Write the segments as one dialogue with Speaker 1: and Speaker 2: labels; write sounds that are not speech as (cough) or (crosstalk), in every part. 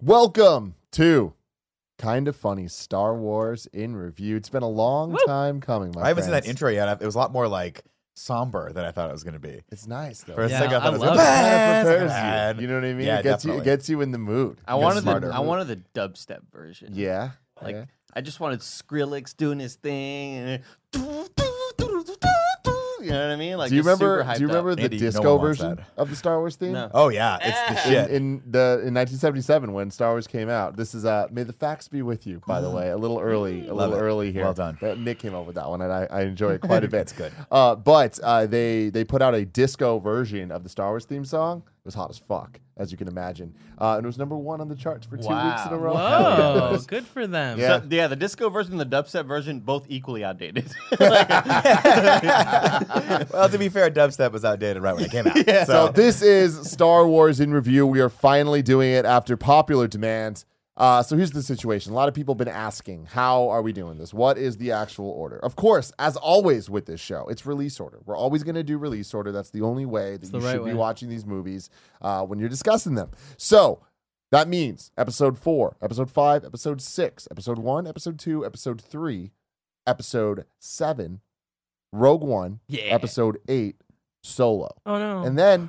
Speaker 1: Welcome to Kind of Funny Star Wars in Review. It's been a long
Speaker 2: Woo!
Speaker 1: time coming, my
Speaker 3: I haven't seen that
Speaker 1: friends.
Speaker 3: intro yet. I- It was a lot more like somber than I thought it was going to be.
Speaker 1: It's nice though.
Speaker 3: For a
Speaker 2: Yeah,
Speaker 3: second, I thought
Speaker 2: I
Speaker 3: it was
Speaker 2: love
Speaker 3: like,
Speaker 2: it.
Speaker 1: It
Speaker 3: "Bad,
Speaker 1: prepares
Speaker 3: (laughs) bad."
Speaker 1: you. You know what I mean?
Speaker 3: Yeah,
Speaker 1: it gets you. It
Speaker 3: definitely.
Speaker 1: gets you in the mood.
Speaker 2: I
Speaker 1: You get
Speaker 2: wanted
Speaker 1: smarter.
Speaker 2: the I wanted the dubstep version.
Speaker 1: Yeah.
Speaker 2: Like
Speaker 1: yeah.
Speaker 2: I just wanted Skrillex doing his thing. And you know what I mean? Like
Speaker 1: do you
Speaker 2: just super
Speaker 1: remember?
Speaker 2: hyped
Speaker 1: Do you remember
Speaker 2: up.
Speaker 1: the
Speaker 3: Andy, no
Speaker 1: disco
Speaker 3: one wants
Speaker 1: version
Speaker 3: that.
Speaker 1: of the Star Wars theme?
Speaker 2: No.
Speaker 3: Oh yeah, it's the
Speaker 1: in,
Speaker 3: shit.
Speaker 1: in the in 1977 when Star Wars came out. This is uh may the facts be with you. By the way, a little early, a
Speaker 3: Mm. Love
Speaker 1: little
Speaker 3: it.
Speaker 1: early here.
Speaker 3: Well done.
Speaker 1: That- Nick came up with that one, and I, I enjoy it
Speaker 3: (laughs)
Speaker 1: quite a bit.
Speaker 3: It's good.
Speaker 1: Uh, but uh, they they put out a disco version of the Star Wars theme song. It was hot as fuck, as you can imagine, uh, and it was number one on the charts for two weeks in a
Speaker 2: Wow.
Speaker 1: row.
Speaker 4: Whoa, good for them.
Speaker 1: Yeah.
Speaker 2: So, yeah, the disco version and the dubstep version both equally outdated. (laughs)
Speaker 1: (laughs)
Speaker 3: (laughs) well, to be fair, dubstep was outdated right when it came out.
Speaker 1: So
Speaker 3: So,
Speaker 1: this is Star Wars in review. We are finally doing it after popular demand. Uh, so here's the situation. A lot of people have been asking, how are we doing this? What is the actual order? Of course, as always with this show, it's release order. We're always going to do release order. That's the only way that
Speaker 4: It's
Speaker 1: you
Speaker 4: the right
Speaker 1: should be
Speaker 4: way.
Speaker 1: watching these movies uh, when you're discussing them. So that means episode four, episode five, episode six, episode one, episode two, episode three, episode seven, Rogue One,
Speaker 2: Yeah.
Speaker 1: episode eight, Solo.
Speaker 4: Oh no.
Speaker 1: And then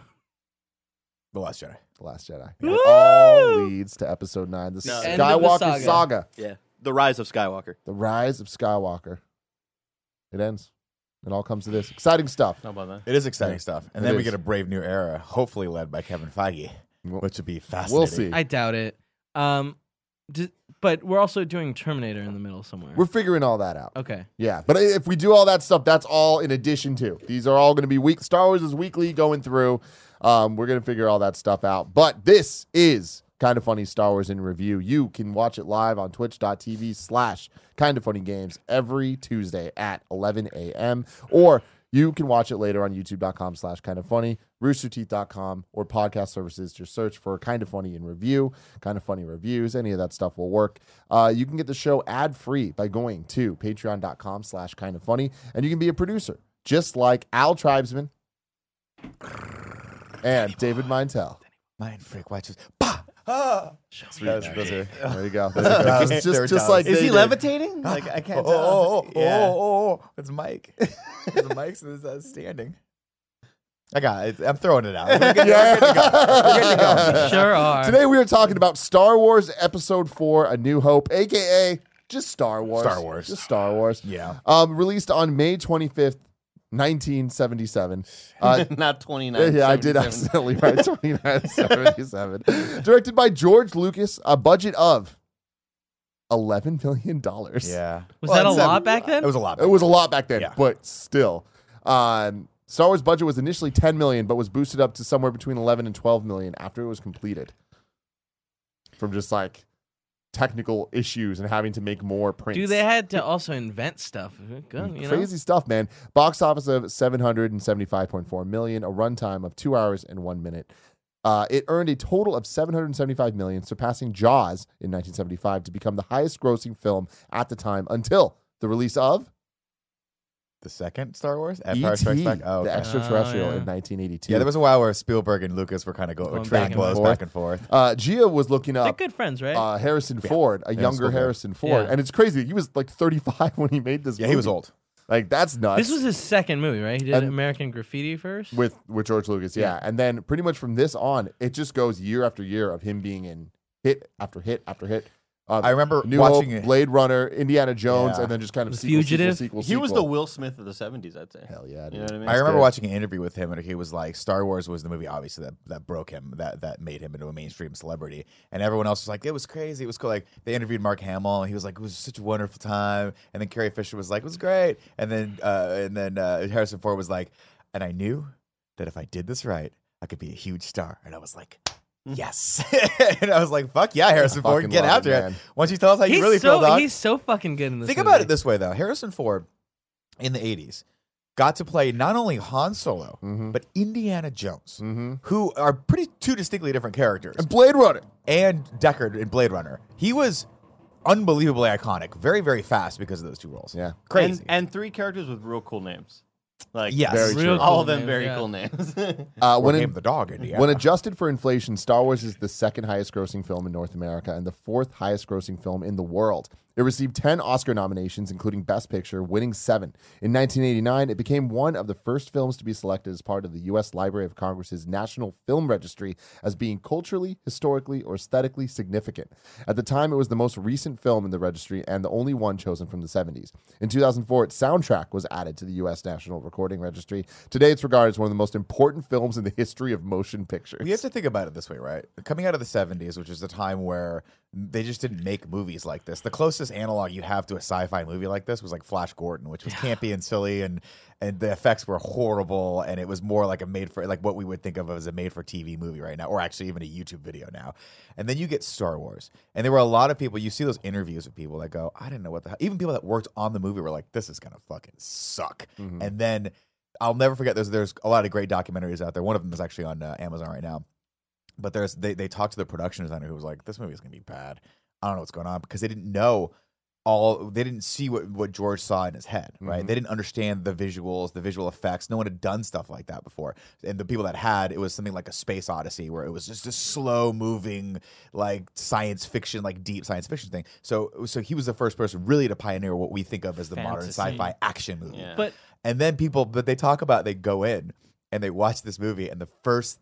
Speaker 3: the Last Jedi.
Speaker 1: the Last Jedi.
Speaker 4: Yeah.
Speaker 1: It all
Speaker 4: Woo!
Speaker 1: leads to episode nine, the
Speaker 5: No.
Speaker 4: End of the
Speaker 1: Skywalker saga.
Speaker 4: saga.
Speaker 5: Yeah. The Rise of Skywalker.
Speaker 1: the rise of Skywalker. It ends. It all comes to this exciting stuff.
Speaker 2: How about that?
Speaker 3: It is exciting stuff, and
Speaker 1: It
Speaker 3: then we
Speaker 1: is.
Speaker 3: get a brave new era, hopefully led by Kevin Feige,
Speaker 1: We'll,
Speaker 3: which would be fascinating.
Speaker 1: we'll see.
Speaker 4: I doubt it. Um, d- but we're also doing Terminator in the middle somewhere.
Speaker 1: We're figuring all that out.
Speaker 4: okay.
Speaker 1: Yeah, but if we do all that stuff, that's all in addition to. These are all going to be week. Star Wars is weekly going through. Um, we're going to figure all that stuff out. But this is kind of funny Star Wars in review. You can watch it live on twitch.tv slash kind of funny games every Tuesday at 11 a.m. Or you can watch it later on youtube.com slash kind of funny, roosterteeth.com, or podcast services. Just search for kind of funny in review, kind of funny reviews. Any of that stuff will work. Uh, you can get the show ad free by going to patreon.com slash kind of funny, and you can be a producer, just like Al Tribesman and David Mintel.
Speaker 3: Mind freak watches. Bah! Ah! Those- those are-
Speaker 1: There you go.
Speaker 3: Those are
Speaker 1: just
Speaker 3: dogs.
Speaker 1: just, just like
Speaker 2: Is
Speaker 1: they
Speaker 2: he
Speaker 1: did.
Speaker 2: levitating?
Speaker 1: (gasps)
Speaker 2: Like I can't.
Speaker 3: Oh,
Speaker 5: uh,
Speaker 3: oh, oh, oh,
Speaker 2: Yeah.
Speaker 3: oh, oh, it's Mike. the Mike's is uh, standing. I got. It. I'm throwing it out.
Speaker 1: (laughs)
Speaker 3: We're good,
Speaker 1: Yeah.
Speaker 3: we're good to go. We're good
Speaker 1: (laughs)
Speaker 3: to go.
Speaker 4: Sure are.
Speaker 1: (laughs) Today we are talking about Star Wars Episode 4 A New Hope, aka just Star Wars.
Speaker 3: Star Wars.
Speaker 1: Just Star Wars.
Speaker 3: Yeah.
Speaker 1: Um, released on May 25th,
Speaker 3: (laughs)
Speaker 1: 1977.
Speaker 2: (laughs)
Speaker 1: Uh,
Speaker 2: Not twenty
Speaker 1: (laughs) yeah,
Speaker 2: nine.
Speaker 1: yeah, I did accidentally write 2977.
Speaker 3: (laughs)
Speaker 1: Directed by George Lucas, a budget of $11 million.
Speaker 3: Yeah.
Speaker 4: Was
Speaker 3: Well,
Speaker 4: that a
Speaker 3: it's, um,
Speaker 4: lot back then?
Speaker 3: It was a lot.
Speaker 1: It was a lot back then,
Speaker 3: Yeah.
Speaker 1: but still. Um, Star Wars budget was initially 10 million, but was boosted up to somewhere between 11 and 12 million after it was completed. From just like technical issues and having to make more prints.
Speaker 4: Do they had to also invent stuff? Good, you know?
Speaker 1: Crazy stuff, man. Box office of 775.4 million, a runtime of two hours and one minute. Uh, it earned a total of 775 million, surpassing Jaws in 1975 to become the highest grossing film at the time until the release of
Speaker 3: The second Star Wars. Empire
Speaker 1: E.T.,
Speaker 3: Strikes Back. Oh, okay.
Speaker 1: E the extraterrestrial
Speaker 4: Oh, yeah.
Speaker 1: in 1982.
Speaker 3: yeah. There was a while where Spielberg and Lucas were kind of
Speaker 4: Going
Speaker 3: going
Speaker 4: back
Speaker 3: trading
Speaker 4: and
Speaker 3: blows
Speaker 1: forth.
Speaker 3: back and forth.
Speaker 1: uh, Gia was looking
Speaker 4: They're
Speaker 1: up
Speaker 4: good friends, right?
Speaker 1: uh, Harrison Ford, a younger
Speaker 3: Spielberg.
Speaker 1: Harrison Ford,
Speaker 4: Yeah.
Speaker 1: and it's crazy. He was like 35 (laughs) when he made this.
Speaker 3: Yeah, he was
Speaker 1: movie.
Speaker 3: old.
Speaker 1: Like that's nuts.
Speaker 4: This was his second movie, right? He did
Speaker 1: And-
Speaker 4: American Graffiti first.
Speaker 1: with with George Lucas, yeah. And then pretty much from this on, it just goes year after year of him being in hit after hit after hit. Um,
Speaker 3: I remember
Speaker 1: New
Speaker 3: watching
Speaker 1: Hope,
Speaker 3: it.
Speaker 1: Blade Runner, Indiana Jones,
Speaker 3: Yeah.
Speaker 1: and then just kind of
Speaker 4: The
Speaker 1: sequel,
Speaker 4: Fugitive.
Speaker 1: Sequel,
Speaker 5: He
Speaker 1: sequel,
Speaker 5: was the
Speaker 1: sequel.
Speaker 5: Will Smith of the '70s, I'd say.
Speaker 1: hell yeah.
Speaker 5: You
Speaker 1: Dude.
Speaker 5: know what I mean?
Speaker 3: I remember
Speaker 1: good.
Speaker 3: watching an interview with him, and he was like, "Star Wars was the movie, obviously that, that broke him, that that made him into a mainstream celebrity." And everyone else was like, "It was crazy, it was cool." Like they interviewed Mark Hamill, and he was like, "It was such a wonderful time." And then Carrie Fisher was like, "It was great." And then uh, and then uh, Harrison Ford was like, "And I knew that if I did this right, I could be a huge star." And I was like. Yes, (laughs) and I was like, "Fuck yeah, Harrison Ford,
Speaker 1: fucking
Speaker 3: get
Speaker 1: love it,
Speaker 3: after it,
Speaker 1: man.
Speaker 3: Once you tell us how
Speaker 4: he's
Speaker 3: you really
Speaker 4: so
Speaker 3: feel, dog.
Speaker 4: he's so fucking good in this.
Speaker 3: Think
Speaker 4: movie.
Speaker 3: about it this way, though. Harrison Ford in the 80s got to play not only Han Solo,
Speaker 1: Mm-hmm,
Speaker 3: but Indiana Jones, who are pretty two distinctly different characters,
Speaker 1: And mm-hmm. Blade Runner.
Speaker 3: and Deckard in Blade Runner. He was unbelievably iconic, very, very fast because of those two roles.
Speaker 1: Yeah.
Speaker 3: Crazy.
Speaker 5: And, and three characters with real cool names. Like
Speaker 3: yes.
Speaker 1: Very
Speaker 4: Real
Speaker 5: all
Speaker 4: cool
Speaker 5: of them
Speaker 4: names,
Speaker 5: very
Speaker 4: yeah.
Speaker 5: cool names.
Speaker 2: (laughs)
Speaker 1: Uh,
Speaker 3: Or
Speaker 1: when
Speaker 3: name
Speaker 1: it,
Speaker 3: the dog, Indiana.
Speaker 1: when adjusted for inflation, Star Wars is the second highest grossing film in North America and the fourth highest grossing film in the world. It received 10 Oscar nominations, including Best Picture, winning seven. In 1989, it became one of the first films to be selected as part of the U.S. Library of Congress's National Film Registry as being culturally, historically, or aesthetically significant. At the time, it was the most recent film in the registry and the only one chosen from the 70s. In 2004, its soundtrack was added to the U.S. National Recording Registry. Today, it's regarded as one of the most important films in the history of motion pictures.
Speaker 3: We have to think about it this way, right? Coming out of the 70s, which is a time where they just didn't make movies like this. The closest analog you have to a sci-fi movie like this was like Flash Gordon, which was campy and silly and and the effects were horrible and it was more like a made for like what we would think of as a made for TV movie right now or actually even a YouTube video now. And then you get Star Wars. And there were a lot of people, you see those interviews with people that go, "I didn't know what the hell." Even people that worked on the movie were like, "This is going to fucking suck." And then I'll never forget. There's there's a lot of great documentaries out there. One of them is actually on uh, Amazon right now. But there's they they talked to the production designer who was like, "This movie is gonna be bad. I don't know what's going on because they didn't know all. They didn't see what what George saw in his head. Right? They didn't understand the visuals, the visual effects. No one had done stuff like that before. And the people that had it was something like a Space Odyssey, where it was just a slow moving like science fiction, like deep science fiction thing. So so he was the first person really to pioneer what we think of as the modern
Speaker 4: Fantasy.
Speaker 3: sci-fi action movie.
Speaker 5: Yeah.
Speaker 4: But
Speaker 3: And then people, but they talk about they go in and they watch this movie, and the first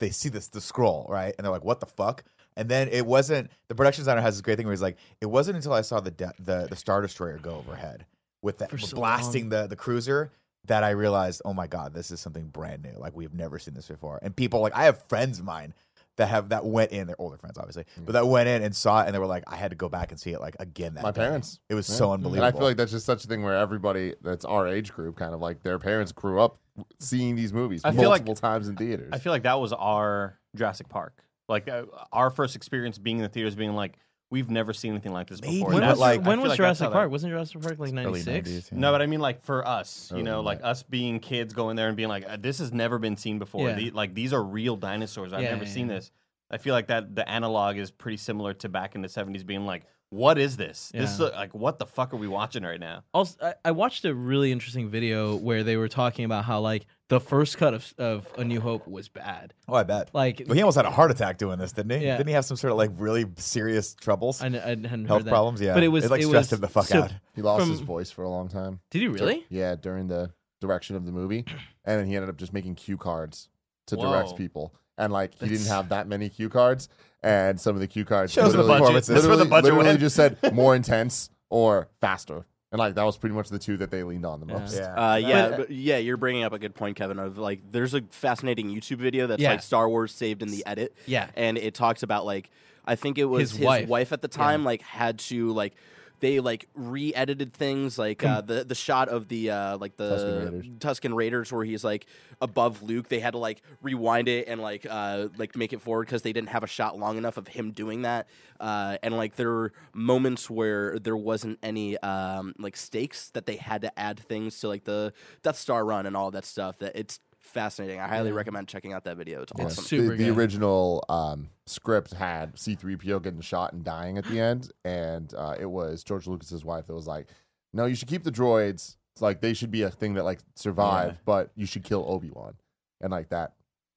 Speaker 3: they see this the scroll right, and they're like, "What the fuck." And then it wasn't the production designer has this great thing where he's like, it wasn't until I saw the de- the, the star destroyer go overhead with the
Speaker 4: For so
Speaker 3: blasting the the cruiser that I realized, oh my god, this is something brand new. Like we've never seen this before. And people like I have friends of mine that have that went in, they're older friends obviously, but that went in and saw it, and they were like, I had to go back and see it like again. That
Speaker 1: Mm. My
Speaker 3: day.
Speaker 1: parents.
Speaker 3: It was
Speaker 1: Yeah.
Speaker 3: so unbelievable.
Speaker 1: And I feel like that's just such a thing where everybody that's our age group kind of like their parents grew up seeing these movies
Speaker 5: I feel
Speaker 1: multiple
Speaker 5: like-
Speaker 1: times in theaters.
Speaker 5: I feel like that was our Jurassic Park. Like uh, our first experience being in the theaters, being like, we've never seen anything like this
Speaker 3: Maybe.
Speaker 5: before.
Speaker 3: Or
Speaker 4: when
Speaker 5: That-
Speaker 4: was,
Speaker 3: like-
Speaker 5: I
Speaker 4: when
Speaker 5: feel like
Speaker 4: was
Speaker 5: that's how
Speaker 4: Jurassic
Speaker 5: that-
Speaker 4: Park? Wasn't Jurassic Park like '96?
Speaker 5: No, but I mean, like for us, you
Speaker 1: Early
Speaker 5: know, like
Speaker 1: 90s.
Speaker 5: us being kids going there and being like, uh, this has never been seen before.
Speaker 4: Yeah.
Speaker 5: The- like these are real dinosaurs. I've
Speaker 4: Yeah,
Speaker 5: never
Speaker 4: yeah,
Speaker 5: seen
Speaker 4: yeah.
Speaker 5: this. I feel like that the analog is pretty similar to back in the 70s being like, what is this? This is
Speaker 4: Yeah.
Speaker 5: like, what the fuck are we watching right now?
Speaker 4: Also, I, I watched a really interesting video where they were talking about how like the first cut of of A New Hope was bad.
Speaker 3: oh, I bet.
Speaker 4: Like
Speaker 3: Well, he almost had a heart attack doing this, didn't he?
Speaker 4: Yeah.
Speaker 3: Didn't he have some sort of like really serious troubles,
Speaker 4: I, kn- I hadn't
Speaker 3: health
Speaker 4: heard that.
Speaker 3: problems? Yeah,
Speaker 4: but it was
Speaker 3: it like
Speaker 4: it
Speaker 3: stressed
Speaker 4: was
Speaker 3: him the fuck
Speaker 4: so-
Speaker 3: out.
Speaker 1: he lost
Speaker 4: from-
Speaker 1: his voice for a long time.
Speaker 4: Did you
Speaker 1: Dur-
Speaker 4: really?
Speaker 1: yeah, during the direction of the
Speaker 3: (clears throat)
Speaker 1: movie, and then he ended up just making cue cards to
Speaker 5: Whoa.
Speaker 1: direct people. And like he didn't
Speaker 4: That's-
Speaker 1: have that many cue cards, and some of the cue cards
Speaker 3: Shows the
Speaker 1: literally-
Speaker 3: budget. That's where the
Speaker 1: literally,
Speaker 3: budget
Speaker 1: literally
Speaker 3: went.
Speaker 1: just said
Speaker 3: (laughs)
Speaker 1: more intense or faster, and like that was pretty much the two that they leaned on the
Speaker 4: Yeah.
Speaker 1: most.
Speaker 5: Yeah.
Speaker 3: Uh,
Speaker 5: Uh,
Speaker 3: yeah. But-
Speaker 5: But- but-
Speaker 6: Yeah, but yeah, you're bringing up a good point, Kevin. Of like, there's a fascinating YouTube video that's
Speaker 4: Yeah.
Speaker 6: like Star Wars saved in the edit,
Speaker 4: Yeah.
Speaker 6: and it talks about like, I think it was
Speaker 4: His
Speaker 6: his,
Speaker 4: wife.
Speaker 6: wife. at the time, like, had to like, they like re-edited things, like
Speaker 1: (clears throat)
Speaker 6: uh, the the shot of the uh, like the
Speaker 1: Tusken Raiders.
Speaker 6: Tusken Raiders where he's like above Luke. They had to like rewind it and like uh, like make it forward because they didn't have a shot long enough of him doing that. Uh, and like there were moments where there wasn't any um, like stakes that they had to add things to like the Death Star run and all that stuff. That it's fascinating. I highly recommend checking out that video. It's
Speaker 1: Yeah.
Speaker 6: awesome.
Speaker 4: su- super
Speaker 1: the, the
Speaker 4: good.
Speaker 1: original um, script had C3PO getting shot and dying at the end, and uh, it was George Lucas's wife that was like, "No, you should keep the droids. It's like they should be a thing that like survive, but you should kill Obi Wan." And like that,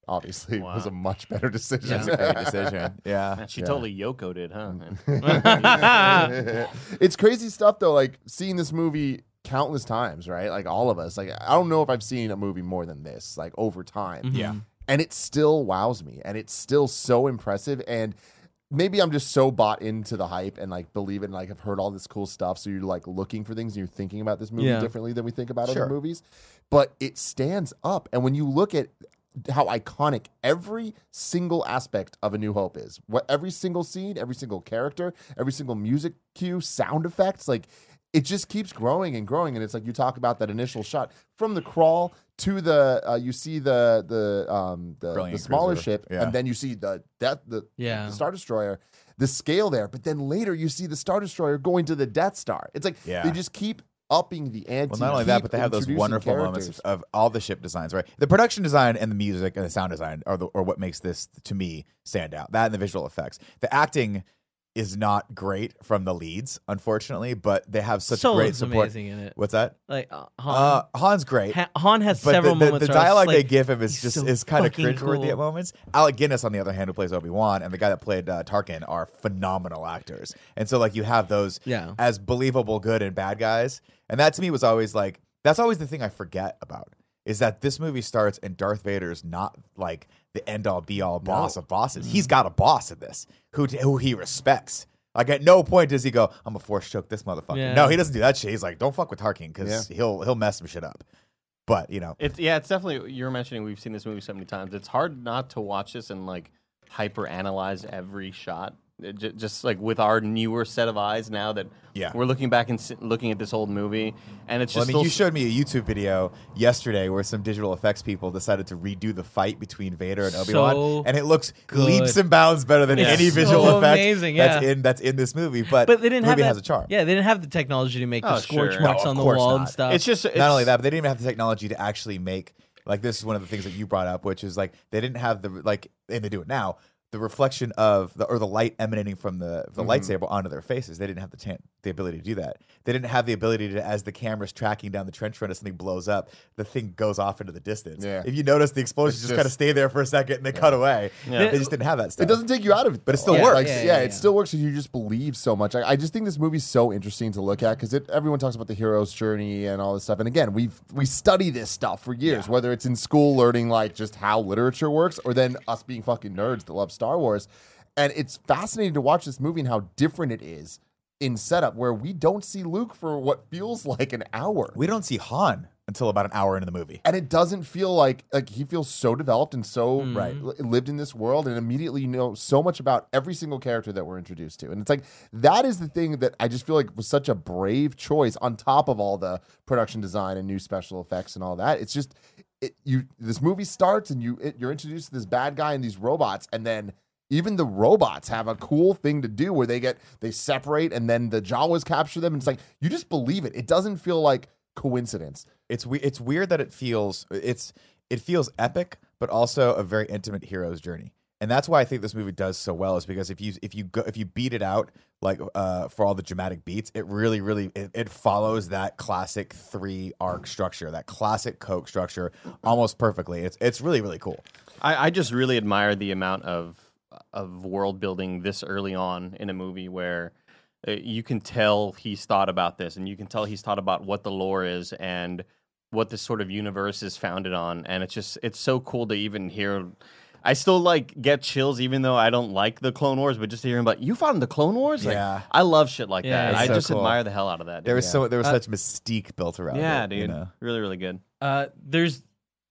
Speaker 1: obviously, (laughs) was
Speaker 5: Wow.
Speaker 1: a much better decision.
Speaker 4: That's
Speaker 3: a great decision. Yeah. Mm-hmm.
Speaker 5: Man, she
Speaker 1: Yeah.
Speaker 5: totally Yoko did, huh?
Speaker 4: Yeah.
Speaker 1: (laughs)
Speaker 4: (laughs)
Speaker 1: it's crazy stuff though. Like seeing this movie countless times, right? Like all of us. Like I don't know if I've seen a movie more than this, like over time.
Speaker 3: Yeah.
Speaker 4: Mhm.
Speaker 1: And it still wows me and it's still so impressive and maybe I'm just so bought into the hype and like believe it and like have heard all this cool stuff so you're like looking for things and you're thinking about this movie
Speaker 4: Yeah.
Speaker 1: differently than we think about
Speaker 3: Sure.
Speaker 1: other movies. But it stands up and when you look at how iconic every single aspect of A New Hope is. What every single scene, every single character, every single music cue, sound effects, like it just keeps growing and growing. And it's like you talk about that initial shot from the crawl to the uh, you see the the um the, the
Speaker 3: Brilliant
Speaker 1: smaller
Speaker 3: cruiser.
Speaker 1: ship,
Speaker 3: Yeah.
Speaker 1: and then you see the death the,
Speaker 4: Yeah.
Speaker 1: the Star Destroyer. The scale there, but then later you see the Star Destroyer going to the Death Star. It's like
Speaker 3: Yeah.
Speaker 1: they just keep upping the ante.
Speaker 3: Well, not only that,
Speaker 1: keep
Speaker 3: but they have those
Speaker 1: introducing
Speaker 3: wonderful moments
Speaker 1: characters.
Speaker 3: of, of all the ship designs, right? The production design and the music and the sound design are, the, are what makes this, to me, stand out. That and the visual effects. The acting is not great from the leads, unfortunately, but they have such
Speaker 4: Solo's
Speaker 3: great support.
Speaker 4: amazing in it.
Speaker 3: What's that?
Speaker 4: Like uh, Han,
Speaker 3: Uh, Han's great.
Speaker 4: Ha- Han has
Speaker 3: but
Speaker 4: several
Speaker 3: the, the,
Speaker 4: moments.
Speaker 3: the
Speaker 4: where I was
Speaker 3: dialogue
Speaker 4: like,
Speaker 3: they give him is
Speaker 4: "He's
Speaker 3: just
Speaker 4: so
Speaker 3: is kind of
Speaker 4: fucking
Speaker 3: cringeworthy at
Speaker 4: cool."
Speaker 3: moments. Alec Guinness, on the other hand, who plays Obi Wan, and the guy that played uh, Tarkin are phenomenal actors, and so like you have those
Speaker 4: Yeah.
Speaker 3: as believable good and bad guys, and that to me was always like that's always the thing I forget about is that this movie starts and Darth Vader's not like the end all be all boss of bosses. He's got a boss in this who who he respects. Like at no point does he go, "I'm a force choke this motherfucker."
Speaker 4: Yeah.
Speaker 3: No, he doesn't do that shit. He's like, "Don't fuck with Tarkin because he'll he'll mess some shit up." But you know,
Speaker 5: It's yeah, it's definitely you're mentioning we've seen this movie so many times. It's hard not to watch this and like hyper analyze every shot. It ju- just like with our newer set of eyes now that
Speaker 3: Yeah.
Speaker 5: we're looking back and si- looking at this old movie, and it's
Speaker 3: Well, I
Speaker 5: just
Speaker 3: mean, you
Speaker 5: still
Speaker 3: showed me a YouTube video yesterday where some digital effects people decided to redo the fight between Vader and Obi Wan,
Speaker 4: So
Speaker 3: and it looks
Speaker 4: good.
Speaker 3: leaps and bounds better than
Speaker 5: It's
Speaker 3: any
Speaker 5: so
Speaker 3: visual effect
Speaker 4: amazing,
Speaker 3: that's
Speaker 4: yeah.
Speaker 3: in that's in this movie. But,
Speaker 4: but they didn't
Speaker 3: the movie
Speaker 4: have
Speaker 3: has
Speaker 4: that,
Speaker 3: a charm.
Speaker 4: Yeah, they didn't have the technology to make
Speaker 5: Oh,
Speaker 4: the scorch
Speaker 5: sure.
Speaker 4: marks
Speaker 3: No,
Speaker 4: on
Speaker 3: of
Speaker 4: the
Speaker 3: course
Speaker 4: wall and
Speaker 3: not.
Speaker 4: stuff.
Speaker 5: it's just it's,
Speaker 3: Not only that, but they didn't even have the technology to actually make like this is one of the things that you brought up, which is like they didn't have the like, and they do it now. The reflection of the or the light emanating from the
Speaker 1: Mm-hmm.
Speaker 3: the lightsaber onto their faces. They didn't have the tan- the ability to do that. They didn't have the ability to, as the camera's tracking down the trench run, as something blows up, the thing goes off into the distance.
Speaker 1: Yeah.
Speaker 3: If you notice, the explosions
Speaker 1: It's
Speaker 3: just, kind of
Speaker 1: just-
Speaker 3: stay there for a second and they cut away.
Speaker 5: Yeah.
Speaker 3: They just didn't have that stuff.
Speaker 1: It doesn't take you out of it,
Speaker 3: But it still
Speaker 1: though.
Speaker 3: works.
Speaker 1: Like,
Speaker 4: Yeah,
Speaker 1: yeah,
Speaker 4: yeah, yeah.
Speaker 1: it still works. because You just believe so much. I, I just think this movie's so interesting to look at because it. Everyone talks about the hero's journey and all this stuff. And again, we have we study this stuff for years, whether it's in school learning like just how literature works, or then us being fucking nerds that love Star Wars. And it's fascinating to watch this movie and how different it is in setup, where we don't see Luke for what feels like an hour
Speaker 3: we don't see Han until about an hour into the movie.
Speaker 1: and it doesn't feel like like he feels so developed and so
Speaker 4: Right.
Speaker 1: li- lived in this world and immediately you know so much about every single character that we're introduced to and it's like that is the thing that i just feel like was such a brave choice on top of all the production design and new special effects and all that it's just it, you this movie starts and you it, you're introduced to this bad guy and these robots and then even the robots have a cool thing to do where they get they separate and then the Jawas capture them and it's like you just believe it it doesn't feel like coincidence
Speaker 3: it's we- it's weird that it feels it's it feels epic, but also a very intimate hero's journey. And that's why I think this movie does so well is because if you if you go if you beat it out like uh, for all the dramatic beats, it really really it, it follows that classic three arc structure, that classic Coke structure, almost perfectly. It's it's really really cool.
Speaker 5: I, I just really admire the amount of of world building this early on in a movie where uh, you can tell he's thought about this and you can tell he's thought about what the lore is and what this sort of universe is founded on and it's just it's so cool to even hear I still like get chills even though I don't like the Clone Wars but just hearing about you found the Clone Wars Like,
Speaker 3: Yeah.
Speaker 5: I love shit like that
Speaker 4: Yeah, it's
Speaker 5: I
Speaker 3: so
Speaker 5: just
Speaker 3: cool.
Speaker 5: admire the hell out of that dude.
Speaker 3: There was so there was
Speaker 4: Uh,
Speaker 3: such mystique built around.
Speaker 5: yeah
Speaker 3: it,
Speaker 5: dude
Speaker 3: You know?
Speaker 5: really really good
Speaker 4: Uh, there's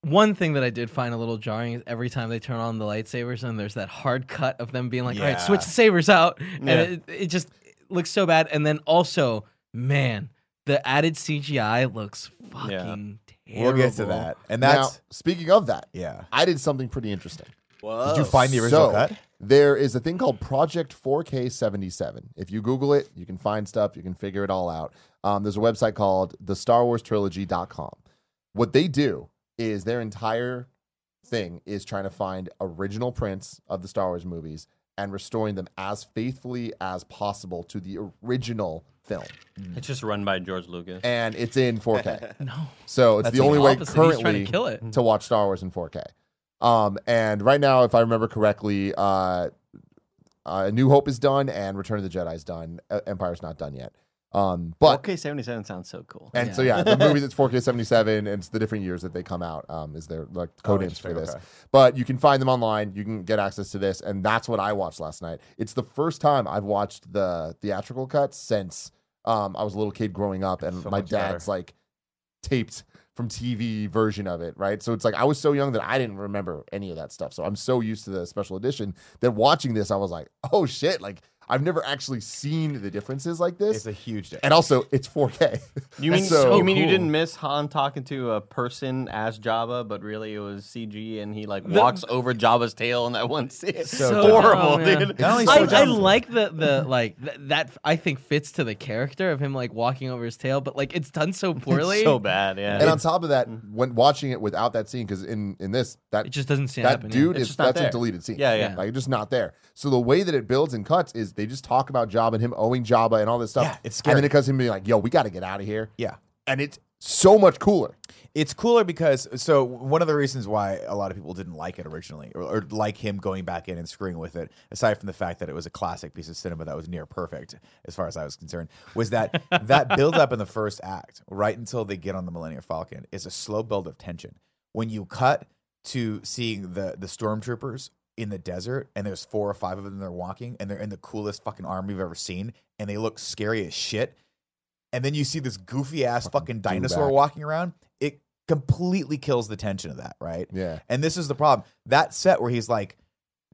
Speaker 4: one thing that I did find a little jarring is every time they turn on the lightsabers and there's that hard cut of them being like, all
Speaker 3: Yeah.
Speaker 4: right, switch the sabers out.
Speaker 5: Yeah.
Speaker 4: And it, it just looks so bad. And then also, man, the added CGI looks fucking terrible.
Speaker 3: We'll get to that. And that's
Speaker 1: now, speaking of that,
Speaker 3: yeah.
Speaker 1: I did something pretty interesting.
Speaker 6: Whoa.
Speaker 3: Did you find the original
Speaker 1: so,
Speaker 3: cut?
Speaker 1: There is a thing called Project 4K77. If you Google it, you can find stuff, you can figure it all out. Um, there's a website called thestarwarstrilogy.com. What they do is their entire thing is trying to find original prints of the Star Wars movies and restoring them as faithfully as possible to the original film.
Speaker 5: it's just run by George Lucas
Speaker 1: And it's in 4K.
Speaker 4: No.
Speaker 1: so it's
Speaker 3: That's
Speaker 1: the only way
Speaker 4: Opposite,
Speaker 1: currently
Speaker 4: he's trying to kill it.
Speaker 1: to watch Star Wars in 4K. Um, and right now, if I remember correctly, uh, uh, New Hope is done and Return of the Jedi is done. Uh, E-, Empire's not done yet. Um, but
Speaker 5: 4K77 sounds so cool.
Speaker 1: and so yeah, the
Speaker 3: (laughs)
Speaker 1: movies it's 4K 77 and it's the different years that they come out um, is their like code names for this.
Speaker 3: interesting, Oh, okay.
Speaker 1: But you can find them online. You can get access to this, and that's what I watched last night. It's the first time I've watched the theatrical cut since um, I was a little kid growing up, and
Speaker 3: So
Speaker 1: my
Speaker 3: much better.
Speaker 1: dad's like taped from TV version of it, right? So it's like I was so young that I didn't remember any of that stuff. So I'm so used to the special edition that watching this, I was like, oh shit, like. I've never actually seen the differences like this.
Speaker 3: It's a huge difference.
Speaker 1: and also, it's (laughs) 4K.
Speaker 5: You mean
Speaker 1: so
Speaker 5: you mean you
Speaker 4: cool.
Speaker 5: didn't miss Han talking to a person as Jabba, but really it was CG, and he like walks over Jabba's tail in that one scene. (laughs) It's
Speaker 3: So dumb.
Speaker 5: horrible,
Speaker 4: Oh, man.
Speaker 5: dude.
Speaker 3: Not only
Speaker 4: I,
Speaker 3: so
Speaker 4: I
Speaker 3: dumb-
Speaker 4: like the the like th- that I think fits to the character of him like walking over his tail, but like it's done so poorly.
Speaker 5: so bad, yeah.
Speaker 1: And on top of that, when watching it without that scene, because in in this that
Speaker 4: It just doesn't stand
Speaker 1: that
Speaker 4: up.
Speaker 1: dude
Speaker 5: It's
Speaker 1: is
Speaker 5: just not
Speaker 1: that's a
Speaker 5: there.
Speaker 1: deleted scene.
Speaker 5: Yeah, yeah.
Speaker 1: like just not there. So the way that it builds and cuts is they just talk about Jabba and him owing Jabba and all this stuff.
Speaker 3: Yeah, it's
Speaker 1: And then
Speaker 3: scary.
Speaker 1: it cuts him being like, "Yo, we got to get out of here,"
Speaker 3: yeah.
Speaker 1: and it's so much cooler.
Speaker 3: It's cooler because so one of the reasons why a lot of people didn't like it originally, or, or like him going back in and screwing with it, aside from the fact that it was a classic piece of cinema that was near perfect as far as I was concerned, was that that build up in the first act, right until they get on the Millennium Falcon, is a slow build of tension. When you cut to seeing the the stormtroopers in the desert, and there's four or five of them, they're walking, and they're in the coolest fucking armor you've ever seen, and they look scary as shit. And then you see this goofy ass fucking dinosaur
Speaker 1: do-rag.
Speaker 3: walking around. It completely kills the tension of that, right?
Speaker 1: Yeah,
Speaker 3: And this is the problem. That set where he's like,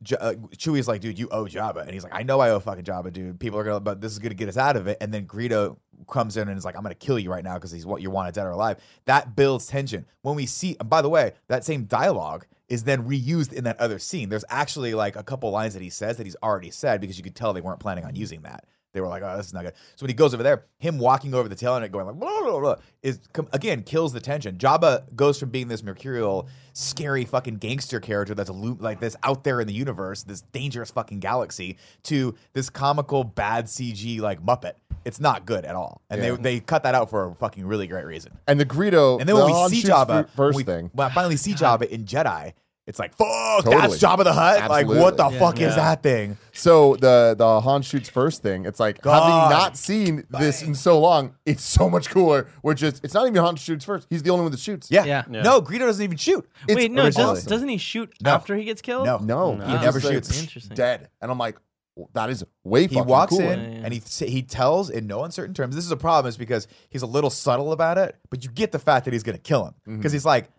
Speaker 3: J- uh, Chewie's like, dude, you owe Jabba, and he's like, I know I owe fucking Jabba, dude. People are gonna, but this is gonna get us out of it. And then Greedo comes in and is like, I'm gonna kill you right now because he's what you wanted dead or alive. That builds tension. When we see, and by the way, that same dialogue is then reused in that other scene. There's actually like a couple lines that he says that he's already said because you could tell they weren't planning on using that. They were like, oh, this is not good. So when he goes over there, him walking over the tail end and going like, blah, blah, blah, is com- again kills the tension. Jabba goes from being this mercurial, scary fucking gangster character that's a lo- like this out there in the universe, this dangerous fucking galaxy, to this comical bad CG like Muppet. It's not good at all, and
Speaker 1: Yeah.
Speaker 3: they they cut that out for a fucking really great reason.
Speaker 1: and the Greedo.
Speaker 3: And then when
Speaker 1: the Han
Speaker 3: we see
Speaker 1: shoots
Speaker 3: Jabba,
Speaker 1: fir- first
Speaker 3: when we,
Speaker 1: thing,
Speaker 3: when I
Speaker 1: (laughs)
Speaker 3: finally see Jabba in Jedi, it's like fuck,
Speaker 1: Totally.
Speaker 3: that's Jabba the Hutt. Like what the
Speaker 1: Absolutely.
Speaker 3: fuck is
Speaker 5: Yeah.
Speaker 3: that thing?
Speaker 1: So the the Han shoots first thing. It's like
Speaker 3: God.
Speaker 1: having not seen this in so long, it's so much cooler. We're just it's not even Han shoots first. He's the only one that shoots.
Speaker 3: Yeah.
Speaker 4: Yeah.
Speaker 5: Yeah.
Speaker 3: no, Greedo doesn't even shoot.
Speaker 1: It's
Speaker 4: Wait, no,
Speaker 1: originally-
Speaker 4: does, doesn't he shoot
Speaker 3: No.
Speaker 4: after he gets killed? Oh,
Speaker 3: No,
Speaker 1: No,
Speaker 5: No.
Speaker 1: he
Speaker 5: He
Speaker 1: never
Speaker 3: never
Speaker 1: shoots.
Speaker 3: shoots.
Speaker 4: Interesting.
Speaker 1: Dead, and I'm like, well, that is way.
Speaker 3: he
Speaker 1: fucking
Speaker 3: walks
Speaker 1: cooler.
Speaker 3: in
Speaker 4: Yeah, yeah.
Speaker 3: and he sa- he tells in no uncertain terms. This is a problem, is because he's a little subtle about it, but you get the fact that he's gonna kill him
Speaker 1: Mm-hmm.
Speaker 3: because he's like,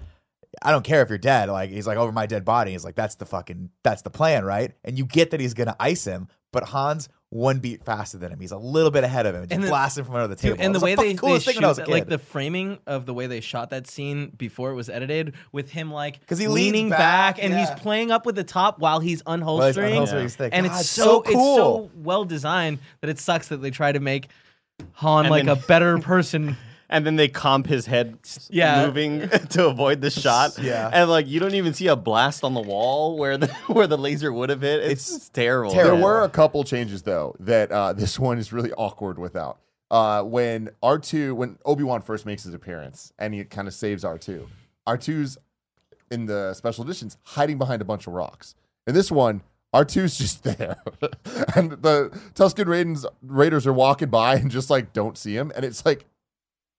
Speaker 3: I don't care if you're dead. Like he's like over my dead body. He's like that's the fucking that's the plan, right? And you get that he's gonna ice him, but Hans one beat faster than him. He's a little bit ahead of him and just
Speaker 4: And the-
Speaker 3: blasts him from under the
Speaker 4: Dude,
Speaker 3: table.
Speaker 4: and the
Speaker 3: It's the
Speaker 4: way they,
Speaker 3: fucking
Speaker 4: they
Speaker 3: coolest
Speaker 4: shoot,
Speaker 3: thing when I was a
Speaker 4: that- like
Speaker 3: kid.
Speaker 4: the framing of the way they shot that scene before it was edited, with him like
Speaker 3: 'Cause he leans
Speaker 4: leaning
Speaker 3: back,
Speaker 4: back, and
Speaker 3: yeah.
Speaker 4: he's playing up with the top while he's
Speaker 3: Well, it's
Speaker 4: unholstering,
Speaker 3: unholstering his thing.
Speaker 4: and
Speaker 3: God,
Speaker 4: it's
Speaker 3: cool.
Speaker 4: so, it's so well designed that it sucks that they try to make Han
Speaker 5: And
Speaker 4: like
Speaker 5: then-
Speaker 4: a better
Speaker 3: (laughs)
Speaker 4: person.
Speaker 5: (laughs) and then they comp his head
Speaker 4: Yeah.
Speaker 5: moving (laughs) to avoid the shot.
Speaker 3: Yeah.
Speaker 5: And like you don't even see a blast on the wall where the (laughs) where the laser would have hit. It's,
Speaker 3: It's
Speaker 5: terrible.
Speaker 3: terrible.
Speaker 5: man.
Speaker 1: There (laughs) were a couple changes though that uh, (laughs) this one is really awkward without. Uh, when R two, when Obi Wan first makes his appearance, and he kind of saves R two. R 2s in the special editions hiding behind a bunch of rocks. In this one, R 2s (laughs) just there, and the Tusken Raiders Raiders are walking by and just like don't see him, and it's like.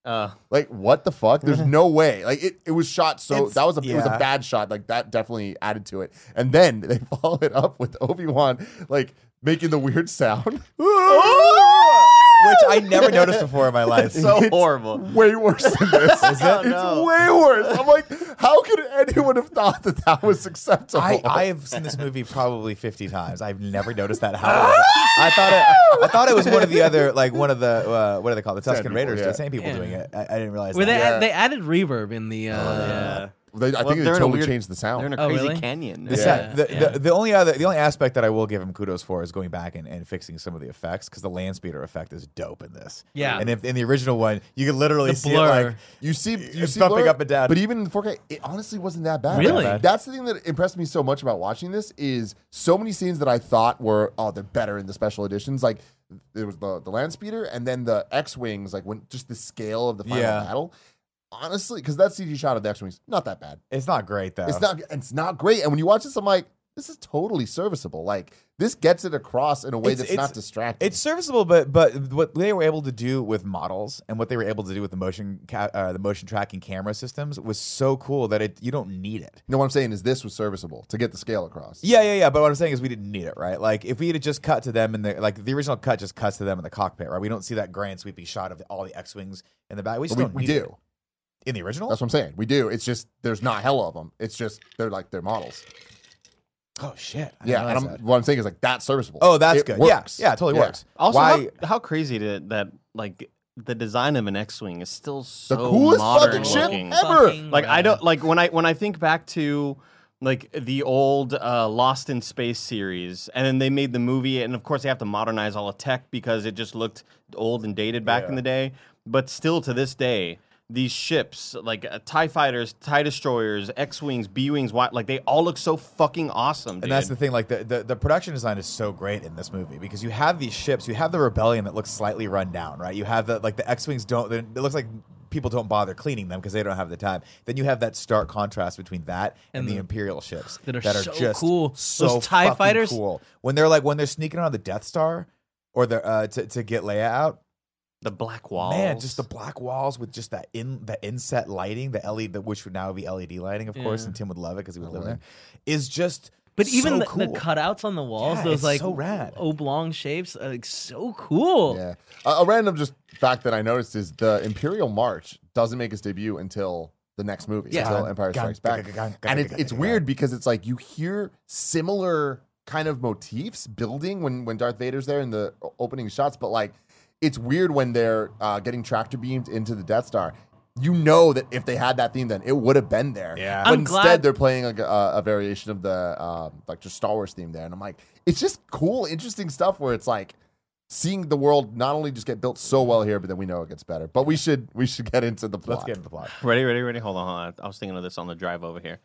Speaker 5: Uh,
Speaker 1: Like what the fuck? There's
Speaker 5: Mm-hmm.
Speaker 1: no way. Like it, it was shot so
Speaker 3: It's-
Speaker 1: that was a it was
Speaker 3: yeah.
Speaker 1: a bad shot. Like that definitely added to it. And then (laughs) they follow it up with Obi Wan like making the weird
Speaker 5: (laughs)
Speaker 1: sound.
Speaker 5: Ah!
Speaker 3: which I never noticed before in my (laughs) life.
Speaker 5: so horrible.
Speaker 1: (laughs) Way worse than
Speaker 5: (laughs)
Speaker 1: this.
Speaker 5: it?
Speaker 1: It's
Speaker 5: No.
Speaker 1: way worse. I'm like, how could anyone have thought that that was acceptable?
Speaker 3: I, I have seen this movie probably fifty times. I've never noticed that. How I thought it, I thought it was one of the other like one of the uh, what are they called? The Tuscan
Speaker 1: people,
Speaker 3: Raiders,
Speaker 1: yeah.
Speaker 3: the same people
Speaker 4: Yeah.
Speaker 3: doing it. I, I didn't realize
Speaker 4: Where they
Speaker 3: that.
Speaker 4: add- they added reverb in the uh,
Speaker 3: Oh,
Speaker 1: They- I
Speaker 5: Well,
Speaker 1: think they
Speaker 5: they're in a
Speaker 1: totally
Speaker 5: weird-
Speaker 1: changed the
Speaker 5: They're in
Speaker 1: sound.
Speaker 5: a
Speaker 4: Oh,
Speaker 5: crazy
Speaker 4: really?
Speaker 5: canyon.
Speaker 3: The,
Speaker 5: Yeah.
Speaker 3: sec- the,
Speaker 4: yeah.
Speaker 3: The, the only other the only aspect that I will give him kudos for is going back and, and fixing some of the effects because the land speeder effect is dope in this.
Speaker 4: Yeah.
Speaker 3: and if, in the original one, you could literally
Speaker 4: The
Speaker 3: see it
Speaker 4: blur.
Speaker 3: like
Speaker 1: You see, you
Speaker 3: It's
Speaker 1: see
Speaker 3: bumping
Speaker 1: blur,
Speaker 3: up and down.
Speaker 1: But even in 4K, it honestly wasn't that bad.
Speaker 4: Really?
Speaker 1: Like, That's the thing that impressed me so much about watching this is so many scenes that I thought were oh they're better in the special editions. Like there was the the land speeder and then the X wings. Like when just the scale of the final
Speaker 3: Yeah.
Speaker 1: battle. Honestly, because that CG shot of the X wings not that bad.
Speaker 3: it's not great though.
Speaker 1: It's not it's not great. And when you watch this, I'm like, this is totally serviceable. Like this gets it across in a way
Speaker 3: It's-
Speaker 1: that's
Speaker 3: it's-
Speaker 1: not distracting.
Speaker 3: It's serviceable, but but what they were able to do with models and what they were able to do with the motion ca- uh, the motion tracking camera systems was so cool that it you don't need it.
Speaker 1: you know what I'm saying is this was serviceable to get the scale across.
Speaker 3: Yeah, yeah, yeah. But what I'm saying is we didn't need it, right? Like if we had just cut to them in the like the original cut just cuts to them in the cockpit, right? We don't see that grand sweeping shot of all the X wings in the back.
Speaker 1: But
Speaker 3: We just
Speaker 1: we,
Speaker 3: don't
Speaker 1: we
Speaker 3: need
Speaker 1: do.
Speaker 3: it. in the original.
Speaker 1: That's what I'm saying. We do. It's just there's not hell of them. It's just they're like they're models.
Speaker 3: oh shit! I didn't
Speaker 1: Yeah,
Speaker 3: realize
Speaker 1: and
Speaker 3: that.
Speaker 1: I'm, what I'm saying is like that's serviceable.
Speaker 3: Oh, that's
Speaker 1: It
Speaker 3: good.
Speaker 1: Works.
Speaker 3: Yeah, yeah, it totally
Speaker 1: Yeah.
Speaker 3: works.
Speaker 5: Also,
Speaker 3: Why-
Speaker 5: how, how crazy that that like the design of an X-wing is still so
Speaker 1: The coolest
Speaker 5: modern
Speaker 1: fucking shit
Speaker 5: looking.
Speaker 1: ever.
Speaker 4: Fucking
Speaker 5: Like I
Speaker 4: rad.
Speaker 5: don't like when I when I think back to like the old uh, Lost in Space series, and then they made the movie, and of course they have to modernize all the tech because it just looked old and dated back in the day. But still to this day, these ships like uh, Tie fighters, Tie destroyers, X wings, B wings, Y, like they all look so fucking awesome. Dude.
Speaker 3: And that's the thing, like the, the the production design is so great in this movie because you have these ships, you have the rebellion that looks slightly run down, right? You have the like the X wings don't. they're- It looks like people don't bother cleaning them because they don't have the time. Then you have that stark contrast between that and,
Speaker 4: And
Speaker 3: the
Speaker 4: the-
Speaker 3: Imperial ships
Speaker 4: that are so
Speaker 3: just
Speaker 4: cool.
Speaker 3: so
Speaker 4: Those TIE
Speaker 3: fucking
Speaker 4: fighters-
Speaker 3: cool when they're like when they're sneaking on the Death Star or the uh, to to get Leia out.
Speaker 5: the black walls.
Speaker 3: Man, just the black walls with just that in the inset lighting, the LED, that which would now be LED lighting, of course,
Speaker 4: Yeah.
Speaker 3: and Tim would love it because he would live there. Is just
Speaker 4: But even
Speaker 3: so
Speaker 4: the,
Speaker 3: cool.
Speaker 4: the cutouts on the walls,
Speaker 3: Yeah,
Speaker 4: those
Speaker 3: it's
Speaker 4: like
Speaker 3: so rad.
Speaker 4: oblong shapes, are, like so cool.
Speaker 1: Yeah. A, a random just fact that I noticed is the Imperial March doesn't make its debut until the next movie,
Speaker 4: Yeah.
Speaker 1: until Empire Strikes Back. And it's, it's weird because it's like you hear similar kind of motifs building when, when Darth Vader's there in the o- opening shots, but like it's weird when they're uh, getting tractor beamed into the Death Star. You know that if they had that theme, then it would have been there.
Speaker 3: Yeah.
Speaker 1: But
Speaker 4: I'm
Speaker 1: instead,
Speaker 4: glad-
Speaker 1: they're playing like a, a variation of the um, like just Star Wars theme there, and I'm like, it's just cool, interesting stuff where it's like seeing the world not only just get built so well here, but then we know it gets better. But we should we should get into the plot.
Speaker 3: Let's get into the
Speaker 4: (laughs)
Speaker 3: plot.
Speaker 5: Ready, ready, ready. Hold on, hold on. I was thinking of this on the drive over here.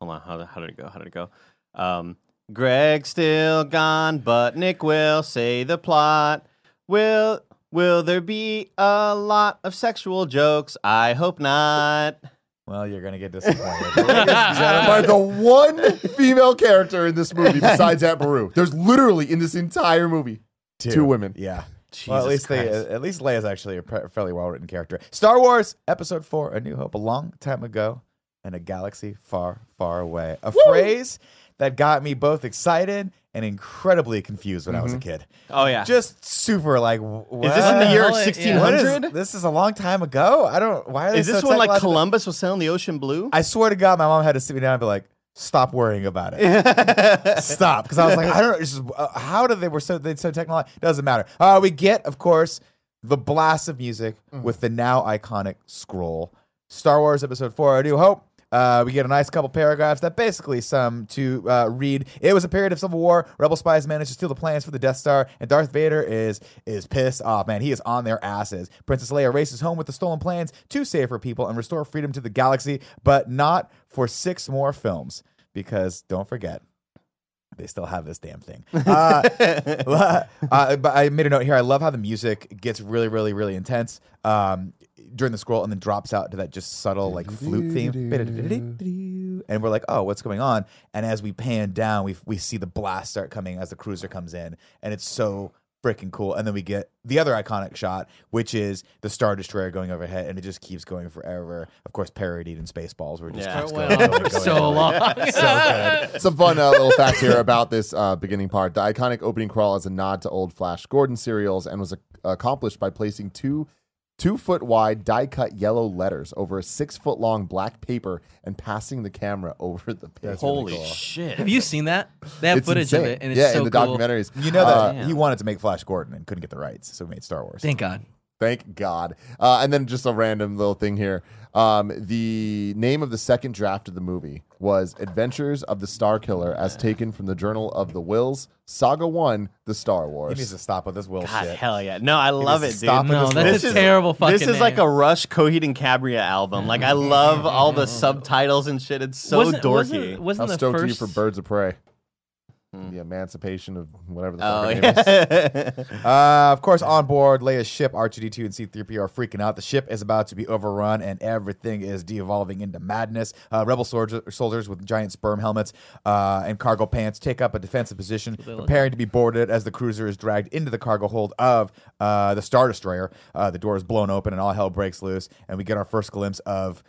Speaker 5: Hold on. How, how did it go? How did it go? Um, Greg's still gone, but Nick will say the plot. Will Will there be a lot of sexual jokes? I hope not.
Speaker 3: Well, you're gonna get
Speaker 5: (laughs)
Speaker 3: disappointed. Ah.
Speaker 1: By the
Speaker 4: (laughs)
Speaker 1: one female character in this movie besides Aunt Baru. There's literally in this entire movie two, women.
Speaker 3: Yeah. well, at
Speaker 5: Jesus
Speaker 3: least
Speaker 5: Christ.
Speaker 3: they, at least Leia's actually a pre- fairly well written character. Star Wars Episode Four: A New Hope, a long time ago, in a galaxy far, far away. A phrase that got me both excited and incredibly confused when I was a kid.
Speaker 5: Oh yeah.
Speaker 3: Just super like. What?
Speaker 5: is this in the
Speaker 4: Wow.
Speaker 5: year
Speaker 4: What?
Speaker 5: sixteen
Speaker 3: What is-
Speaker 5: hundred?
Speaker 3: this is a long time ago. I don't. Why are they
Speaker 5: Is this
Speaker 3: so
Speaker 5: when like
Speaker 3: technological-
Speaker 5: Columbus was sailing the ocean blue?
Speaker 3: I swear to God, my mom had to sit me down and be like, "Stop worrying about it. Stop." Because I was like, I don't. It's just, uh, how do they were so they so technology doesn't matter. Uh, we get, of course, the blast of music with the now iconic scroll. Star Wars Episode Four: A New Hope. Uh, we get a nice couple paragraphs that basically sum to uh, read. It was a period of civil war. Rebel spies managed to steal the plans for the Death Star, and Darth Vader is is pissed off. Man, he is on their asses. Princess Leia races home with the stolen plans to save her people and restore freedom to the galaxy, but not for six more films because don't forget they still have this damn thing. Uh, uh, but I made a note here. I love how the music gets really, really, really intense um, during the scroll and then drops out to that just subtle like flute theme. And we're like, oh, what's going on? And as we pan down, we we see the blast start coming as the cruiser comes in, and it's so freaking cool. And then we get the other iconic shot, which is the Star Destroyer going overhead, and it just keeps going forever. Of course, parodied in Spaceballs, where it just
Speaker 5: Yeah.
Speaker 3: keeps
Speaker 4: It
Speaker 3: going,
Speaker 4: went on
Speaker 3: going,
Speaker 4: for
Speaker 3: going,
Speaker 4: (laughs) so
Speaker 3: going.
Speaker 4: long.
Speaker 3: (laughs) So
Speaker 1: Some fun uh, little facts
Speaker 3: (laughs)
Speaker 1: here about this uh, beginning part. The iconic opening crawl is a nod to old Flash Gordon serials and was ac- accomplished by placing two two foot wide die cut yellow letters over a six foot long black paper and passing the camera (laughs) over the paper.
Speaker 5: Holy shit!
Speaker 4: Have you seen that? They have
Speaker 1: It's
Speaker 4: footage
Speaker 1: insane.
Speaker 4: of it, and it's
Speaker 1: yeah,
Speaker 4: so
Speaker 1: in the
Speaker 4: cool.
Speaker 1: documentaries.
Speaker 3: good. You know that
Speaker 1: Uh,
Speaker 3: he wanted to make Flash Gordon and couldn't get the rights, so he made Star Wars.
Speaker 4: Thank God.
Speaker 1: Thank God. Uh, and then just a random little thing here. Um, the name of the second draft of the movie was Adventures of the Star Killer, as taken from the Journal of the Wills, Saga One, The Star
Speaker 3: He needs
Speaker 1: Wars.
Speaker 3: to stop with this Will
Speaker 5: God,
Speaker 3: shit.
Speaker 5: hell yeah! No, I love it,
Speaker 3: needs
Speaker 5: dude.
Speaker 3: to stop with
Speaker 4: No,
Speaker 3: this
Speaker 4: that's
Speaker 3: Will
Speaker 4: a
Speaker 3: shit.
Speaker 4: terrible fucking
Speaker 5: This is
Speaker 4: name.
Speaker 5: like a Rush, Coheed and Cambria album. Like I love (laughs) all the subtitles and shit. It's so
Speaker 4: wasn't,
Speaker 5: dorky.
Speaker 4: Wasn't, wasn't
Speaker 1: How
Speaker 4: the
Speaker 1: stoked are you
Speaker 4: first
Speaker 1: for Birds of Prey? the emancipation of whatever the fuck her
Speaker 5: Oh,
Speaker 1: name
Speaker 5: (laughs)
Speaker 1: is.
Speaker 5: yeah.
Speaker 3: Uh, of course, on board Leia's ship, R2D2 and C3PO are freaking out. The ship is about to be overrun, and everything is de evolving into madness. Uh, Rebel soldier, soldiers with giant sperm helmets uh, and cargo pants take up a defensive position, preparing to be boarded as the cruiser is dragged into the cargo hold of uh, the Star Destroyer. Uh, the door is blown open, and all hell breaks loose, and we get our first glimpse of.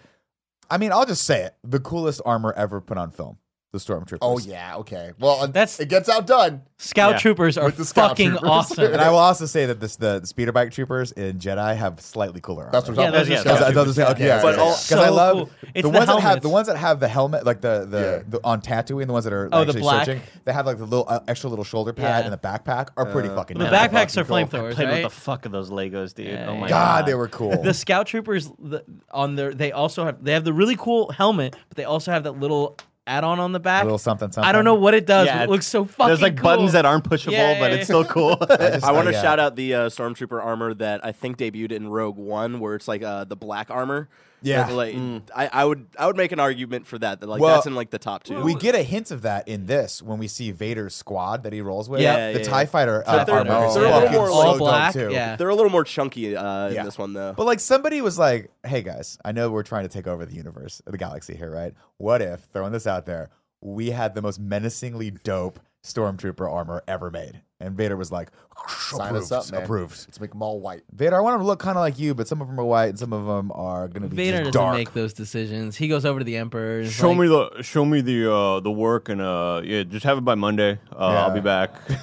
Speaker 3: I mean, I'll just say it: the coolest armor ever put on film. The stormtroopers.
Speaker 1: (laughs) Oh yeah, okay. Well,
Speaker 4: That's-
Speaker 1: it gets outdone.
Speaker 4: Scout
Speaker 5: Yeah.
Speaker 4: troopers are
Speaker 1: With the scout
Speaker 4: fucking
Speaker 1: troopers.
Speaker 4: awesome.
Speaker 3: (laughs) And I will also say that this, the speeder bike troopers in Jedi have slightly cooler armor.
Speaker 1: That's what I'm
Speaker 4: Yeah,
Speaker 1: talking about.
Speaker 4: those
Speaker 5: Yeah,
Speaker 4: are scout
Speaker 5: those-
Speaker 3: I thought this- okay, yeah,
Speaker 6: But
Speaker 3: yeah,
Speaker 6: all-
Speaker 3: yeah. 'Cause
Speaker 4: so
Speaker 3: I love
Speaker 4: cool.
Speaker 3: the,
Speaker 4: It's the
Speaker 3: ones that have
Speaker 4: helmets.
Speaker 3: the ones that have the helmet, like the the,
Speaker 1: Yeah.
Speaker 3: the on Tatooine, the ones that are
Speaker 4: Oh, the
Speaker 3: actually
Speaker 4: black.
Speaker 3: searching. They have like the little uh, extra little shoulder pad
Speaker 4: Yeah.
Speaker 3: and the backpack are
Speaker 6: Uh,
Speaker 3: pretty fucking.
Speaker 4: the
Speaker 3: nice.
Speaker 4: backpacks are
Speaker 5: Fucking
Speaker 4: flamethrowers,
Speaker 5: I played
Speaker 4: right?
Speaker 5: with the fuck of those Legos, dude.
Speaker 4: Yeah,
Speaker 5: oh my
Speaker 4: yeah.
Speaker 3: God, they were cool.
Speaker 4: the scout troopers the, on their they also have they have the really cool helmet, but they also have that little add-on on the back.
Speaker 3: little something, something.
Speaker 4: I don't know what it does.
Speaker 5: Yeah,
Speaker 4: but it
Speaker 5: it's-
Speaker 4: looks so fucking.
Speaker 5: There's like
Speaker 4: cool.
Speaker 5: buttons that aren't pushable,
Speaker 4: Yeah,
Speaker 5: but
Speaker 4: yeah,
Speaker 5: it's still
Speaker 4: (laughs)
Speaker 5: cool.
Speaker 3: just-
Speaker 6: I want to
Speaker 3: yeah.
Speaker 6: shout out the uh, stormtrooper armor that I think debuted in Rogue One, where it's like uh, the black armor.
Speaker 3: Yeah. Mm.
Speaker 6: Like, like, I, I would I would make an argument for that. That like
Speaker 3: Well,
Speaker 6: that's in like the top two.
Speaker 3: We get a hint of that in this when we see Vader's squad that he rolls with.
Speaker 6: Yeah,
Speaker 3: the
Speaker 6: yeah,
Speaker 3: Tie
Speaker 6: yeah.
Speaker 3: Fighter
Speaker 6: But
Speaker 3: uh,
Speaker 6: they're-
Speaker 3: armor is
Speaker 6: they're a little
Speaker 3: fucking
Speaker 6: more
Speaker 3: so
Speaker 4: all
Speaker 3: dope,
Speaker 4: black.
Speaker 3: too.
Speaker 4: Yeah.
Speaker 6: They're a little more chunky uh,
Speaker 3: Yeah.
Speaker 6: in this one though.
Speaker 3: But like somebody was like, "Hey guys, I know we're trying to take over the universe, the galaxy here, right? What if throwing this out there, we had the most menacingly dope stormtrooper armor ever made?" And Vader was like,
Speaker 1: Sign
Speaker 3: "Approved,
Speaker 1: us up, man.
Speaker 3: approved."
Speaker 1: Let's make them all white.
Speaker 3: Vader, I want them to look kind of like you, but some of them are white and some of them are going to be
Speaker 4: Vader doesn't
Speaker 3: just dark.
Speaker 4: make those decisions. He goes over to the Emperor.
Speaker 5: (laughs)
Speaker 4: And
Speaker 5: Show me the show me the uh, the work and uh yeah just have it by Monday uh, I'll be
Speaker 3: Yeah.
Speaker 5: back.
Speaker 3: (laughs)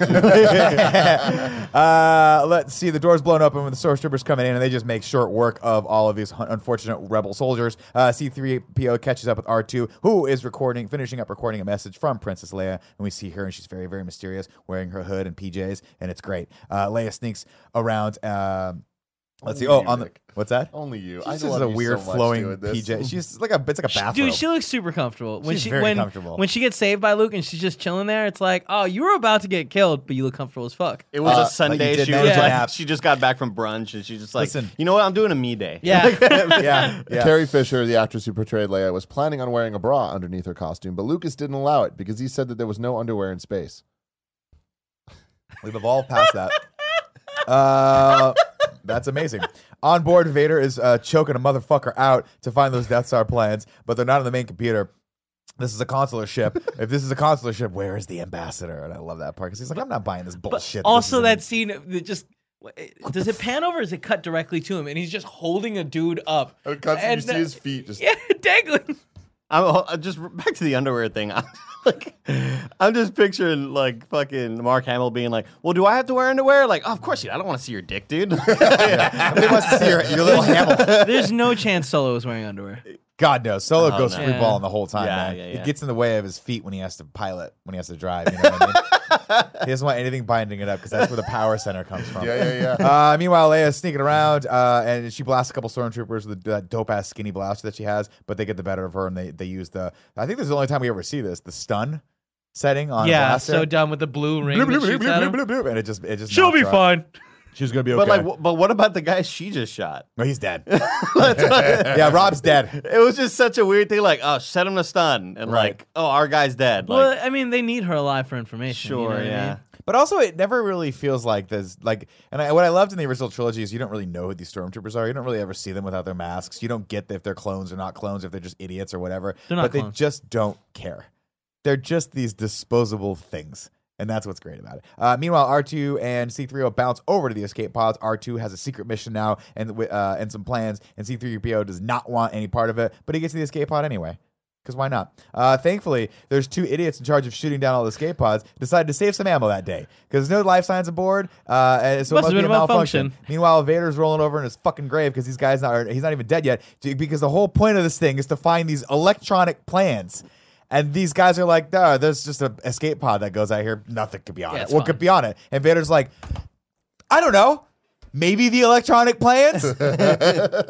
Speaker 3: uh, let's see. The door's blown open when the source troopers coming in, and they just make short work of all of these hun- unfortunate rebel soldiers. Uh, C3PO catches up with R2, who is recording, finishing up recording a message from Princess Leia, and we see her, and she's very, very mysterious, wearing her hood and PJs, and it's great. Uh, Leia sneaks around. Um, let's see. Oh, on the
Speaker 1: Music.
Speaker 3: what's that?
Speaker 1: Only you. I
Speaker 3: She's
Speaker 1: love
Speaker 3: just a
Speaker 1: you so
Speaker 3: weird
Speaker 1: much
Speaker 3: flowing
Speaker 1: doing this. (laughs)
Speaker 3: PJ. She's like a it's like a bathrobe.
Speaker 4: Dude, she looks super comfortable. When
Speaker 3: She's
Speaker 4: she
Speaker 3: very
Speaker 4: when,
Speaker 3: comfortable.
Speaker 4: when she gets saved by Luke and she's just chilling there, it's like, oh, you were about to get killed, but you look comfortable as fuck.
Speaker 5: (laughs) It was
Speaker 3: Uh,
Speaker 5: a Sunday.
Speaker 3: like you did
Speaker 5: she
Speaker 3: manage
Speaker 5: was
Speaker 4: a
Speaker 5: like,
Speaker 3: nap.
Speaker 5: she just got back from brunch and she's just like,
Speaker 3: Listen.
Speaker 5: you know what? I'm doing a me day.
Speaker 4: Yeah.
Speaker 3: (laughs) yeah, yeah.
Speaker 1: Carrie Fisher, the actress who portrayed Leia, was planning on wearing a bra underneath her costume, but Lucas didn't allow it because he said that there was no underwear in space.
Speaker 3: We've evolved past that. Uh, that's amazing. On board, Vader is uh, choking a motherfucker out to find those Death Star plans, but they're not on the main computer. This is a consular ship. if this is a consular ship, where is the ambassador? And I love that part because he's like, I'm not buying this bullshit. that this
Speaker 4: also,
Speaker 3: is
Speaker 4: that scene that just does it pan over? Or is it cut directly to him? And he's just holding a dude up.
Speaker 1: It cuts and you see
Speaker 4: uh,
Speaker 1: his feet just-
Speaker 4: (laughs) yeah, dangling.
Speaker 5: I'm uh, just back to the underwear thing. (laughs) I'm like, I'm just picturing like fucking Mark Hamill being like, well, do I have to wear underwear? Like, oh, of course you. do. I don't want to see your dick, dude. (laughs)
Speaker 3: in- Nobody wants to see your, your little
Speaker 4: (laughs)
Speaker 3: Hamill.
Speaker 4: There's no chance Solo is wearing underwear.
Speaker 3: God knows. Solo goes
Speaker 5: no.
Speaker 3: free
Speaker 4: Oh, Yeah.
Speaker 3: balling the whole time,
Speaker 5: Yeah,
Speaker 3: man.
Speaker 5: yeah,
Speaker 3: It
Speaker 5: yeah.
Speaker 3: gets in the way of his feet when he has to pilot, when he has to drive. You know what I mean? he doesn't want anything binding it up because that's where the power center comes from.
Speaker 1: Yeah, yeah, yeah.
Speaker 3: uh, meanwhile, Leia's sneaking around, uh, and she blasts a couple stormtroopers with that dope ass skinny blaster that she has. But they get the better of her, and they they use the. I think this is the only time we ever see this the stun setting on a
Speaker 4: yeah,
Speaker 3: blaster.
Speaker 4: so dumb with the blue ring.
Speaker 3: Bloop,
Speaker 4: that
Speaker 3: bloop,
Speaker 4: shoots
Speaker 3: bloop,
Speaker 4: at
Speaker 3: bloop,
Speaker 4: him.
Speaker 3: bloop, bloop, and it just it just
Speaker 4: She'll
Speaker 3: knocks
Speaker 4: be
Speaker 3: her out.
Speaker 4: fine.
Speaker 3: She's gonna be okay.
Speaker 5: But like, wh- but what about the guy she just shot?
Speaker 3: no, he's
Speaker 4: (laughs)
Speaker 3: dead. (laughs) yeah, Rob's dead.
Speaker 5: It was just such a weird thing. Like, oh, set him to stun, and
Speaker 3: Right.
Speaker 5: like, oh, our guy's dead. Like,
Speaker 4: well, I mean, they need her alive for information. you know
Speaker 5: (laughs) sure,
Speaker 4: what I
Speaker 5: yeah.
Speaker 4: mean?
Speaker 3: But also, it never really feels like there's like, and I, what I loved in the original trilogy is you don't really know who these stormtroopers are. You don't really ever see them without their masks. You don't get if they're clones or not clones, if they're just idiots or whatever.
Speaker 4: They're not
Speaker 3: but
Speaker 4: clones.
Speaker 3: they just don't care. They're just these disposable things. And that's what's great about it. Uh, meanwhile, R2 and C3O bounce over to the escape pods. R2 has a secret mission now and wi- uh, and some plans, and C3PO does not want any part of it, but he gets to the escape pod anyway. Because why not? Uh, thankfully, there's two idiots in charge of shooting down all the escape pods decided to save some ammo that day because there's no life signs aboard, uh, and so it must
Speaker 4: Must have
Speaker 3: be
Speaker 4: been
Speaker 3: a
Speaker 4: a malfunction.
Speaker 3: malfunction. Meanwhile, Vader's rolling over in his fucking grave because these guys not or he's not even dead yet. d- Because the whole point of this thing is to find these electronic plans. And these guys are like, no, there's just an escape pod that goes out here. Nothing could be on
Speaker 4: Yeah,
Speaker 3: it.
Speaker 4: it's
Speaker 3: What
Speaker 4: fine.
Speaker 3: could be on it? And Vader's like, I don't know. Maybe the electronic
Speaker 1: (laughs)
Speaker 3: plans could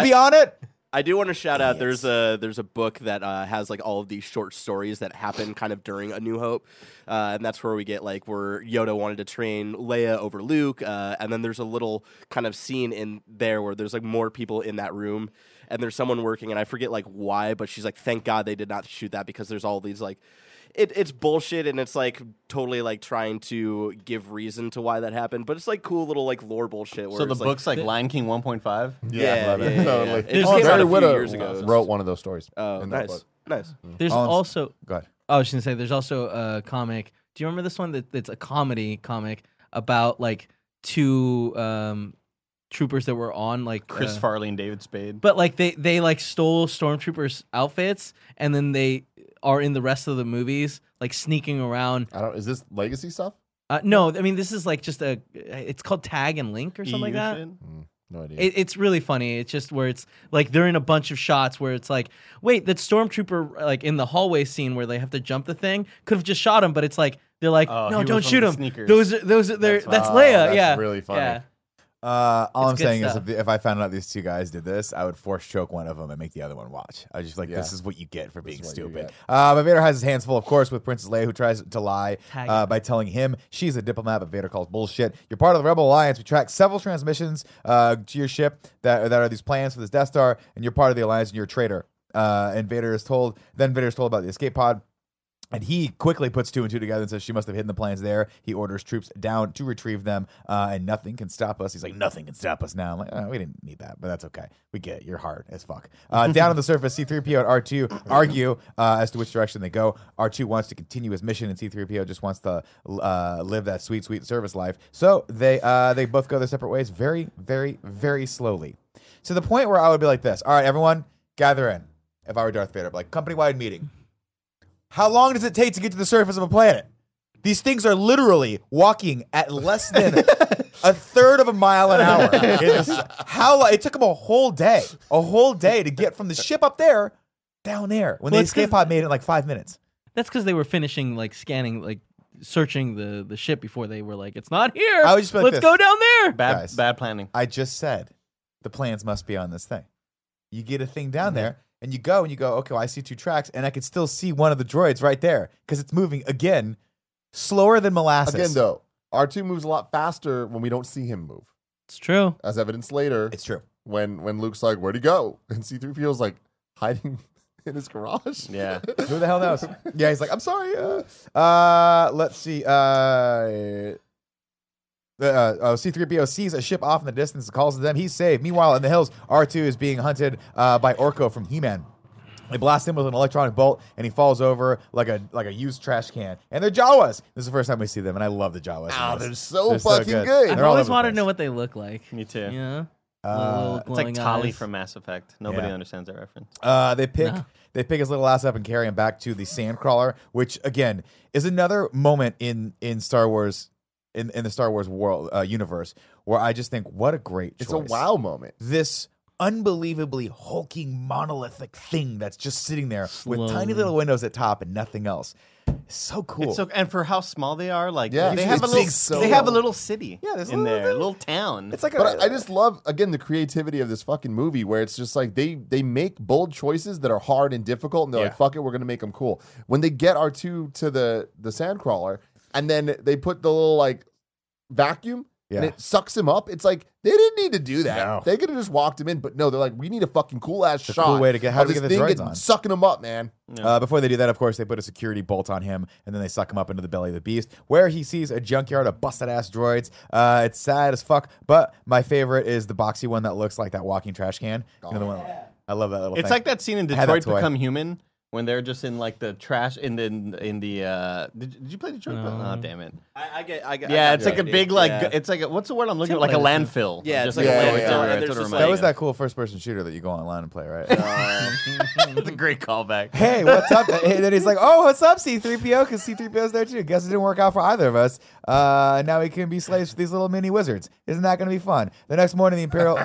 Speaker 3: be on it.
Speaker 6: I do want to shout out. There's a there's a book that uh, has like all of these short stories that happen kind of during A New Hope, uh, and that's where we get like where Yoda wanted to train Leia over Luke, uh, and then there's a little kind of scene in there where there's like more people in that room, and there's someone working, and I forget like why, but she's like, thank God they did not shoot that because there's all these like it, it's bullshit and it's like totally like trying to give reason to why that happened, but it's like cool little like lore bullshit. Where
Speaker 5: So the
Speaker 6: it's, like,
Speaker 5: book's like Lion King 1.5.
Speaker 6: Yeah,
Speaker 1: love
Speaker 6: yeah,
Speaker 1: it.
Speaker 6: yeah, yeah.
Speaker 1: Totally.
Speaker 6: It just
Speaker 4: Oh,
Speaker 6: came out
Speaker 1: Barry
Speaker 6: a few
Speaker 1: Widow
Speaker 6: years ago.
Speaker 1: wrote one of those stories.
Speaker 6: Oh,
Speaker 1: in that
Speaker 6: nice,
Speaker 1: book.
Speaker 6: nice.
Speaker 4: There's
Speaker 3: Oh, I'm s-
Speaker 4: also
Speaker 3: Go ahead.
Speaker 4: I was gonna say there's also a comic. Do you remember this one that that's a comedy comic about like two um troopers that were on like
Speaker 5: Chris
Speaker 4: uh,
Speaker 5: Farley and David Spade.
Speaker 4: But like they they like stole stormtroopers' outfits and then they are in the rest of the movies like sneaking around.
Speaker 1: I don't. Is this legacy stuff?
Speaker 4: Uh, no, I mean this is like just a it's called Tag and Link or something like
Speaker 5: EU
Speaker 4: that.
Speaker 5: shit?
Speaker 1: No idea.
Speaker 4: It, it's really funny. It's just where it's like they're in a bunch of shots where it's like, wait, that stormtrooper like in the hallway scene where they have to jump the thing could have just shot him, but it's like they're like,
Speaker 5: Oh, he
Speaker 4: no,
Speaker 5: was
Speaker 4: don't
Speaker 5: on
Speaker 4: shoot
Speaker 5: the
Speaker 4: him.
Speaker 5: sneakers.
Speaker 4: Those are those are they're,
Speaker 5: That's
Speaker 4: that's,
Speaker 1: Oh,
Speaker 4: Leia.
Speaker 1: that's
Speaker 4: yeah,
Speaker 1: really funny.
Speaker 4: Yeah.
Speaker 3: Uh, all
Speaker 4: It's
Speaker 3: I'm
Speaker 4: good
Speaker 3: saying
Speaker 4: stuff.
Speaker 3: is, if, if I found out these two guys did this, I would force choke one of them and make the other one watch. I was just like,
Speaker 1: Yeah.
Speaker 3: this is what you get for being
Speaker 1: is what you
Speaker 3: stupid.
Speaker 1: get.
Speaker 3: Uh, but Vader has his hands full, of course, with Princess Leia, who tries to lie
Speaker 4: Tag
Speaker 3: uh,
Speaker 4: him.
Speaker 3: by telling him she's a diplomat, but Vader calls bullshit. You're part of the Rebel Alliance. We track several transmissions uh, to your ship that, that are these plans for this Death Star, and you're part of the Alliance and you're a traitor. Uh, and Vader is told, then Vader is told about the escape pod. And he quickly puts two and two together and says she must have hidden the plans there. He orders troops down to retrieve them, uh, and nothing can stop us. He's like, nothing can stop us now. I'm like, oh, we didn't need that, but that's okay. We get it. You're hard as fuck. Uh, down on the surface, C3PO and R2 argue uh, as to which direction they go. R2 wants to continue his mission, and C3PO just wants to uh, live that sweet, sweet service life. So they uh, they both go their separate ways very, very, very slowly. To the point where I would be like this: All right, everyone, gather in. If I were Darth Vader, like company wide meeting. How long does it take to get to the surface of a planet? These things are literally walking at less than a third of a mile an hour. It is- how long? It took them a whole day, a whole day to get from the ship up there down there. When
Speaker 4: Well,
Speaker 3: the
Speaker 4: it's 'cause-
Speaker 3: escape pod made it in like five minutes.
Speaker 4: That's because they were finishing like scanning like searching the the ship before they were like, it's not here.
Speaker 3: I would just be like
Speaker 4: Let's
Speaker 3: this.
Speaker 4: go down there.
Speaker 5: Bad,
Speaker 3: Guys.
Speaker 5: bad planning.
Speaker 3: I just said the plans must be on this thing. You get a thing down there and you go and you go, okay, well, I see two tracks and I can still see one of the droids right there because it's moving again slower than molasses.
Speaker 1: Again, though, R two moves a lot faster when we don't see him move,
Speaker 4: It's true.
Speaker 1: as evidenced later
Speaker 3: It's true.
Speaker 1: when when Luke's like, "Where'd he go?" and C three PO's like hiding (laughs) in his garage. (laughs)
Speaker 5: Yeah.
Speaker 3: Who the hell knows? yeah, he's like, I'm sorry. Uh, uh, let's see. Uh, uh, oh, C3PO sees a ship off in the distance and calls to them. He's saved. Meanwhile, in the hills, R2 is being hunted uh, by Orko from He Man. They blast him with an electronic bolt, and he falls over like a like a used trash can. And they're Jawas. This is the first time we see them, and I love the Jawas. in
Speaker 1: Ah,
Speaker 3: this.
Speaker 1: they're so
Speaker 3: They're so
Speaker 1: fucking
Speaker 3: good.
Speaker 1: good.
Speaker 4: I've
Speaker 3: They're all
Speaker 4: always
Speaker 3: over the
Speaker 4: wanted to
Speaker 3: place.
Speaker 4: know what they look like.
Speaker 5: Me too.
Speaker 4: Yeah.
Speaker 3: Uh,
Speaker 5: It's like Tali from Mass Effect. Nobody
Speaker 3: Yeah.
Speaker 5: understands that reference.
Speaker 3: Uh, they pick
Speaker 4: No.
Speaker 3: they pick his little ass up and carry him back to the Sandcrawler, which again is another moment in in Star Wars in in the Star Wars world uh, universe where I just think what a great choice.
Speaker 1: It's a wow moment.
Speaker 3: This unbelievably hulking monolithic thing that's just sitting there with tiny
Speaker 4: Slowly.
Speaker 3: little windows at top and nothing else. So cool.
Speaker 5: It's so, and for how small they are, like
Speaker 1: Yeah. It's
Speaker 5: they have a
Speaker 1: big
Speaker 5: little,
Speaker 3: scale.
Speaker 5: they have a little city.
Speaker 3: Yeah, there's a
Speaker 5: in
Speaker 3: little
Speaker 5: there, a
Speaker 3: thing.
Speaker 5: little town.
Speaker 3: it's like a, (laughs)
Speaker 1: But I, I just love again the creativity of this fucking movie where it's just like they they make bold choices that are hard and difficult, and they're
Speaker 3: Yeah.
Speaker 1: like, "Fuck it, we're gonna make them cool." When they get R two to the the sandcrawler, and then they put the little like vacuum. And
Speaker 3: Yeah.
Speaker 1: it sucks him up. It's like they didn't need to do that.
Speaker 3: No.
Speaker 1: They could have just walked him in, but no, they're like, we need a fucking cool ass
Speaker 3: a
Speaker 1: shot.
Speaker 3: cool way to get- how
Speaker 1: of
Speaker 3: do we
Speaker 1: this
Speaker 3: get the
Speaker 1: thing
Speaker 3: droids
Speaker 1: getting-
Speaker 3: on?
Speaker 1: sucking him up, man.
Speaker 3: Uh, before they do that, of course, they put a security bolt on him and then they suck him up into the belly of the beast, where he sees a junkyard of busted ass droids. Uh, it's sad as fuck, but my favorite is the boxy one that looks like that walking trash can. You know the one- I love that little
Speaker 5: It's
Speaker 3: thing.
Speaker 5: like that scene in
Speaker 3: I had that toy.
Speaker 5: Detroit Become Human when they're just in like the trash in the in the. Uh, did, did you play Detroit? Become- Oh,
Speaker 4: No.
Speaker 5: damn it!
Speaker 6: I, I get, I get. I
Speaker 5: Yeah,
Speaker 6: got
Speaker 5: it's
Speaker 6: the
Speaker 5: like a
Speaker 6: idea.
Speaker 5: big like
Speaker 6: Yeah.
Speaker 5: it's like a, what's the word I'm looking at? Like a
Speaker 4: Template.
Speaker 5: landfill.
Speaker 6: Yeah, it's
Speaker 5: Just
Speaker 6: like
Speaker 1: a
Speaker 5: yeah,
Speaker 1: landfill,
Speaker 5: yeah,
Speaker 1: and
Speaker 5: yeah.
Speaker 6: there's
Speaker 5: That's what it
Speaker 6: just,
Speaker 5: reminded
Speaker 3: that
Speaker 5: me
Speaker 3: was
Speaker 5: of.
Speaker 3: that cool first person shooter that you go online and play,
Speaker 5: (laughs)
Speaker 3: right?
Speaker 6: Um,
Speaker 5: That's a great callback.
Speaker 3: hey, what's up? And then he's like, oh, what's up, C3PO? Because C3PO's there too. Guess it didn't work out for either of us. Uh, now we can be slaves to these little mini wizards. Isn't that going to be fun? The next morning, the (laughs) Imperial.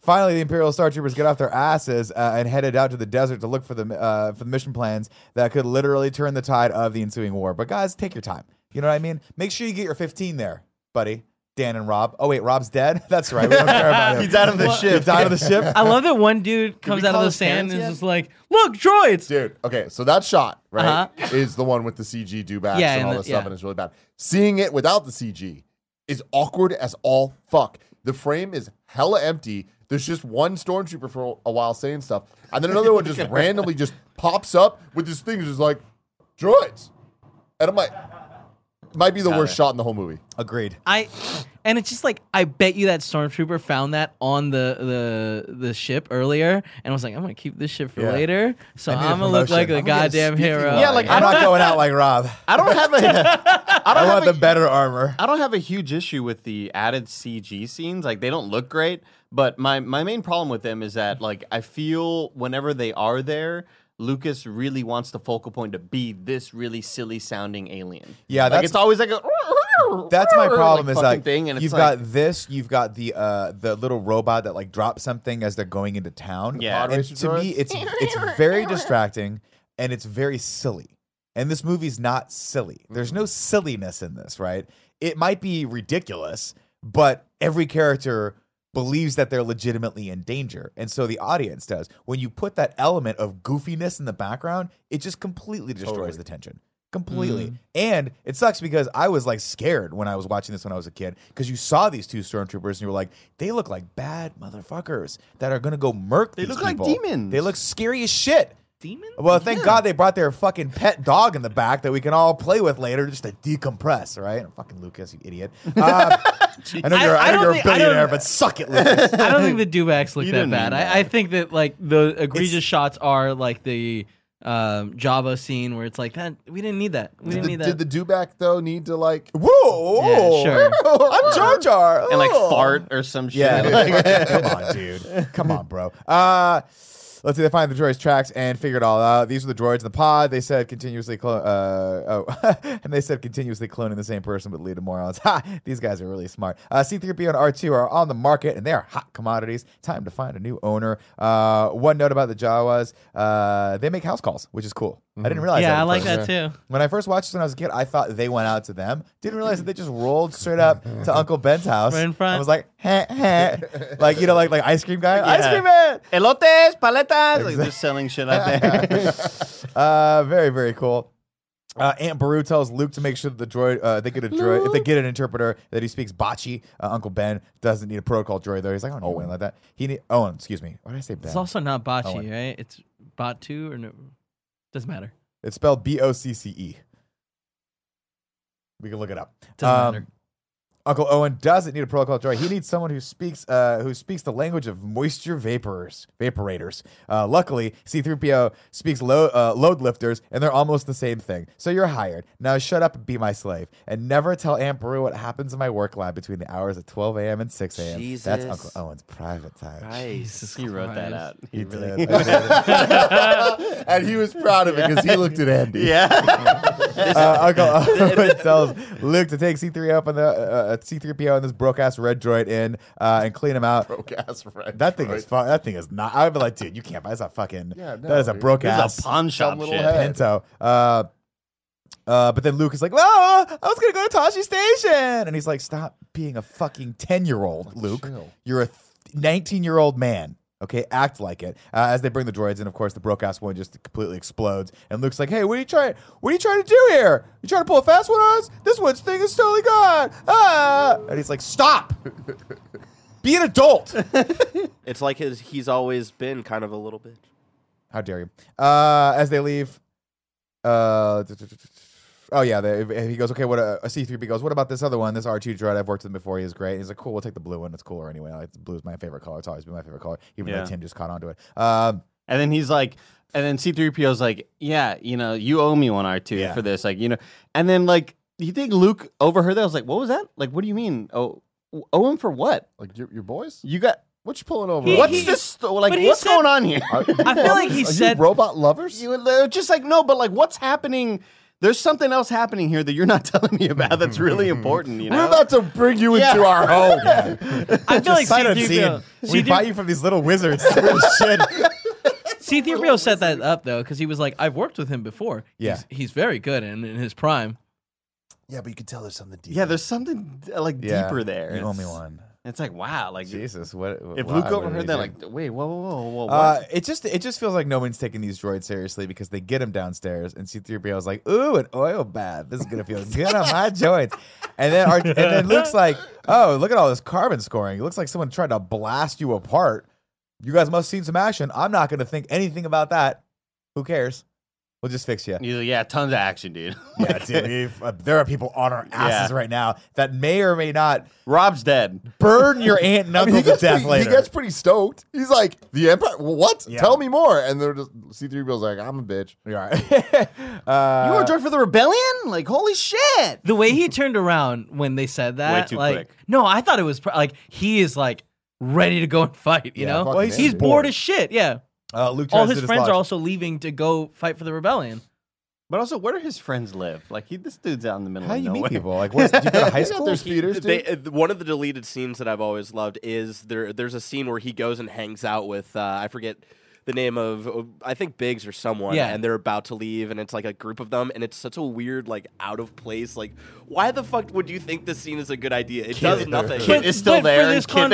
Speaker 3: Finally, the Imperial Star Troopers get off their asses uh, and headed out to the desert to look for the uh, for the mission plans that could literally turn the tide of the ensuing war. But guys, take your time. You know what I mean? Make sure you get your 15 there, buddy. Dan and Rob. Oh wait, Rob's dead. (laughs) That's right. We don't care (laughs) about him.
Speaker 5: He's out of the
Speaker 6: (laughs)
Speaker 4: What?
Speaker 5: ship.
Speaker 3: He's out
Speaker 5: (laughs)
Speaker 3: of the ship.
Speaker 4: I love that one dude comes
Speaker 5: we
Speaker 4: out
Speaker 5: call
Speaker 4: of the
Speaker 5: his
Speaker 4: sand
Speaker 5: parents
Speaker 4: and is
Speaker 5: yet?
Speaker 4: just like, look, droids.
Speaker 1: Dude, okay, so that shot, right,
Speaker 4: Uh-huh.
Speaker 1: is the one with the CG do backs
Speaker 4: Yeah,
Speaker 1: and,
Speaker 4: and
Speaker 1: all
Speaker 4: the-
Speaker 1: this stuff,
Speaker 4: yeah.
Speaker 1: and it's really bad. Seeing it without the CG is awkward as all fuck. The frame is hella empty. There's just one stormtrooper
Speaker 4: (laughs)
Speaker 1: for a while saying stuff, and then another one just randomly just pops up with this thing, just like, droids. And I'm like, might be the worst shot in the whole movie.
Speaker 3: Agreed.
Speaker 4: I and it's just like I bet you that stormtrooper found that on the the the ship earlier and was like, I'm gonna keep this shit for
Speaker 3: Yeah.
Speaker 4: later. So
Speaker 3: I need a
Speaker 4: I'm gonna look
Speaker 3: promotion.
Speaker 4: like a
Speaker 3: I'm gonna get a
Speaker 4: goddamn hero.
Speaker 3: Yeah, like I'm not going out like Rob.
Speaker 7: I don't have
Speaker 3: (laughs)
Speaker 7: a. I
Speaker 3: I
Speaker 7: don't have
Speaker 3: want
Speaker 7: a,
Speaker 3: the better armor.
Speaker 5: I don't have a huge issue with the added CG scenes. Like they don't look great, but my my main problem with them is that like I feel whenever they are there, Lucas really wants the focal point to be this really silly sounding alien.
Speaker 3: Yeah,
Speaker 5: like,
Speaker 3: that's-
Speaker 5: it's always like a.
Speaker 3: That's
Speaker 5: (laughs)
Speaker 3: my problem. is
Speaker 5: fucking
Speaker 3: like
Speaker 5: thing, and it's
Speaker 3: you've
Speaker 5: like,
Speaker 3: got this, you've got the uh the little robot that like drops something as they're going into town.
Speaker 5: Yeah.
Speaker 3: and to me, it's it's very distracting and it's very silly. And this movie's not silly. There's
Speaker 5: Mm-hmm.
Speaker 3: no silliness in this, right? It might be ridiculous, but every character believes that they're legitimately in danger. And so the audience does. When you put that element of goofiness in the background, it just completely destroys the tension.
Speaker 5: Mm-hmm.
Speaker 3: Completely. And it sucks because I was like scared when I was watching this when I was a kid because you saw these two stormtroopers and you were like, they look like bad motherfuckers that are going to go murk
Speaker 5: They
Speaker 3: these
Speaker 5: look like
Speaker 3: people.
Speaker 5: demons.
Speaker 3: They look scary as shit.
Speaker 4: Demon?
Speaker 3: Well, thank God they brought their fucking pet dog in the back that we can all play with later just to decompress, right? fucking Lucas, you idiot. Uh, I know
Speaker 4: I-
Speaker 3: you're, I
Speaker 4: I
Speaker 3: know
Speaker 4: don't
Speaker 3: you're a
Speaker 4: think- I don't-
Speaker 3: billionaire, but suck it, Lucas.
Speaker 4: I don't think the dewbacks
Speaker 5: (laughs)
Speaker 4: look
Speaker 5: You
Speaker 4: that
Speaker 5: didn't
Speaker 4: bad.
Speaker 5: mean
Speaker 4: I, I think that like the egregious shots are like the um, Java scene where it's like that we didn't need that.
Speaker 1: Did
Speaker 4: We didn't
Speaker 1: the,
Speaker 4: need
Speaker 1: did
Speaker 4: that.
Speaker 1: the Dewback though need to like? (laughs)
Speaker 3: Whoa!
Speaker 4: Yeah, sure.
Speaker 3: (laughs) I'm Jar Jar.
Speaker 5: and like
Speaker 3: Oh.
Speaker 5: fart or some shit.
Speaker 3: Yeah. like, come on, dude. Come on, bro. Uh, let's see. They find the droids' tracks and figure it all out. These are the droids in the pod. They said continuously clone. Uh, oh, (laughs) and they said continuously cloning the same person but lead to morons. (laughs) Ha! These guys are really smart. Uh, C3PO and R2 are on the market and they are hot commodities. Time to find a new owner. Uh, one note about the Jawas: uh, they make house calls, which is cool. I didn't realize. that
Speaker 4: yeah, I
Speaker 3: at
Speaker 4: like
Speaker 3: first.
Speaker 4: that too.
Speaker 3: When I first watched this when I was a kid, I thought they went out to them. Didn't realize that they just rolled straight up
Speaker 4: (laughs)
Speaker 3: to Uncle Ben's house.
Speaker 4: Right in front.
Speaker 3: I was like, heh,
Speaker 4: (laughs)
Speaker 3: heh. like you know, like like ice cream guy, ice
Speaker 5: Yeah.
Speaker 3: cream man.
Speaker 5: (laughs) Elotes, paletas, like they're selling shit out there.
Speaker 3: Uh, very very cool. Uh, Aunt Baru tells Luke to make sure that the droid, uh, they get a droid, if they get an interpreter, that he speaks bocce. Uh, Uncle Ben doesn't need a protocol droid though. He's like, I don't know Owen like that. He need Owen, excuse me. What did I say? Ben.
Speaker 4: It's also not
Speaker 3: Oh,
Speaker 4: bocce,
Speaker 3: wait.
Speaker 4: right? It's bot two or no doesn't matter.
Speaker 3: It's spelled B O C C E. We can look it up. Um,
Speaker 4: Doesn't matter.
Speaker 3: Uncle Owen doesn't need a protocol droid. He needs someone who speaks uh, who speaks the language of moisture vaporers, vaporators. Uh, luckily, C-3PO speaks lo- uh, load lifters, and they're almost the same thing. So you're hired. Now shut up and be my slave, and never tell Aunt Beru what happens in my work lab between the hours of 12 a.m. and 6 a.m. That's
Speaker 6: Jesus.
Speaker 3: Uncle Owen's private time.
Speaker 5: he wrote that out. (laughs) He really
Speaker 3: did. I did.
Speaker 1: And he was proud of it because he looked at Andy.
Speaker 3: uh, (laughs) Uncle Owen tells Luke to take C3 up on the uh, C3PO and this broke ass red droid in uh, and clean him out.
Speaker 1: Broke ass friend.
Speaker 3: That thing is fun. That thing is not. I'd be like, dude, you can't buy. That's a fucking.
Speaker 1: Yeah, no,
Speaker 3: that is a
Speaker 1: dude.
Speaker 3: broke
Speaker 5: This
Speaker 3: ass
Speaker 5: is a pawn shop
Speaker 1: little
Speaker 5: shit.
Speaker 1: head.
Speaker 3: Pinto. Uh, uh, but then Luke is like, "Well, I was gonna go to Tashi Station," and he's like, "Stop being a fucking ten-year-old, Luke.
Speaker 1: chill.
Speaker 3: You're a nineteen-year-old man. Okay, act like it." Uh, as they bring the droids in, of course, the broke ass one just completely explodes, and Luke's like, "Hey, what are you trying? What are you trying to do here? You trying to pull a fast one on us? This one's thing is totally gone." Ah! And he's like, "Stop." Be an adult.
Speaker 6: It's like his, he's always been kind of a little bitch.
Speaker 3: How dare you? Uh, as they leave, uh, t- t- t- t- oh yeah, they, and he goes, okay, what uh, a, a C3P goes, what about this other one? This R2 droid, I've worked with him before. He is great. he's like, cool, we'll take the blue one. It's cooler anyway. Like, blue is my favorite color. It's always been my favorite color, even
Speaker 5: Yeah.
Speaker 3: though Tim just caught on to it. Um,
Speaker 5: And then he's like, and then C3PO's like, yeah, you know, you owe me one R2
Speaker 3: Yeah.
Speaker 5: for this. Like, you know, and then like, you think Luke overheard that? I was like, what was that? Like, what do you mean? Oh, owe him for what?
Speaker 1: Like your, your boys?
Speaker 5: You got,
Speaker 1: What you pulling over?
Speaker 4: He-
Speaker 5: what's
Speaker 4: he-
Speaker 5: this? sto- Like,
Speaker 4: but he
Speaker 5: what's
Speaker 4: said-
Speaker 5: going on here? (laughs)
Speaker 1: Are-
Speaker 4: I feel like he
Speaker 1: Are
Speaker 4: said
Speaker 1: you robot lovers.
Speaker 5: You- they're just like, no, but like, what's happening? There's something else happening here that you're not (laughs) telling me about
Speaker 3: (laughs)
Speaker 5: that's really important, you
Speaker 1: We're
Speaker 5: know?
Speaker 1: about to bring you
Speaker 5: Yeah.
Speaker 1: into our
Speaker 5: (laughs)
Speaker 1: home.
Speaker 4: I feel like
Speaker 3: sight
Speaker 4: C3PO
Speaker 3: unseen. We
Speaker 4: C3PO
Speaker 3: buy you from these little
Speaker 5: (laughs)
Speaker 3: wizards.
Speaker 1: (laughs)
Speaker 3: Shit.
Speaker 4: C-3PO set that up though, because he was like, "I've worked with him before.
Speaker 3: Yeah.
Speaker 4: he's, he's very good and in his prime."
Speaker 1: Yeah, but you could tell there's something deep.
Speaker 5: yeah, there's something uh, like
Speaker 3: Yeah,
Speaker 5: deeper there.
Speaker 3: You owe me
Speaker 5: It's-
Speaker 3: one.
Speaker 5: It's like, wow, like,
Speaker 3: Jesus, what?
Speaker 5: if
Speaker 3: why
Speaker 5: Luke
Speaker 3: would we
Speaker 5: overheard that,
Speaker 3: do-
Speaker 5: like, wait, whoa, whoa, whoa, whoa, what?
Speaker 3: Uh, it just it just feels like no one's taking these droids seriously because they get them downstairs and C-3PO is like, ooh, an oil bath. This is gonna feel good on (laughs) my joints. And then our, and then Luke's like, oh, look at all this carbon scoring. It looks like someone tried to blast you apart. You guys must have seen some action. I'm not gonna think anything about that. Who cares? We'll just fix you.
Speaker 5: He's like, yeah, tons of action, dude. (laughs)
Speaker 3: Yeah, dude, (laughs) we've- uh, there are people on our asses
Speaker 5: Yeah.
Speaker 3: right now that may or may not
Speaker 5: Rob's dead.
Speaker 3: burn your aunt and
Speaker 1: I
Speaker 3: uncle
Speaker 1: mean, he,
Speaker 3: to
Speaker 1: gets
Speaker 3: death
Speaker 1: pretty, he
Speaker 3: later.
Speaker 1: gets pretty stoked. He's like, the Empire? What?
Speaker 3: Yeah.
Speaker 1: Tell me more. And they're just, C3PO's like, I'm a bitch.
Speaker 3: You're right. (laughs) uh,
Speaker 7: you were drunk for the rebellion? Like, holy shit.
Speaker 4: The way he turned around when they said that,
Speaker 5: too
Speaker 4: like,
Speaker 5: quick.
Speaker 4: no, I thought it was pr- like he is like ready to go and fight. You
Speaker 1: Yeah,
Speaker 4: know,
Speaker 1: fucking
Speaker 3: Well,
Speaker 4: he's
Speaker 1: Andy.
Speaker 4: bored as shit. Yeah,
Speaker 3: uh, Luke
Speaker 4: all
Speaker 3: tries to
Speaker 4: his friends
Speaker 3: dislodge.
Speaker 4: are also leaving to go fight for the rebellion.
Speaker 5: But also, where do his friends live? Like, he, this dude's out in the middle
Speaker 3: How
Speaker 5: of
Speaker 3: do you
Speaker 5: nowhere.
Speaker 3: meet people? Like, what's, do
Speaker 1: (laughs)
Speaker 3: you go to high
Speaker 1: He's out
Speaker 3: school?
Speaker 1: there speeders,
Speaker 6: They,
Speaker 1: dude.
Speaker 6: uh, th- one of the deleted scenes that I've always loved is there. There's a scene where he goes and hangs out with uh, I forget the name of uh, I think Biggs or someone,
Speaker 4: Yeah.
Speaker 6: and they're about to leave, and it's like a group of them, and it's such a weird like out of place. Like, why the fuck would you think this scene is a good idea? It does nothing.
Speaker 5: Kid is still there
Speaker 4: For
Speaker 5: and
Speaker 4: this,
Speaker 5: kid-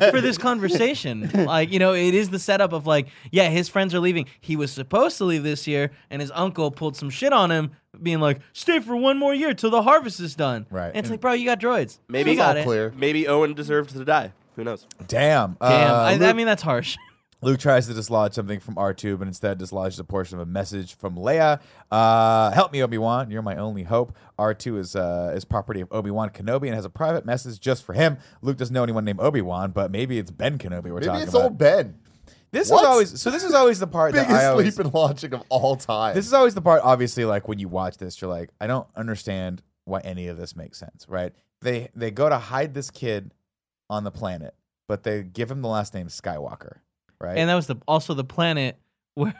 Speaker 4: con- for this conversation,
Speaker 3: (laughs)
Speaker 4: like you know, it is the setup of like, yeah, his friends are leaving. He was supposed to leave this year, and his uncle pulled some shit on him, being like, "Stay for one more year till the harvest is done."
Speaker 3: Right.
Speaker 4: And it's like, bro, you got droids.
Speaker 6: Maybe
Speaker 4: You got it.
Speaker 1: clear.
Speaker 6: Maybe Owen deserved to die. Who knows?
Speaker 3: Damn.
Speaker 4: Damn.
Speaker 3: Uh,
Speaker 4: I, I
Speaker 3: Luke-
Speaker 4: mean, that's harsh.
Speaker 3: Luke tries to dislodge something from R2, but instead dislodges a portion of a message from Leia. Uh, help me, Obi Wan. You're my only hope. R2 is uh, is property of Obi Wan Kenobi and has a private message just for him. Luke doesn't know anyone named Obi Wan, but maybe it's Ben Kenobi we're
Speaker 1: Maybe
Speaker 3: talking
Speaker 1: it's
Speaker 3: about.
Speaker 1: old Ben.
Speaker 3: this
Speaker 1: What?
Speaker 3: is always so. This is always the part that
Speaker 1: Biggest
Speaker 3: I always.
Speaker 1: sleeping logic of all time.
Speaker 3: This is always the part. Obviously, like when you watch this, you're like, I don't understand why any of this makes sense, right? They they go to hide this kid on the planet, but they give him the last name Skywalker, right?
Speaker 4: And that was the also the planet
Speaker 3: (laughs)
Speaker 4: where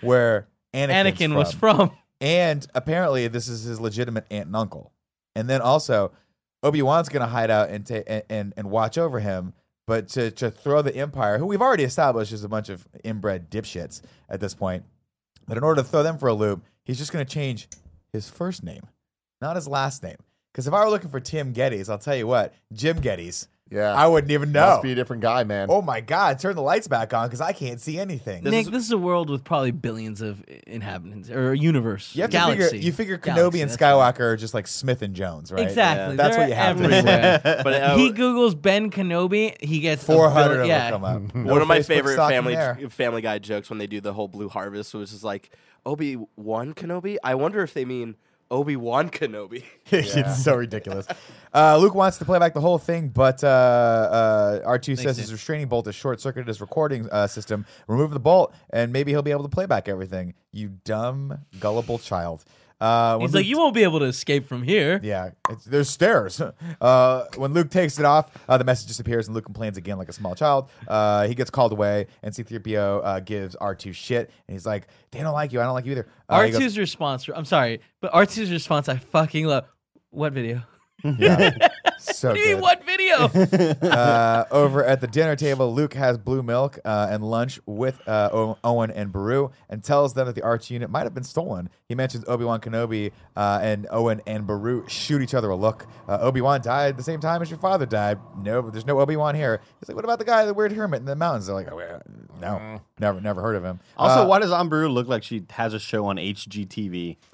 Speaker 3: Where Anakin's
Speaker 4: Anakin was from.
Speaker 3: And apparently, this is his legitimate aunt and uncle. And then also, Obi Wan's going to hide out and, ta- and and and watch over him. But to to throw the Empire, who we've already established is a bunch of inbred dipshits at this point, but in order to throw them for a loop, he's just going to change his first name, not his last name. Because if I were looking for Tim Geddes, I'll tell you what, Jim Geddes,
Speaker 1: yeah.
Speaker 3: I wouldn't even know.
Speaker 1: Must be a different guy, man.
Speaker 3: oh my God! Turn the lights back on because I can't see anything.
Speaker 6: This
Speaker 4: Nick,
Speaker 6: is-
Speaker 4: this is a world with probably billions of inhabitants or a universe,
Speaker 3: You have
Speaker 4: galaxy.
Speaker 3: to figure you figure Kenobi
Speaker 4: Galaxy,
Speaker 3: and
Speaker 4: that's right.
Speaker 3: Skywalker are just like Smith and Jones, right?
Speaker 4: Exactly.
Speaker 3: That's
Speaker 4: They're
Speaker 3: what you have to
Speaker 4: everywhere.
Speaker 3: figure.
Speaker 6: But uh,
Speaker 4: he googles Ben Kenobi, he gets a
Speaker 3: Four
Speaker 4: bill-
Speaker 3: hundred of
Speaker 4: yeah.
Speaker 3: them come
Speaker 6: (laughs)
Speaker 3: up. (laughs) No
Speaker 6: one of my
Speaker 3: Facebook
Speaker 6: favorite
Speaker 3: stock in
Speaker 6: family
Speaker 3: there.
Speaker 6: Family Guy jokes when they do the whole Blue Harvest was just like Obi Wan Kenobi. I wonder if they mean Obi Wan (laughs) Kenobi.
Speaker 3: (laughs) it's so ridiculous. Uh, Luke wants to play back the whole thing, but uh, uh, R2 says his restraining bolt has short circuited his recording uh, system. Remove the bolt, and maybe he'll be able to play back everything. You dumb, gullible child. Uh, when
Speaker 4: He's
Speaker 3: Luke-
Speaker 4: like, you won't be able to escape from here.
Speaker 3: Yeah, it's, there's stairs. (laughs) Uh, when Luke takes it off, uh, the message disappears, and Luke complains again like a small child. Uh, he gets called away, and C-3PO uh, gives R2 shit, and he's like, "They don't like you. I don't like you either." Uh, he
Speaker 4: R2's
Speaker 3: goes,
Speaker 4: response. I'm sorry, but R2's response, I fucking love.
Speaker 3: (laughs)
Speaker 4: What video?
Speaker 3: so
Speaker 4: What do you mean,
Speaker 3: Oh, good.
Speaker 4: what
Speaker 3: (laughs)
Speaker 4: video?
Speaker 3: uh, over at the dinner table, Luke has blue milk uh, and lunch with uh, o- Owen and Baru and tells them that the Arch unit might have been stolen. He mentions Obi Wan Kenobi uh, and Owen and Baru shoot each other a look. Uh, Obi Wan died at the same time as your father died. No, there's no Obi Wan here. He's like, what about the guy, the weird hermit in the mountains? They're like, oh, yeah,
Speaker 5: Mm.
Speaker 3: no, never, never heard of him.
Speaker 5: (laughs) Also,
Speaker 3: Uh,
Speaker 5: why does Amberu look like she has a show on HGTV?
Speaker 3: (laughs)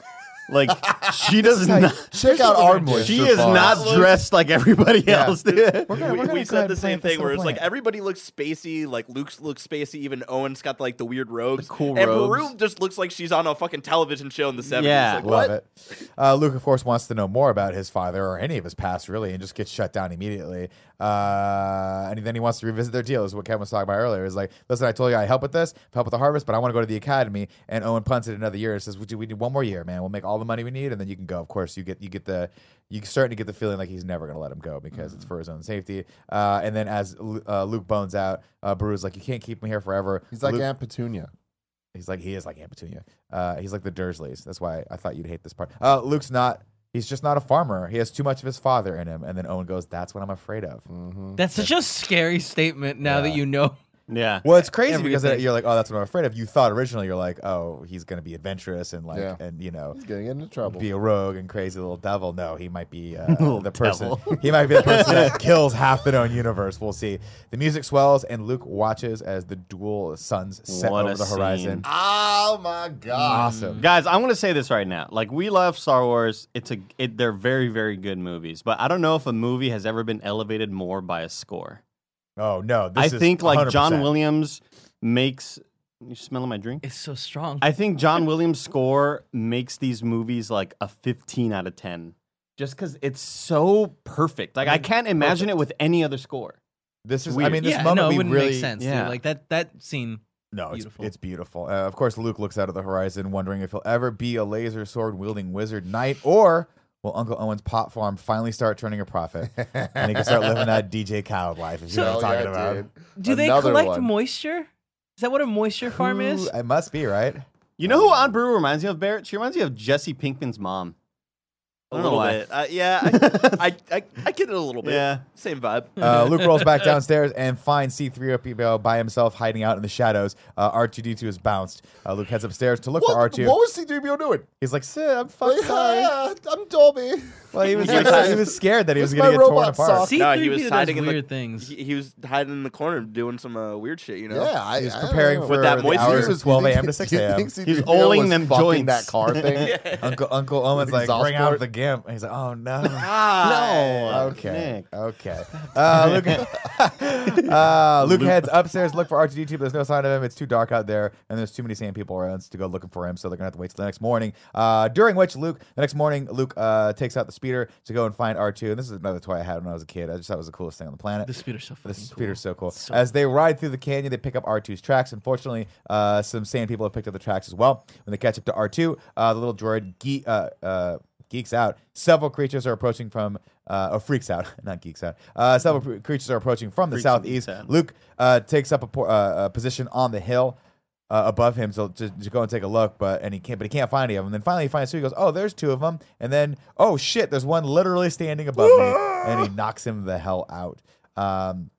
Speaker 5: Like, she does
Speaker 3: like,
Speaker 5: not.
Speaker 1: Check out our moisture
Speaker 5: She is
Speaker 1: box.
Speaker 5: not dressed like everybody else, dude.
Speaker 3: we're gonna-
Speaker 6: we,
Speaker 3: we're gonna
Speaker 6: we
Speaker 3: go
Speaker 6: said
Speaker 3: ahead
Speaker 6: the
Speaker 3: and
Speaker 6: same
Speaker 3: plant this
Speaker 6: thing where it's
Speaker 3: little
Speaker 6: like
Speaker 3: plant.
Speaker 6: everybody looks spacey, like Luke's looks spacey, even Owen's got like the weird robes.
Speaker 5: cool
Speaker 6: and
Speaker 5: robes.
Speaker 6: Baru just looks like she's on a fucking television show in the 70s.
Speaker 5: Yeah.
Speaker 6: Like,
Speaker 3: Love
Speaker 6: what?
Speaker 3: it. Uh, Luke, of course, wants to know more about his father or any of his past, really, and just gets shut down immediately. Uh, and then he wants to revisit their deal, is what Kevin was talking about earlier. Is like, listen, I told you I help with this, help with the harvest, but I want to go to the academy. And Owen punts it another year and says, we, do, we need one more year, man. We'll make all the money we need, and then you can go. Of course, you get you get the you starting to get the feeling like he's never going to let him go because it's for his own safety. Uh, and then as Lu- uh, Luke bones out, uh, Baru's like, you can't keep him here forever.
Speaker 1: He's like
Speaker 3: Luke-
Speaker 1: Aunt Petunia.
Speaker 3: He's like he is like Aunt Petunia. Uh, he's like the Dursleys. That's why I thought you'd hate this part. Uh, Luke's not. He's just not a farmer. He has too much of his father in him. And then Owen goes, "That's what I'm afraid of."
Speaker 4: That's such a scary statement. Now that you know, (laughs)
Speaker 5: Yeah.
Speaker 3: Well, it's crazy
Speaker 4: Everything.
Speaker 3: because you're like, "Oh, that's what I'm afraid of." You thought originally you're like, "Oh, he's gonna be adventurous and like
Speaker 1: Yeah.
Speaker 3: and you know."
Speaker 1: He's getting into trouble.
Speaker 3: Be a rogue and crazy little devil. No, he might be
Speaker 5: (laughs)
Speaker 3: uh, the person. (laughs) He might be the person that kills half the known universe. We'll see. The music swells, and Luke watches as the dual suns set
Speaker 5: What a
Speaker 3: over the horizon.
Speaker 5: scene.
Speaker 1: oh my
Speaker 3: (laughs)
Speaker 1: god.
Speaker 3: Awesome.
Speaker 5: Guys, I want to say this right now. Like, we love Star Wars. It's a, it, they're very, very good movies. But I don't know if a movie has ever been elevated more by a score.
Speaker 3: Oh no! This
Speaker 5: I
Speaker 3: is
Speaker 5: think like John
Speaker 3: 100%.
Speaker 5: Williams makes You smelling my drink?
Speaker 4: It's so strong.
Speaker 5: I think John Williams' score makes these movies like a 15 out of 10, just because it's so perfect. Like I
Speaker 3: Mm-hmm.
Speaker 5: can't imagine it with any other score.
Speaker 3: This is, I
Speaker 5: weird.
Speaker 3: mean, this
Speaker 4: yeah,
Speaker 3: moment
Speaker 4: no, it
Speaker 3: we
Speaker 4: wouldn't
Speaker 3: really
Speaker 4: make sense. dude.
Speaker 5: yeah.
Speaker 4: Like that that scene.
Speaker 3: No,
Speaker 4: Beautiful.
Speaker 3: it's it's beautiful. Uh, of course, Luke looks out at the horizon, wondering if he'll ever be a laser sword wielding wizard knight, or will Uncle Owen's pot farm finally start turning a profit and he can start living that DJ Khaled life? If you know
Speaker 1: Hell
Speaker 3: what I'm talking
Speaker 1: Oh, yeah,
Speaker 3: about.
Speaker 1: dude.
Speaker 4: Do they
Speaker 1: Another
Speaker 4: collect
Speaker 1: one.
Speaker 4: moisture? Is that what a moisture farm
Speaker 3: Who-
Speaker 4: is?
Speaker 3: It must be
Speaker 4: (laughs)
Speaker 3: right.
Speaker 5: You know who
Speaker 3: Um,
Speaker 5: Aunt Brewer reminds me of, Barrett? She reminds me of Jesse Pinkman's mom.
Speaker 6: A
Speaker 5: I don't know
Speaker 6: little
Speaker 5: why.
Speaker 6: bit. Uh, yeah, I, I, I, I get it a little bit.
Speaker 5: Yeah.
Speaker 6: Same vibe.
Speaker 3: Uh, Luke rolls back downstairs and finds C3PO by himself hiding out in the shadows. Uh, R2D2 is bounced. Uh, Luke heads upstairs to look
Speaker 1: What,
Speaker 3: for R2.
Speaker 1: what was C-3PO doing?
Speaker 3: He's like, "Sid, I'm
Speaker 1: Like, (laughs)
Speaker 3: fucking
Speaker 4: (laughs)
Speaker 3: sorry."
Speaker 1: "Ah, I'm Dolby. (laughs)
Speaker 3: Well, he was,
Speaker 1: Yeah.
Speaker 3: like, he was scared that he
Speaker 1: It's
Speaker 3: was going
Speaker 1: my
Speaker 3: to get torn
Speaker 1: robot
Speaker 3: apart.
Speaker 1: sock.
Speaker 4: C3PO
Speaker 6: No, he was
Speaker 4: does
Speaker 6: hiding in the-
Speaker 4: weird things.
Speaker 6: He, he was hiding in the corner doing some uh, weird shit, you know?
Speaker 1: Yeah, I,
Speaker 3: He was
Speaker 1: I don't
Speaker 3: preparing
Speaker 1: know.
Speaker 3: for
Speaker 6: that
Speaker 3: the
Speaker 6: moisture.
Speaker 3: hours of
Speaker 1: (laughs)
Speaker 3: 12 a.m. to
Speaker 1: Do you
Speaker 3: 6 a.m.
Speaker 1: think C-3PO
Speaker 5: He's oiling
Speaker 1: was
Speaker 5: them
Speaker 1: fucking
Speaker 5: joints.
Speaker 1: that car thing.
Speaker 3: (laughs) Uncle Uncle Owen's like,
Speaker 1: Exhaust
Speaker 3: bring
Speaker 1: port.
Speaker 3: out the gimp. And he's like,
Speaker 1: (laughs)
Speaker 3: oh no.
Speaker 6: Ah.
Speaker 5: No.
Speaker 3: okay. Okay.
Speaker 1: (laughs)
Speaker 3: Uh, Luke, (laughs) uh, Luke heads upstairs to look for R2D2, but there's no sign of him. It's too dark out there, and there's too many sand people around to go looking for him, so they're going to have to wait till the next morning. Uh, during which, Luke, the next morning, Luke uh, takes out the speeder to go and find R2. And this is another toy I had when I was a kid. I just thought it was the coolest thing on the planet.
Speaker 4: The speeder's so fucking
Speaker 3: This speeder's so cool.
Speaker 4: So
Speaker 3: As they ride through the canyon, they pick up R2's tracks. Unfortunately, uh, some sand people have picked up the tracks as well. When they catch up to R2, uh, the little droid ge- uh, uh, geeks out. Several creatures are approaching from, uh, or freaks out, (laughs) not geeks out. Uh, several pre- creatures are approaching from the
Speaker 5: Freaks and geeks
Speaker 3: southeast.
Speaker 5: out.
Speaker 3: Luke uh, takes up a, por- uh, a position on the hill. Uh, above him, so to, to go and take a look, but and he can't, but he can't find any of them. Then finally, he finds two. He goes, "Oh, there's two of them," and then, "Oh shit, there's one literally standing above me," and he knocks him the hell out. Um,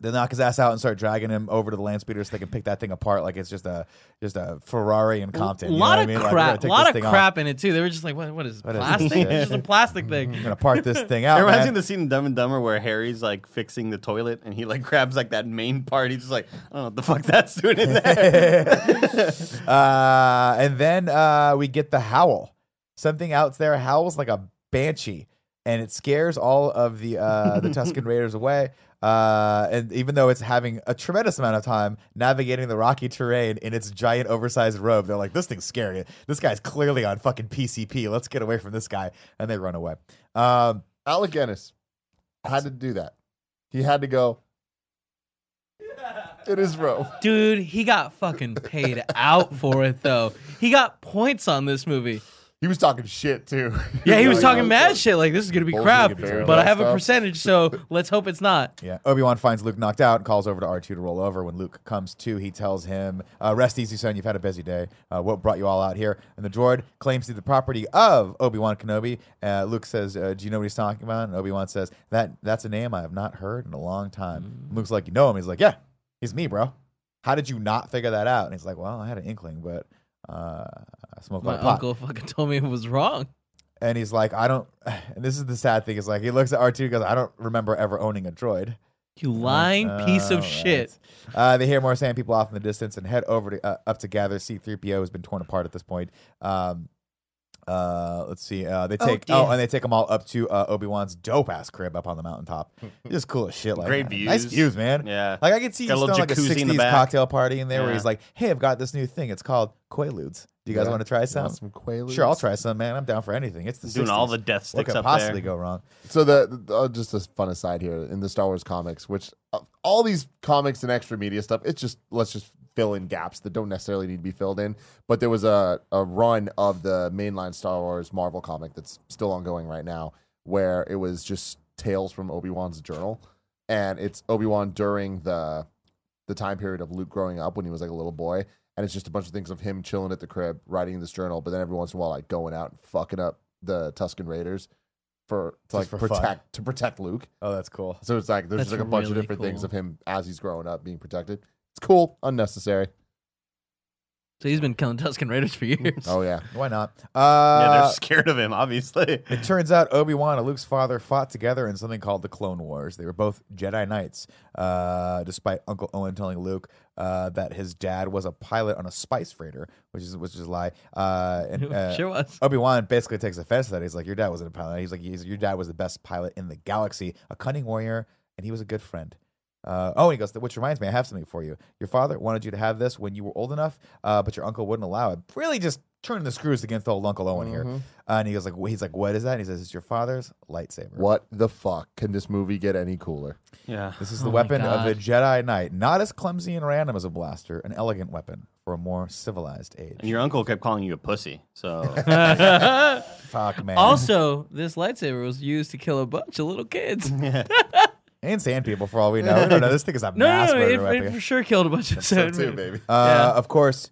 Speaker 3: they knock his ass out and start dragging him over to the land speeder so they can pick that thing apart like it's just a just a Ferrari and Compton.
Speaker 4: A
Speaker 3: you know
Speaker 4: lot
Speaker 3: what I
Speaker 4: of
Speaker 3: mean? Like, we're gonna
Speaker 4: crap.
Speaker 3: take
Speaker 4: A lot
Speaker 3: this
Speaker 4: of
Speaker 3: thing off.
Speaker 4: crap in it too. They were just like, what? What is
Speaker 3: What is this
Speaker 4: plastic?
Speaker 3: shit?
Speaker 4: it's just a plastic thing.
Speaker 3: (laughs)
Speaker 4: (laughs)
Speaker 3: I'm gonna part this thing out.
Speaker 5: It reminds me
Speaker 3: Oh, man.
Speaker 5: of the scene in Dumb and Dumber where Harry's like fixing the toilet and he like (laughs) grabs like that main part. He's just like, I don't know what the fuck (laughs) that's doing in there.
Speaker 3: (laughs) uh, and then uh, we get the howl. Something out there howls like a banshee, and it scares all of the uh, the Tuscan Raiders away. Uh, and even though it's having a tremendous amount of time navigating the rocky terrain in its giant oversized robe, they're like, "This thing's scary. This guy's clearly on fucking PCP. Let's get away from this guy." And they run away. Um,
Speaker 1: Alec Guinness had to do that. He had to go in his robe.
Speaker 4: Dude, he got fucking paid out for it though. He got points on this movie.
Speaker 1: He was talking shit too. (laughs)
Speaker 4: Yeah, he was
Speaker 1: like, um,
Speaker 4: talking mad shit like this is gonna be
Speaker 1: Bullshit
Speaker 4: crap,
Speaker 1: could be terrible
Speaker 4: but I have a
Speaker 1: stuff.
Speaker 4: percentage, so (laughs) let's hope it's not.
Speaker 3: Yeah. Obi Wan finds Luke knocked out and calls over to R2 to roll over. When Luke comes to, he tells him, uh, Rest easy, son. You've had a busy day. Uh, what brought you all out here? And the droid claims to be the property of Obi Wan Kenobi. Uh, Luke says, uh, Do you know what he's talking about? And Obi Wan says, that That's a name I have not heard in a long time.
Speaker 4: Mm.
Speaker 3: And Luke's like, You know him? He's like, Yeah, he's me, bro. How did you not figure that out? And he's like, Well, I had an inkling, but uh, I smoked
Speaker 4: My
Speaker 3: my, pot.
Speaker 4: uncle fucking told me it was wrong.
Speaker 3: And he's like, I don't. (sighs) And this is the sad thing. Is like, he looks at R2 and goes, I don't remember ever owning a droid.
Speaker 4: You lying piece
Speaker 3: All
Speaker 4: of
Speaker 3: right.
Speaker 4: shit.
Speaker 3: Oh, Uh, they hear more sand people off in the distance and head over to uh, up to gather. C-3PO has been torn apart at this point. Um, uh, let's see. Uh, they take
Speaker 4: dear.
Speaker 3: oh, and they take them all up to uh, Obi Wan's dope ass crib up on the mountaintop.
Speaker 4: Hmm.
Speaker 3: Just cool as shit. Like
Speaker 5: Great
Speaker 3: that. nice
Speaker 5: views.
Speaker 3: views, man.
Speaker 5: yeah.
Speaker 3: Like I could see
Speaker 5: Got a
Speaker 3: you
Speaker 5: little
Speaker 3: throwing like a
Speaker 5: jacuzzi in the
Speaker 3: '60s
Speaker 5: back.
Speaker 3: cocktail party in there where
Speaker 5: Yeah.
Speaker 3: he's like, "Hey, I've got this new thing. It's called Quaaludes. Do you guys
Speaker 1: Yeah.
Speaker 3: want to try
Speaker 1: You
Speaker 3: some?"
Speaker 1: want some Quaaludes?
Speaker 3: Sure, I'll try some, man. I'm down for anything. It's the
Speaker 5: Doing all
Speaker 3: 60s.
Speaker 5: the death
Speaker 3: What
Speaker 5: sticks
Speaker 3: could
Speaker 5: up
Speaker 3: possibly
Speaker 5: there.
Speaker 3: go wrong?
Speaker 1: So the uh, just a fun aside here in the Star Wars comics, which uh, all these comics and extra media stuff, it's just let's just fill in gaps that don't necessarily need to be filled in. But there was a a run of the mainline Star Wars Marvel comic that's still ongoing right now, where it was just tales from Obi Wan's journal, and it's Obi Wan during the the time period of Luke growing up when he was like a little boy. And it's just a bunch of things of him chilling at the crib, writing this journal, but then every once in a while, like going out and fucking up the Tuscan Raiders for to
Speaker 3: Just
Speaker 1: like
Speaker 3: for fun.
Speaker 1: protect to protect Luke.
Speaker 3: Oh, that's cool.
Speaker 1: So it's like there's
Speaker 4: That's
Speaker 1: just like a bunch of
Speaker 4: really
Speaker 1: different things
Speaker 4: cool.
Speaker 1: of him as he's growing up being protected. It's cool, unnecessary.
Speaker 4: So he's been killing Tuscan Raiders for years.
Speaker 1: Oh yeah,
Speaker 3: Why not?
Speaker 5: Yeah,
Speaker 3: Uh,
Speaker 5: they're scared of
Speaker 3: (laughs)
Speaker 5: him, obviously.
Speaker 3: It turns out Obi Wan and Luke's father fought together in something called the Clone Wars. They were both Jedi Knights, uh, despite Uncle Owen telling Luke uh, that his dad was a pilot on a spice freighter, which is which is a lie. Uh,
Speaker 4: (laughs)
Speaker 3: and, uh,
Speaker 4: sure was.
Speaker 3: Obi Wan basically takes offense to that. He's like, "Your dad wasn't a pilot." He's like, he's, "Your dad was the best pilot in the galaxy, a cunning warrior, and he was a good friend." Uh, oh, and he goes, which reminds me, I have something for you. Your father wanted you to have this when you were old enough, uh, but your uncle wouldn't allow it. Really, just turning the screws against old Uncle Owen
Speaker 4: Mm-hmm.
Speaker 3: here. Uh, and he goes, like, wh- he's like, what is that? And he says, it's your father's lightsaber.
Speaker 1: What the fuck? Can this movie get any cooler?
Speaker 5: Yeah.
Speaker 3: This is
Speaker 4: Oh
Speaker 3: the weapon of the Jedi Knight, not as clumsy and random as a blaster, an elegant weapon for a more civilized age.
Speaker 5: And your uncle kept calling you a pussy.
Speaker 3: (laughs)
Speaker 5: So
Speaker 4: (laughs)
Speaker 3: Fuck man,
Speaker 4: Also, this lightsaber was used to kill a bunch of little kids. No,
Speaker 3: and sand people for all we know. No, no, this thing is a
Speaker 4: (laughs) no,
Speaker 3: mass
Speaker 4: no,
Speaker 3: murder
Speaker 4: it,
Speaker 3: weapon.
Speaker 4: it for sure killed a bunch of them.
Speaker 1: baby.
Speaker 3: Uh,
Speaker 4: Yeah.
Speaker 3: Of course,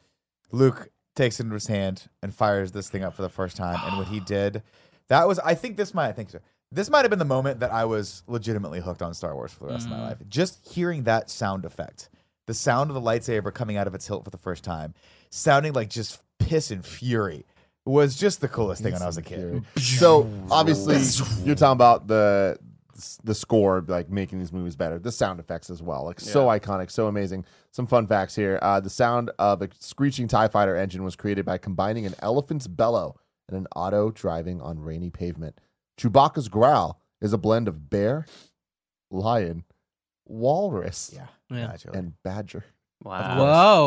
Speaker 3: Luke takes it into his hand and fires this thing up for the first time. And
Speaker 5: (gasps)
Speaker 3: what he did, that was, I think this might, thank you, sir. This might have been the moment that I was legitimately hooked on Star Wars for the rest
Speaker 5: Mm-hmm.
Speaker 3: of my life. Just hearing that sound effect, the sound of the lightsaber coming out of its hilt for the first time, sounding like just piss and fury, was just the coolest thing when I was a kid.
Speaker 1: So obviously, you're talking about the the score, like making these movies better, the sound effects as well, like so iconic, so amazing. Some fun facts here: uh, the sound of a screeching Tie Fighter engine was created by combining an elephant's bellow and an auto driving on rainy pavement. Chewbacca's growl is a blend of bear, lion, walrus,
Speaker 3: Yeah.
Speaker 4: Yeah.
Speaker 3: Naturally.
Speaker 1: and badger.
Speaker 5: wow.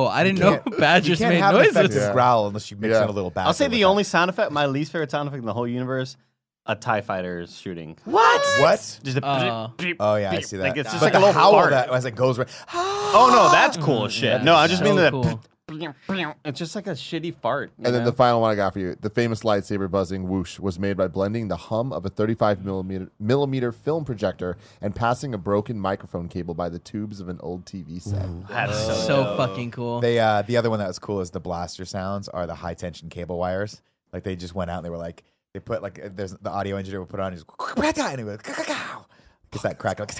Speaker 4: Whoa, I didn't know
Speaker 3: can't-
Speaker 4: badgers
Speaker 3: you can't
Speaker 4: made
Speaker 3: have an
Speaker 4: noises.
Speaker 3: effective
Speaker 1: Yeah.
Speaker 3: growl unless you mix
Speaker 1: Yeah.
Speaker 3: in a little bass.
Speaker 5: I'll say the only sound effect, my least favorite sound effect in the whole universe, a TIE fighter shooting.
Speaker 3: What? What?
Speaker 5: Just a
Speaker 4: Uh,
Speaker 5: beep, beep.
Speaker 3: Oh yeah, I see that.
Speaker 5: Like, it's just
Speaker 3: but
Speaker 5: like a
Speaker 3: the
Speaker 5: little
Speaker 3: howl
Speaker 5: fart.
Speaker 3: that as it goes. Right,
Speaker 5: Oh no, that's
Speaker 3: Mm,
Speaker 5: cool as shit. no, I just
Speaker 4: so
Speaker 5: mean that
Speaker 4: cool.
Speaker 5: it's just like a shitty fart. you
Speaker 1: And then
Speaker 5: know?
Speaker 1: the final one I got for you, the famous lightsaber buzzing whoosh was made by blending the hum of a 35 millimeter, millimeter film projector and passing a broken microphone cable by the tubes of an old TV set.
Speaker 5: that's
Speaker 3: Uh,
Speaker 5: so,
Speaker 4: so fucking cool.
Speaker 3: They uh, the other one that was cool is the blaster sounds are the high tension cable wires. Like they just went out and they were like they put like uh, there's the audio engineer would put on and he's and he goes gets that crack like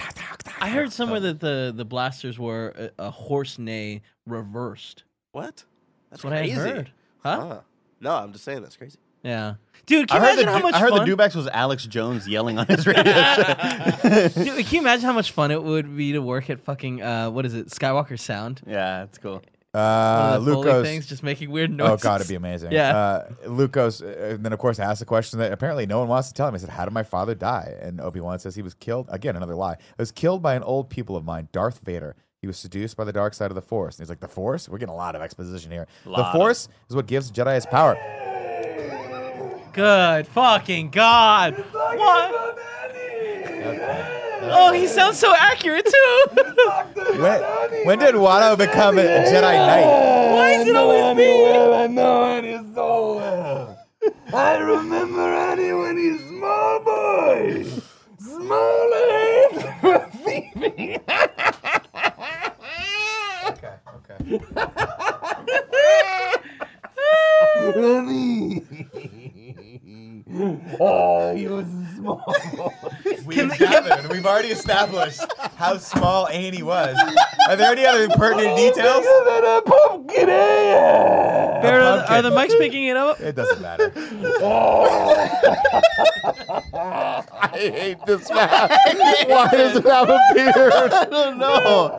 Speaker 4: I heard somewhere that the, the blasters were a, a horse neigh reversed.
Speaker 6: What? That's
Speaker 4: That's what
Speaker 6: crazy.
Speaker 4: I heard. Huh?
Speaker 6: Huh. No, I'm just saying that's crazy.
Speaker 4: Yeah. Dude,
Speaker 5: Oh. I
Speaker 4: can you
Speaker 5: heard, the,
Speaker 4: imagine how
Speaker 5: Du-
Speaker 4: much
Speaker 5: I heard
Speaker 4: fun?
Speaker 5: the Dubex was Alex Jones yelling on his radio.
Speaker 4: (laughs) Dude, can you imagine how much fun it would be to work at fucking uh, what is it, Skywalker Sound?
Speaker 5: (laughs) yeah, it's cool.
Speaker 3: uh,
Speaker 4: One of the Foley
Speaker 3: Lucas.
Speaker 4: things, just making weird
Speaker 3: Oh
Speaker 4: noises. (laughs)
Speaker 3: god, it'd be amazing.
Speaker 4: Yeah.
Speaker 3: Uh, Lucos, uh, and then of course asked a question that apparently no one wants to tell him. I said, "How did my father die?" And Obi Wan says he was killed again. Another lie. I was killed by an old people of mine, Darth Vader. He was seduced by the dark side of the Force. And he's like, "The Force? We're getting a lot of exposition here.
Speaker 5: Lot
Speaker 3: the
Speaker 5: of-
Speaker 3: Force is what gives Jedi his power."
Speaker 4: Good fucking god. What? Oh, he sounds so accurate too.
Speaker 3: When, when did Watto become a Jedi Knight?
Speaker 4: (laughs) Why is it always me?
Speaker 3: Okay, okay. We have gathered. We've already established how small Annie was. Are there any other pertinent details?
Speaker 4: Are, the- are the
Speaker 3: pumpkin.
Speaker 4: mics picking it up?
Speaker 3: It doesn't matter.
Speaker 1: I hate this map. Why does it have a beard? (laughs) I don't know.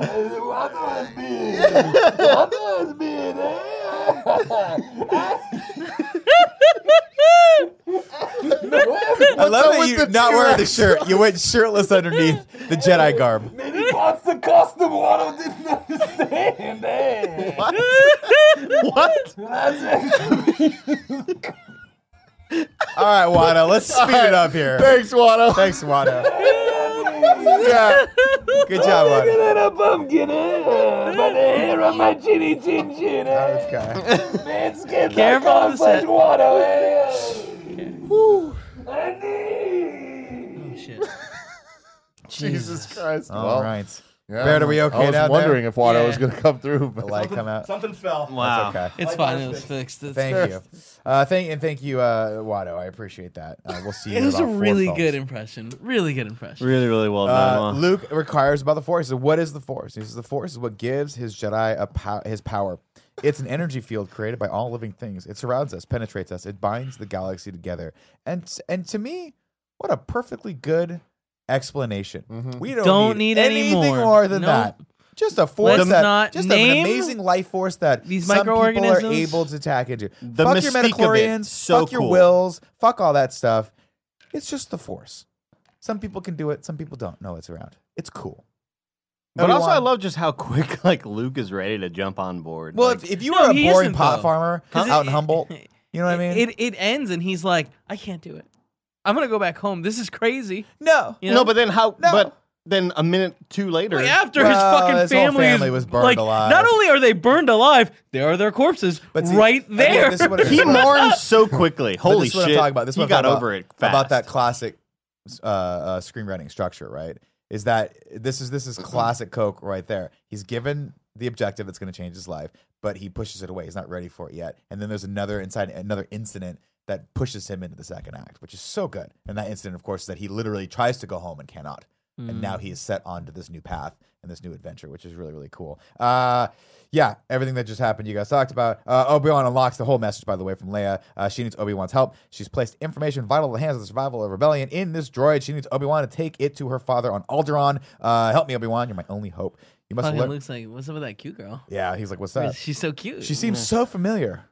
Speaker 3: I love
Speaker 1: up
Speaker 3: that
Speaker 1: with
Speaker 3: you
Speaker 1: the
Speaker 3: not wearing the
Speaker 1: T-Rex?
Speaker 3: shirt. You went shirtless underneath the Jedi garb.
Speaker 4: (laughs)
Speaker 3: All right, Watto, let's speed it up here.
Speaker 1: Thanks, Watto.
Speaker 3: Thanks, Watto.
Speaker 1: Yeah.
Speaker 3: Good job, Watto. Okay.
Speaker 4: Careful of the set. Oh, (laughs) shit.
Speaker 1: Jesus Christ.
Speaker 3: All
Speaker 1: well,
Speaker 3: right.
Speaker 1: yeah.
Speaker 3: Baird, are we okay
Speaker 1: I was
Speaker 3: down there?
Speaker 1: wondering if Watto was
Speaker 4: Yeah.
Speaker 1: going to come through. But (laughs)
Speaker 3: The light come out.
Speaker 8: Something fell.
Speaker 5: Wow.
Speaker 3: Okay.
Speaker 4: It's fine. It was fixed. It's
Speaker 3: Thank you. Uh, thank and thank you, uh, Watto. I appreciate that. Uh, we'll see you.
Speaker 4: It
Speaker 3: in
Speaker 4: was a
Speaker 3: about four
Speaker 4: really
Speaker 3: films.
Speaker 4: good impression. Really good impression.
Speaker 5: Really, really well done.
Speaker 3: Uh,
Speaker 5: huh?
Speaker 3: Luke requires about the Force. He says, What is the Force? He says, The Force is what gives his Jedi a pow- his power. It's an energy field created by all living things. It surrounds us, penetrates us. It binds the galaxy together. And and to me, what a perfectly good explanation.
Speaker 5: Mm-hmm.
Speaker 3: We don't,
Speaker 4: Don't need any
Speaker 3: anything
Speaker 4: more.
Speaker 3: than
Speaker 4: Nope.
Speaker 3: that. Just a force
Speaker 4: Let's
Speaker 3: that
Speaker 4: not
Speaker 3: just an
Speaker 4: name
Speaker 3: amazing life force that
Speaker 4: these
Speaker 3: some people are
Speaker 4: microorganisms.
Speaker 3: able to attack into.
Speaker 5: The
Speaker 3: fuck your
Speaker 5: mystique of it.
Speaker 3: metachlorians,
Speaker 5: So
Speaker 3: fuck your
Speaker 5: cool.
Speaker 3: wills, fuck all that stuff. It's just the force. Some people can do it, some people don't know it's around. It's cool.
Speaker 5: But also, I
Speaker 1: everyone-
Speaker 5: love just how quick (laughs) like Luke is ready to jump on board.
Speaker 3: Well,
Speaker 5: Like,
Speaker 3: if, if you
Speaker 4: No,
Speaker 3: were a
Speaker 4: he
Speaker 3: boring
Speaker 4: isn't,
Speaker 3: pot
Speaker 4: though.
Speaker 3: farmer
Speaker 4: 'Cause
Speaker 3: out
Speaker 4: it-
Speaker 3: in
Speaker 4: (laughs)
Speaker 3: Humboldt, you know what I mean?
Speaker 4: It, it ends and he's like, I can't do it. I'm gonna go back home. This is crazy.
Speaker 3: no.
Speaker 4: You know?
Speaker 5: no, but then how?
Speaker 3: No.
Speaker 5: But then a minute two later,
Speaker 4: Like, after
Speaker 3: Well,
Speaker 4: his fucking
Speaker 3: his whole
Speaker 4: family, is-
Speaker 3: family was burned
Speaker 4: like,
Speaker 3: alive.
Speaker 4: Not only are they burned alive, there are their corpses
Speaker 3: But see,
Speaker 4: right
Speaker 3: again,
Speaker 4: there.
Speaker 3: this is
Speaker 4: (laughs)
Speaker 3: what it is.
Speaker 5: he
Speaker 3: But-
Speaker 5: mourns so quickly.
Speaker 3: But
Speaker 5: Holy
Speaker 3: this is
Speaker 5: shit!
Speaker 3: What I'm talking about. This is
Speaker 5: he
Speaker 3: what I'm
Speaker 5: got
Speaker 3: talking
Speaker 5: over
Speaker 3: about,
Speaker 5: it fast.
Speaker 3: About that classic uh, uh, screenwriting structure, right? Is that this is this is
Speaker 4: Mm-hmm.
Speaker 3: classic Coke right there. He's given the objective that's going to change his life, but he pushes it away. He's not ready for it yet. And then there's another inside another incident that pushes him into the second act, which is so good. And that incident, of course, is that he literally tries to go home and cannot. And now he is set onto this new path and this new adventure, which is really, really cool. Uh, yeah, everything that just happened, you guys talked about. Uh, Obi Wan unlocks the whole message, by the way, from Leia. Uh, she needs Obi Wan's help. She's placed information vital to the hands of the survival of rebellion in this droid. She needs Obi Wan to take it to her father on Alderaan. Uh, help me, Obi Wan. You're my only hope. You must
Speaker 4: fucking
Speaker 3: learn.
Speaker 4: looks like what's up with that cute girl?
Speaker 3: Yeah, he's like, what's that?
Speaker 4: She's so cute.
Speaker 3: She seems so familiar.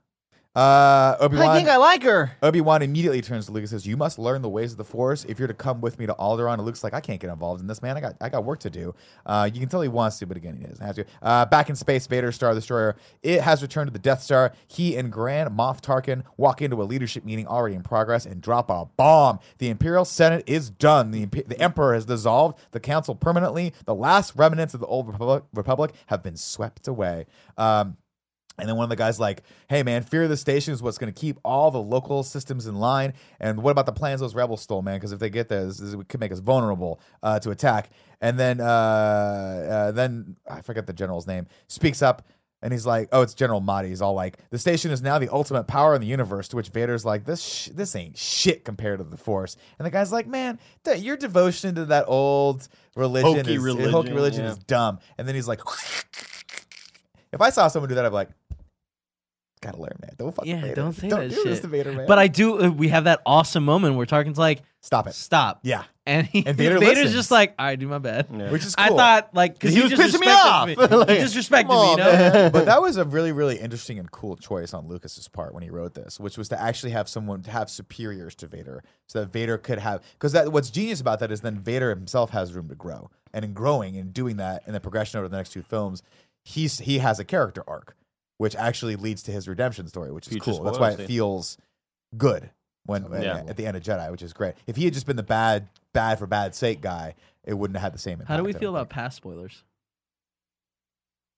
Speaker 3: Uh, Obi
Speaker 7: I think
Speaker 3: Wan.
Speaker 7: I like her.
Speaker 3: Obi Wan immediately turns to Luke and says, "You must learn the ways of the Force if you're to come with me to Alderaan." And Luke's like, "I can't get involved in this, man. I got I got work to do." Uh, you can tell he wants to, but again, he doesn't have to. Uh, back in space, Vader Star Destroyer it has returned to the Death Star. He and Grand Moff Tarkin walk into a leadership meeting already in progress and drop a bomb. The Imperial Senate is done. The Imp- the Emperor has dissolved the Council permanently. The last remnants of the old Republic, Republic have been swept away. Um, and then one of the guys like, "Hey man, fear of the station is what's going to keep all the local systems in line. And what about the plans those rebels stole, man? Because if they get there, this, this could make us vulnerable uh, to attack." And then, uh, uh, then I forget the general's name. Speaks up, and he's like, "Oh, it's General Mahdi." He's all like, "The station is now the ultimate power in the universe." To which Vader's like, "This sh- this ain't shit compared to the Force." And the guy's like, "Man, th- your devotion to that old religion,
Speaker 5: Hokey
Speaker 3: is,
Speaker 5: religion,
Speaker 3: hokey religion
Speaker 5: yeah.
Speaker 3: is dumb." And then he's like. (laughs) If I saw someone do that, I'd be like, gotta learn, man. Don't fucking
Speaker 4: Yeah,
Speaker 3: Vader.
Speaker 4: don't say
Speaker 3: do
Speaker 4: that
Speaker 3: this
Speaker 4: shit.
Speaker 3: to Vader, man.
Speaker 4: But I do. uh, We have that awesome moment where Tarkin's like,
Speaker 3: stop it.
Speaker 4: "Stop,"
Speaker 3: Yeah,
Speaker 4: and, he,
Speaker 3: And Vader
Speaker 4: Vader's
Speaker 3: listens.
Speaker 4: just like, "I do my bad."
Speaker 5: Yeah.
Speaker 3: which is cool.
Speaker 4: I thought like because
Speaker 5: He was pissing me off. (laughs)
Speaker 4: Me.
Speaker 5: Like,
Speaker 4: he disrespected me. You know?
Speaker 3: but that was a really, really interesting and cool choice on Lucas's part when he wrote this, which was to actually have someone to have superiors to Vader, so that Vader could have. Because that what's genius about that is then Vader himself has room to grow, and in growing and doing that in the progression over the next two films, he's he has a character arc, which actually leads to his redemption story, which is
Speaker 5: Future
Speaker 3: cool. That's why
Speaker 5: spoilers,
Speaker 3: it
Speaker 5: yeah.
Speaker 3: feels good when
Speaker 5: Yeah.
Speaker 3: at the end of Jedi, which is great. If he had just been the bad, bad for bad sake guy, it wouldn't have had the same impact.
Speaker 4: How do we
Speaker 3: I
Speaker 4: feel
Speaker 3: don't
Speaker 4: about
Speaker 3: think.
Speaker 4: past spoilers?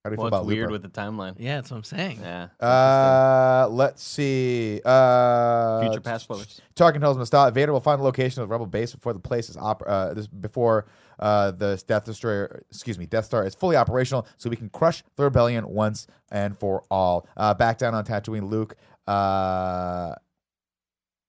Speaker 3: How do we
Speaker 5: Well,
Speaker 3: feel
Speaker 5: it's
Speaker 3: about Looper?
Speaker 5: weird with the timeline.
Speaker 4: Yeah, that's what I'm saying.
Speaker 5: Yeah.
Speaker 3: Uh, let's see. Uh,
Speaker 5: Future past spoilers.
Speaker 3: Tarkin tells him to stop. Vader will find the location of the rebel base before the place is op- uh, this, before uh, the Death Destroyer, excuse me, Death Star is fully operational, so we can crush the rebellion once and for all. Uh, back down on Tatooine, Luke. Uh,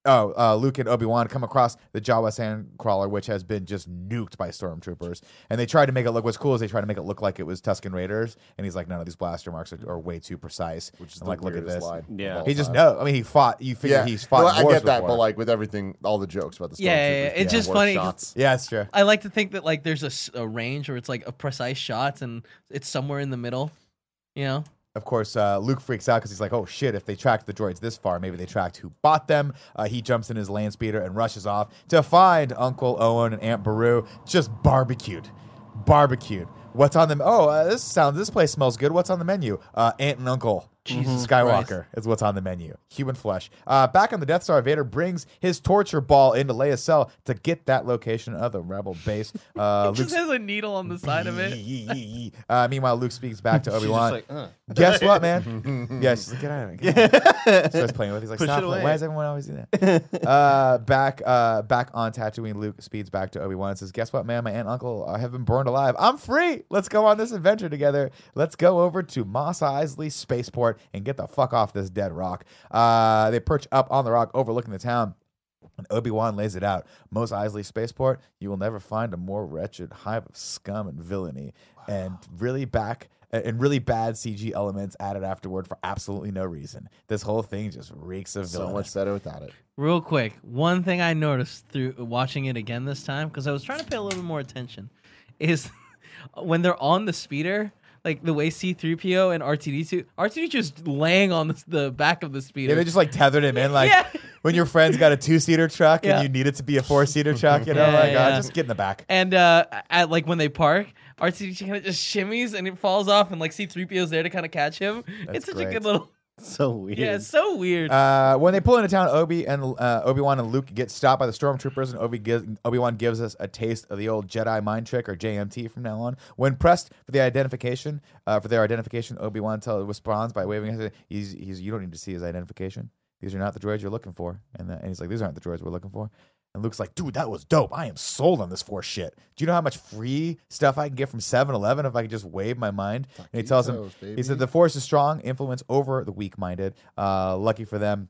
Speaker 3: Oh, uh, Luke and Obi Wan come across the Jawa sand crawler, which has been just nuked by stormtroopers, and they tried to make it look. What's cool is they tried to make it look like it was Tusken Raiders, and he's like, "No, no, these blaster marks are, are way too precise."
Speaker 1: Which is
Speaker 3: And,
Speaker 1: the
Speaker 3: like, look at
Speaker 1: weirdest
Speaker 3: this.
Speaker 1: line of
Speaker 5: Yeah.
Speaker 1: all
Speaker 3: He just
Speaker 1: time.
Speaker 3: know. I mean, he fought. You figure he's fought.
Speaker 1: No, I
Speaker 3: wars
Speaker 1: get that,
Speaker 3: before.
Speaker 1: but like with everything, all the jokes about the
Speaker 4: Yeah, yeah,
Speaker 1: stormtroopers
Speaker 4: yeah, it's
Speaker 1: being
Speaker 4: just
Speaker 1: worse
Speaker 4: funny 'cause-
Speaker 1: shots.
Speaker 3: yeah, that's true.
Speaker 4: I like to think that like there's a, s- a range where it's like a precise shots and it's somewhere in the middle. You know?
Speaker 3: Of course, uh, Luke freaks out because he's like, "Oh shit! If they tracked the droids this far, maybe they tracked who bought them." Uh, he jumps in his land speeder and rushes off to find Uncle Owen and Aunt Beru just barbecued, barbecued. What's on them? Oh, uh, this sounds. This place smells good. What's on the menu? Uh, Aunt and Uncle. Jesus Skywalker is what's on the menu. Human flesh. Uh, back on the Death Star, Vader brings his torture ball into Leia's cell to get that location of the Rebel base.
Speaker 4: (laughs)
Speaker 3: Uh,
Speaker 4: It just
Speaker 3: Luke's
Speaker 4: has a needle on the side
Speaker 5: (laughs)
Speaker 4: of it.
Speaker 3: uh, meanwhile, Luke speaks back to Obi Wan.
Speaker 5: like, uh.
Speaker 3: Guess what,
Speaker 5: (laughs)
Speaker 3: man? yeah, she's like, get out of it. Get out of it. Starts playing with. it. He's like,
Speaker 5: Push
Speaker 3: stop.
Speaker 5: it
Speaker 3: it.
Speaker 5: away.
Speaker 3: Why is everyone always doing that? uh, back, uh, back on Tatooine, Luke speeds back to Obi Wan and says, "Guess what, man? My aunt, and uncle uh, have been burned alive. I'm free. Let's go on this adventure together. Let's go over to Mos Eisley spaceport and get the fuck off this dead rock." Uh, they perch up on the rock overlooking the town. And Obi Wan lays it out. Mos Eisley Spaceport, you will never find a more wretched hive of scum and villainy, and really back and really bad CG elements added afterward for absolutely no reason. This whole thing just reeks of
Speaker 1: So
Speaker 4: (laughs)
Speaker 3: villainous.
Speaker 1: much better without it.
Speaker 4: Real quick, one thing I noticed through watching it again this time, because I was trying to pay a little bit more attention, is (laughs) when they're on the speeder, like the way C3PO and R2D2, R2D2 is laying on the, the back of the speeder.
Speaker 3: Yeah, they just like tethered him in, like
Speaker 4: Yeah.
Speaker 3: when your friend's got a two seater truck
Speaker 4: Yeah. (laughs)
Speaker 3: and you need it to be a four seater truck. You know,
Speaker 4: Yeah,
Speaker 3: like uh,
Speaker 4: yeah.
Speaker 3: just get in the back.
Speaker 4: and uh, at like when they park, R2D2 kind of just shimmies and it falls off, and like C3PO's there to kind of catch him. it's such a
Speaker 3: great.
Speaker 4: good little.
Speaker 5: (laughs) So weird.
Speaker 4: Yeah, it's so weird.
Speaker 3: Uh, when they pull into town, Obi and uh, Obi Wan and Luke get stopped by the stormtroopers, and Obi gives, Obi Wan gives us a taste of the old Jedi mind trick or JMT from now on. When pressed for the identification, uh, for their identification, Obi Wan tell responds by waving his. He's, he's you don't need to see his identification. These are not the droids you're looking for, and, uh, and he's like, these aren't the droids we're looking for. And Luke's like, dude, that was dope. I am sold on this force shit. Do you know how much free stuff I can get from 7 Eleven if I could just wave my mind? and he tells him,
Speaker 1: Taquitos,
Speaker 3: he
Speaker 1: baby.
Speaker 3: said, the force is strong, influence over the weak minded. Uh, lucky for them.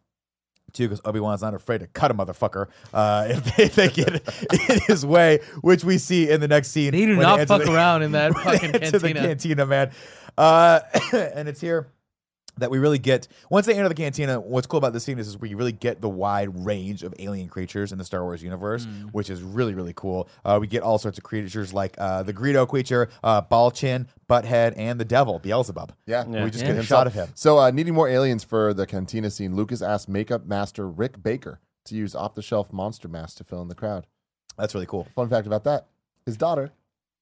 Speaker 3: Too, because Obi Wan's not afraid to cut a motherfucker uh, (laughs) if, if they get in his way, which we see in the next scene.
Speaker 4: they do
Speaker 3: when
Speaker 4: not
Speaker 3: enter (laughs)
Speaker 4: fuck
Speaker 3: the-
Speaker 4: around in that
Speaker 3: when they
Speaker 4: fucking
Speaker 3: enter the
Speaker 4: cantina.
Speaker 3: cantina, man. Uh, (coughs) and it's here that we really get once they enter the cantina. What's cool about this scene is, is we really get the wide range of alien creatures in the Star Wars universe,
Speaker 4: Mm.
Speaker 3: which is really really cool. Uh, we get all sorts of creatures like uh, the Greedo creature, uh, Balchin, Butthead, and the Devil Beelzebub.
Speaker 1: Yeah.
Speaker 3: we just
Speaker 4: Yeah.
Speaker 3: get a shot of him.
Speaker 1: So, uh, needing more aliens for the cantina scene, Lucas asked makeup master Rick Baker to use off the shelf monster masks to fill in the crowd.
Speaker 3: That's really cool.
Speaker 1: Fun fact about that his daughter,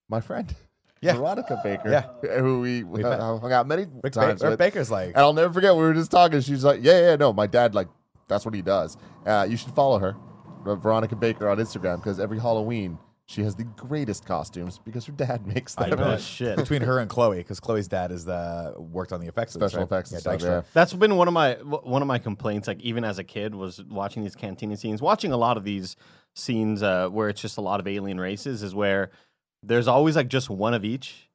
Speaker 1: my friend,
Speaker 3: Yeah.
Speaker 1: Veronica Baker,
Speaker 3: Yeah.
Speaker 1: who we
Speaker 3: met.
Speaker 1: uh, hung out many
Speaker 3: Rick,
Speaker 1: times Oh.
Speaker 3: Ba- Rick
Speaker 1: with.
Speaker 3: Baker's like
Speaker 1: And I'll never forget, we were just talking. She's like, yeah, yeah, no, my dad, like, that's what he does. Uh, you should follow her, Ver- Veronica Baker, on Instagram, because every Halloween, she has the greatest costumes because her dad (laughs) makes them.
Speaker 3: bet.
Speaker 5: Oh, shit.
Speaker 3: between her and Chloe because Chloe's dad is the worked on the effects of this,
Speaker 1: Special
Speaker 3: right?
Speaker 1: effects
Speaker 3: Yeah,
Speaker 1: and stuff,
Speaker 3: Dykstra.
Speaker 1: yeah.
Speaker 5: (laughs) That's been one of my w- one of my complaints. Like even as a kid, was watching these cantina scenes, watching a lot of these scenes uh, where it's just a lot of alien races, is where there's always like just one of each,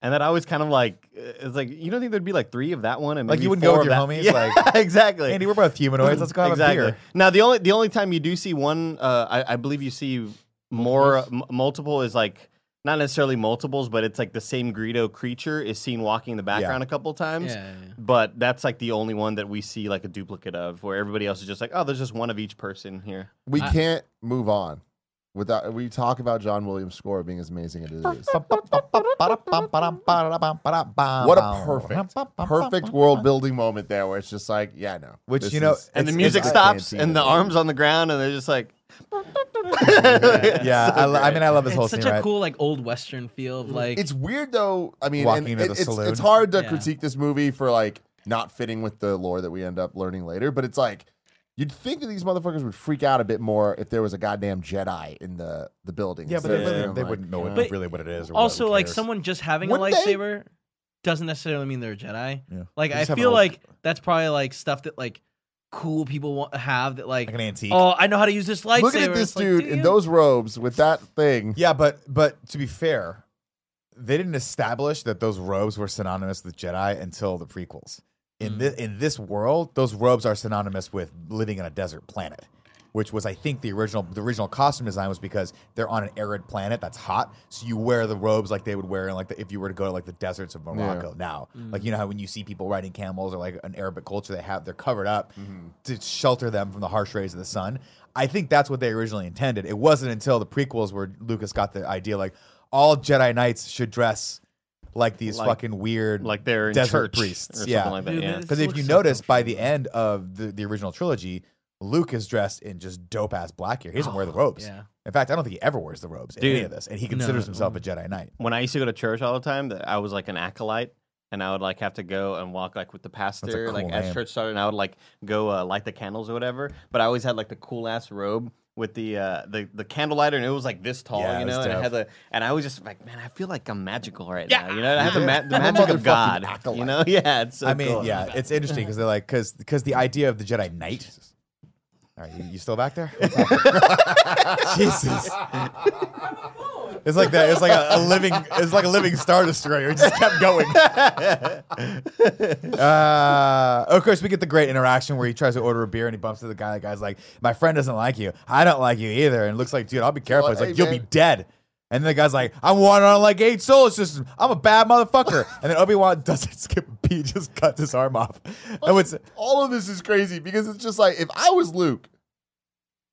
Speaker 5: and that always kind of like uh, it's like you don't think there'd be like three of that one, and
Speaker 3: Like,
Speaker 5: maybe
Speaker 3: you wouldn't go
Speaker 5: four
Speaker 3: with
Speaker 5: of
Speaker 3: your
Speaker 5: that-
Speaker 3: homies,
Speaker 5: (laughs) Yeah,
Speaker 3: like,
Speaker 5: exactly.
Speaker 3: Andy, we're both humanoids. Let's go have
Speaker 5: Mm-hmm. exactly.
Speaker 3: a beer.
Speaker 5: Now the only the only time you do see one, uh, I, I believe you see more m- multiple is like not necessarily multiples, but it's like the same Greedo creature is seen walking in the background a couple times.
Speaker 4: Yeah, yeah, yeah.
Speaker 5: But that's like the only one that we see like a duplicate of, where everybody else is just like, oh, there's just one of each person here.
Speaker 1: We
Speaker 4: I-
Speaker 1: can't move on without we talk about John Williams' score being as amazing as it is. What
Speaker 3: What
Speaker 1: a perfect, perfect world building moment there, where it's just like, yeah, no,
Speaker 3: Which,
Speaker 1: this
Speaker 3: you know,
Speaker 1: is-
Speaker 5: And
Speaker 3: It's-
Speaker 5: the music
Speaker 3: it's-
Speaker 5: stops,
Speaker 1: I can't see
Speaker 5: and the
Speaker 1: it.
Speaker 5: arms on the ground, and they're just like,
Speaker 3: (laughs) Yeah, I, lo- I mean, I love this whole
Speaker 4: It's
Speaker 3: scene,
Speaker 4: such a
Speaker 3: right? Mm.
Speaker 4: cool like old western feel of like
Speaker 1: it's weird though. I mean,
Speaker 3: Walking
Speaker 1: and
Speaker 3: into
Speaker 1: it-
Speaker 3: the
Speaker 1: it's,
Speaker 3: saloon.
Speaker 1: it's hard to
Speaker 4: Yeah.
Speaker 1: critique this movie for like not fitting with the lore that we end up learning later, but it's like. You'd think that these motherfuckers would freak out a bit more if there was a goddamn Jedi in the the building.
Speaker 3: yeah, but they,
Speaker 1: instead of
Speaker 3: really,
Speaker 1: them,
Speaker 3: they
Speaker 1: like-
Speaker 3: wouldn't know what,
Speaker 4: But
Speaker 3: really what it is. Or
Speaker 4: also
Speaker 3: what, who
Speaker 4: like
Speaker 3: cares.
Speaker 4: someone just having a
Speaker 1: Wouldn't they?
Speaker 4: lightsaber doesn't necessarily mean they're a Jedi.
Speaker 3: Yeah.
Speaker 4: Like
Speaker 3: They
Speaker 4: I
Speaker 3: just have an
Speaker 4: feel
Speaker 3: old-
Speaker 4: like that's probably like stuff that like cool people want, have that like,
Speaker 3: like an antique.
Speaker 4: oh I know how to use this lightsaber.
Speaker 1: Looking at this
Speaker 4: It's like,
Speaker 1: dude
Speaker 4: do
Speaker 1: in
Speaker 4: you?
Speaker 1: those robes with that thing.
Speaker 3: Yeah, but but to be fair, they didn't establish that those robes were synonymous with Jedi until the prequels. In this in this world, those robes are synonymous with living on a desert planet, which was I think the original the original costume design was because they're on an arid planet that's hot, so you wear the robes like they would wear in like the, if you were to go to like the deserts of Morocco now.
Speaker 5: Mm.
Speaker 3: Like you know how when you see people riding camels or like an Arabic culture they have they're covered up
Speaker 5: Mm-hmm.
Speaker 3: to shelter them from the harsh rays of the sun. I think that's what they originally intended. It wasn't until the prequels where Lucas got the idea like all Jedi Knights should dress like these
Speaker 5: Like-
Speaker 3: fucking weird
Speaker 5: (laughs) like they're in
Speaker 3: desert
Speaker 5: church or
Speaker 3: priests.
Speaker 5: something
Speaker 3: Yeah,
Speaker 5: like that.
Speaker 4: Dude,
Speaker 5: yeah.
Speaker 4: this
Speaker 3: because if
Speaker 4: looks
Speaker 3: you
Speaker 4: so
Speaker 3: notice
Speaker 4: comfortable.
Speaker 3: by the end of the, the original trilogy, Luke is dressed in just dope ass black gear. He doesn't wear the robes.
Speaker 4: Oh, yeah.
Speaker 3: In fact, I don't think he ever wears the robes in any
Speaker 5: Dude.
Speaker 3: of this, and he considers
Speaker 4: No.
Speaker 3: himself a Jedi Knight.
Speaker 5: when I used to go to church all the time, that I was like an acolyte, and I would like have to go and walk like with the pastor,
Speaker 3: cool
Speaker 5: like as
Speaker 3: name.
Speaker 5: church started, and I would like go uh, light the candles or whatever. But I always had like the cool ass robe with the uh, the the candle lighter, and it was like this tall,
Speaker 3: Yeah, it
Speaker 5: you
Speaker 3: was
Speaker 5: know. And I
Speaker 3: dope.
Speaker 5: had the and I was just like, man, I feel like I'm magical right now, you know. I have the, ma- the magic
Speaker 1: Motherfucking
Speaker 5: of God, you
Speaker 1: acolyte.
Speaker 5: know. (laughs) Yeah, it's so
Speaker 3: I mean,
Speaker 5: cool.
Speaker 4: (laughs)
Speaker 3: yeah, it's interesting because they're like because because the idea of the Jedi Knight. All right, you, you still
Speaker 4: (laughs)
Speaker 3: back there? (laughs) What's happening? Jesus. It's like that. It's like a, a living. It's like a living star destroyer. It just
Speaker 1: (laughs)
Speaker 3: kept going. Uh, of course, we get the great interaction where he tries to order a beer and he bumps into the guy. The guy's like, "My friend doesn't like you. I don't like you either." And it looks like, "Dude, I'll be careful." It's
Speaker 1: Well,
Speaker 3: like,
Speaker 1: hey,
Speaker 3: "You'll be
Speaker 1: man.
Speaker 3: dead." And then the guy's like, "I'm one on like eight solar systems. I'm a
Speaker 1: (laughs)
Speaker 3: bad motherfucker." And then Obi Wan doesn't skip a beat, just cuts his arm off. I would say,
Speaker 1: all of this is crazy because it's just like if I was Luke,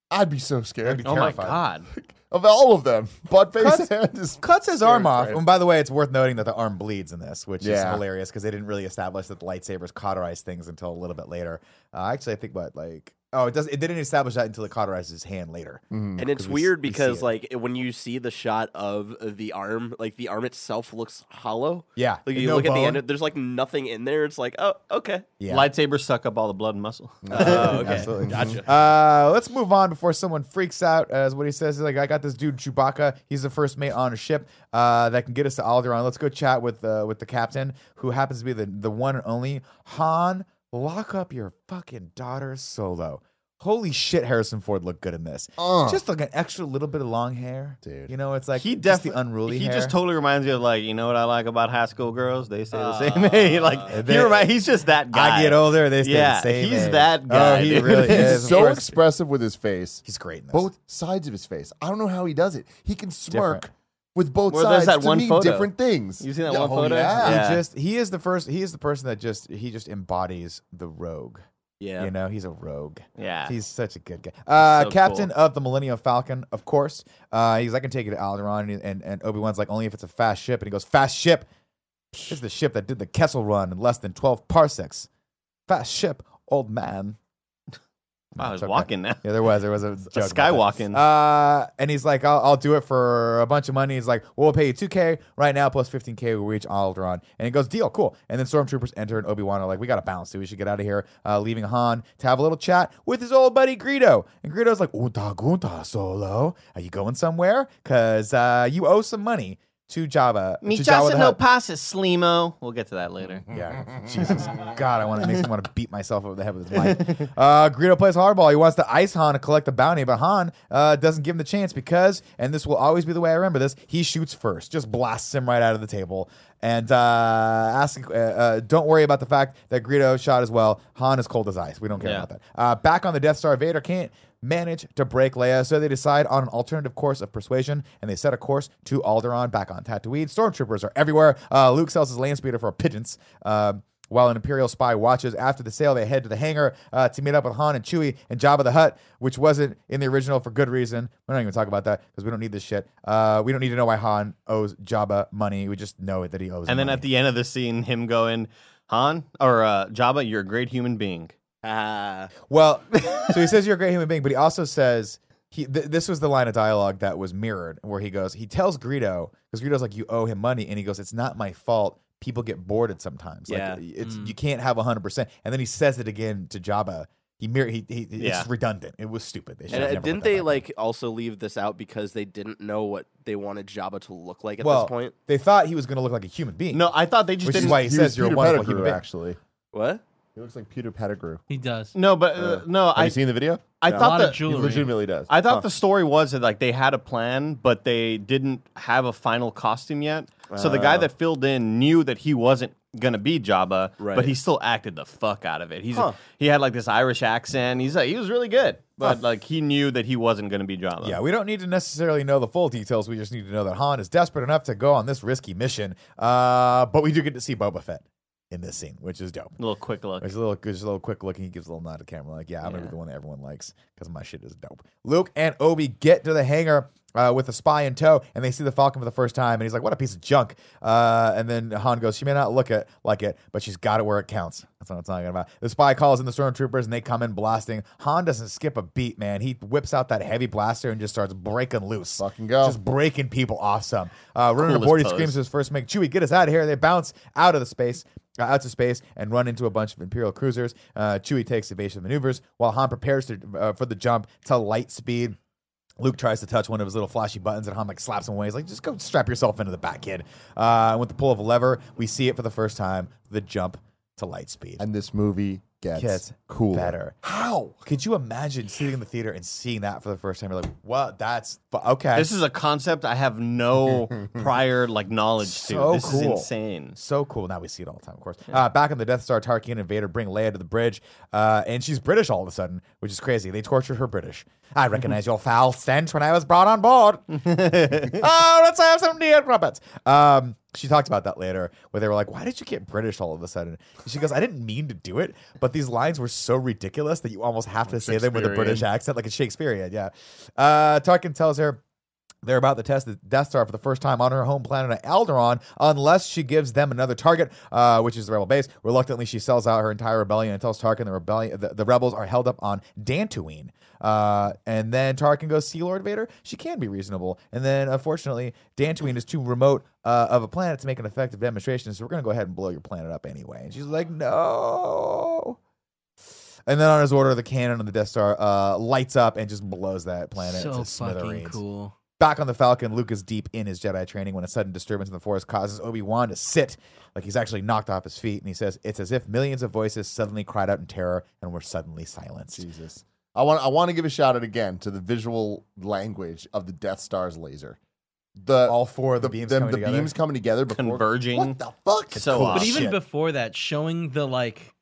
Speaker 1: I'd be so scared.
Speaker 5: Oh my God.
Speaker 1: Of all of them, butt face
Speaker 3: Cuts-
Speaker 1: and (laughs) is
Speaker 3: cuts his
Speaker 1: Scary
Speaker 3: arm off.
Speaker 1: friend.
Speaker 3: And by the way, it's worth noting that the arm bleeds in this, which is
Speaker 1: Yeah.
Speaker 3: hilarious because they didn't really establish that the lightsabers cauterize things until a little bit later. Uh, actually, I think what like Oh, it doesn't. It didn't establish that until it cauterizes his hand later.
Speaker 1: Mm-hmm.
Speaker 6: And it's
Speaker 3: 'cause we s-
Speaker 6: weird
Speaker 3: we see
Speaker 6: because
Speaker 3: it.
Speaker 6: like when you see the shot of the arm, like the arm itself looks hollow.
Speaker 3: Yeah,
Speaker 6: Like you
Speaker 3: no
Speaker 6: look at the
Speaker 3: bone.
Speaker 6: end, of, there's like nothing in there. It's like, oh, okay.
Speaker 3: Yeah.
Speaker 5: Lightsabers suck up all the blood
Speaker 3: (laughs)
Speaker 5: and muscle. Uh,
Speaker 6: Oh, okay.
Speaker 3: Absolutely.
Speaker 6: Gotcha.
Speaker 3: Uh, let's move on before someone freaks out. As what he says, he's like, "I got this dude Chewbacca. He's the first mate on a ship uh, that can get us to Alderaan. Let's go chat with uh, with the captain, who happens to be the the one and only Han. Lock up your fucking daughter Solo. Holy shit, Harrison Ford looked good in this.
Speaker 1: Uh.
Speaker 3: Just like an extra little bit of long hair,
Speaker 1: Dude.
Speaker 3: You know, it's like
Speaker 5: he
Speaker 3: just
Speaker 5: definitely
Speaker 3: the unruly.
Speaker 5: He
Speaker 3: hair.
Speaker 5: just totally reminds me of like you know what I like about high school girls. They say the same thing. (laughs) like
Speaker 3: Uh, they-
Speaker 5: he remind, he's just that guy.
Speaker 3: I get older. They stay
Speaker 5: Yeah,
Speaker 3: the same.
Speaker 5: he's
Speaker 3: age.
Speaker 5: that guy,
Speaker 3: Oh, he
Speaker 5: dude. (laughs)
Speaker 3: really
Speaker 1: He's
Speaker 3: is. Of
Speaker 1: so
Speaker 3: course.
Speaker 1: expressive with his face.
Speaker 3: he's great in this.
Speaker 1: both sides of his face. I don't know how he does it. He can smirk
Speaker 3: Different.
Speaker 1: with both
Speaker 5: Well, there's
Speaker 1: sides
Speaker 5: that
Speaker 1: to
Speaker 5: one
Speaker 1: mean
Speaker 5: photo.
Speaker 1: different things.
Speaker 5: You seen that
Speaker 1: Yeah,
Speaker 5: one
Speaker 1: oh,
Speaker 5: photo?
Speaker 1: Yeah.
Speaker 5: Yeah.
Speaker 3: He just he is the first he is the person that just he just embodies the rogue.
Speaker 6: Yeah.
Speaker 3: You know, he's a rogue.
Speaker 5: Yeah.
Speaker 3: He's such a good guy. Uh,
Speaker 5: So
Speaker 3: Captain of the Millennium Falcon, of course. Uh, he's like, I can take it to Alderaan. And, and, and Obi-Wan's like, only if it's a fast ship. And he goes, fast ship. This is the ship that did the Kessel run in less than 12 parsecs. Fast ship, old man.
Speaker 5: Wow, I was
Speaker 3: It's okay.
Speaker 5: walking (laughs) now.
Speaker 3: Yeah, there was. There was a,
Speaker 5: A
Speaker 3: joke about that.
Speaker 5: skywalking.
Speaker 3: Uh, and he's like, I'll, I'll do it for a bunch of money. He's like, well, we'll pay you 2K right now, plus 15K, we'll reach Alderaan. And he goes, deal, cool. And then stormtroopers enter, and Obi-Wan are like, we got to bounce, dude. We should get out of here. Uh, leaving Han to have a little chat with his old buddy Greedo. And Greedo's like, Unta Gunta Solo, are you going somewhere? Because uh, you owe some money to Java. to Jawa the Hutt."
Speaker 5: pasa, Slimo. We'll get to that later.
Speaker 3: Yeah, Jesus God, I want to makes me want to beat myself over the head with this mic. Uh, Greedo plays hardball. He wants to ice Han to collect the bounty, but Han uh, doesn't give him the chance because, and this will always be the way I remember this. He shoots first, just blasts him right out of the table, and uh, ask. Uh, uh, don't worry about the fact that Greedo shot as well. Han is cold as ice. We don't care
Speaker 5: Yeah.
Speaker 3: about that. Uh, back on the Death Star, Vader can't manage to break Leia, so they decide on an alternative course of persuasion, and they set a course to Alderaan back on Tatooine. Stormtroopers are everywhere. Uh, Luke sells his land speeder for pigeons. Um while an Imperial spy watches after the sale, they head to the hangar uh, to meet up with Han and Chewie and Jabba the Hutt, which wasn't in the original for good reason. We're not even talk about that because we don't need this shit. Uh, we don't need to know why Han owes Jabba money. We just know that he owes. him
Speaker 5: And then
Speaker 3: money.
Speaker 5: at the end of the scene, him going, Han or uh, Jabba, you're a great human being.
Speaker 6: Ah.
Speaker 3: Well, (laughs) so he says you're a great human being, but he also says he. Th- this was the line of dialogue that was mirrored, where he goes, he tells Greedo because Greedo's like, you owe him money, and he goes, it's not my fault. People get bored at sometimes.
Speaker 6: Yeah. Mm.
Speaker 3: Like it's you can't have hundred percent. And then he says it again to Jabba. He mirror. He, he
Speaker 5: Yeah.
Speaker 3: it's redundant. It was stupid. They
Speaker 6: And
Speaker 3: should've
Speaker 6: uh,
Speaker 3: never let
Speaker 6: didn't
Speaker 3: that
Speaker 6: they
Speaker 3: happen.
Speaker 6: like also leave this out because they didn't know what they wanted Jabba to look like at
Speaker 3: Well,
Speaker 6: this point?
Speaker 3: They thought he was going to look like a human being.
Speaker 5: No, I thought they just
Speaker 3: Which is
Speaker 5: didn't.
Speaker 3: why he
Speaker 1: was
Speaker 3: says you're a
Speaker 1: Peter
Speaker 3: wonderful
Speaker 1: Pettigrew,
Speaker 3: human being.
Speaker 1: Actually,
Speaker 6: What?
Speaker 1: he looks like Peter Pettigrew.
Speaker 4: He
Speaker 3: Mm.
Speaker 4: does.
Speaker 5: no, but uh, no,
Speaker 1: Have
Speaker 5: I
Speaker 1: you seen the video?
Speaker 5: I
Speaker 4: A
Speaker 5: thought
Speaker 4: lot of
Speaker 5: the
Speaker 1: He
Speaker 4: jewelry.
Speaker 1: legitimately does.
Speaker 5: I thought the story was that like they had a plan, but they didn't have a final costume yet. So the guy that filled in knew that he wasn't gonna be Jabba,
Speaker 6: Right.
Speaker 5: but he still acted the fuck out of it. He's he had like this Irish accent. He's like he was really good, but like he knew that he wasn't gonna be Jabba.
Speaker 3: Yeah, we don't need to necessarily know the full details. We just need to know that Han is desperate enough to go on this risky mission. Uh, but we do get to see Boba Fett in this scene, which is dope.
Speaker 5: little quick look.
Speaker 3: There's a little, just a little quick look, and he gives a little nod to the camera, like, "Yeah, I'm gonna be the one that everyone likes because my shit is dope." Luke and Obi get to the hangar uh, with a spy in tow, and they see the Falcon for the first time, and he's like, "What a piece of junk!" Uh, and then Han goes, "She may not look it like it, but she's got it where it counts." That's what I'm talking about. The spy calls in the stormtroopers, and they come in blasting. Han doesn't skip a beat, man. He whips out that heavy blaster and just starts breaking loose,
Speaker 1: Fucking go.
Speaker 3: just breaking people off some. Uh, running
Speaker 5: Coolest
Speaker 3: aboard, he
Speaker 5: pose.
Speaker 3: screams to his first mate, "Chewie, get us out of here!" They bounce out of the space, uh, out to space, and run into a bunch of Imperial cruisers. Uh, Chewie takes evasive maneuvers while Han prepares to, uh, for the jump to light speed. Luke tries to touch one of his little flashy buttons, and Han like slaps him away. He's like, "Just go strap yourself into the back, kid." Uh, and with the pull of a lever, we see it for the first time: the jump to light speed.
Speaker 1: and this movie gets,
Speaker 3: Gets
Speaker 1: cooler.
Speaker 3: better.
Speaker 1: How?
Speaker 3: Could you imagine sitting in the theater and seeing that for the first time? You're like, "What? That's fu- okay."
Speaker 5: This is a concept I have no prior like knowledge
Speaker 3: So
Speaker 5: to. This is
Speaker 3: cool.
Speaker 5: insane.
Speaker 3: So cool. Now we see it all the time, of course. Uh, back on the Death Star, Tarkin and Vader bring Leia to the bridge, uh, and she's British all of a sudden, which is crazy. They tortured her British. I recognize your foul stench when I was brought on board. oh, let's have some dear puppets. Um, she talked about that later, where they were like, "Why did you get British all of a sudden?" She goes, "I didn't mean to do it, but these lines were so ridiculous that you almost have to say them with a British accent, like a Shakespearean." Yeah. Uh, Tarkin tells her They're about to test the Death Star for the first time on her home planet of Alderaan, unless she gives them another target, uh, which is the Rebel base. Reluctantly, she sells out her entire rebellion and tells Tarkin the rebellion, the, the rebels are held up on Dantooine. Uh, and then Tarkin goes, "See, Lord Vader, she can be reasonable." And then, unfortunately, Dantooine is too remote uh, of a planet to make an effective demonstration, so we're gonna go ahead and blow your planet up anyway. And she's like, "No." And then on his order, the cannon on the Death Star uh, lights up and just blows that planet to
Speaker 4: so fucking
Speaker 3: smithereens.
Speaker 4: cool.
Speaker 3: Back on the Falcon, Luke is deep in his Jedi training when a sudden disturbance in the forest causes Obi Wan to sit like he's actually knocked off his feet. And he says, It's as if millions of voices suddenly cried out in terror and were suddenly silenced.
Speaker 1: Jesus. I want I want to give a shout out again to the visual language of the Death Star's laser. The
Speaker 3: All four of the,
Speaker 1: the,
Speaker 3: beams
Speaker 1: them-
Speaker 3: coming
Speaker 1: the
Speaker 3: together.
Speaker 1: beams coming together before
Speaker 5: Converging.
Speaker 1: What the fuck?
Speaker 5: So
Speaker 3: Cool.
Speaker 5: uh,
Speaker 4: But even
Speaker 3: shit.
Speaker 4: before that, showing the like,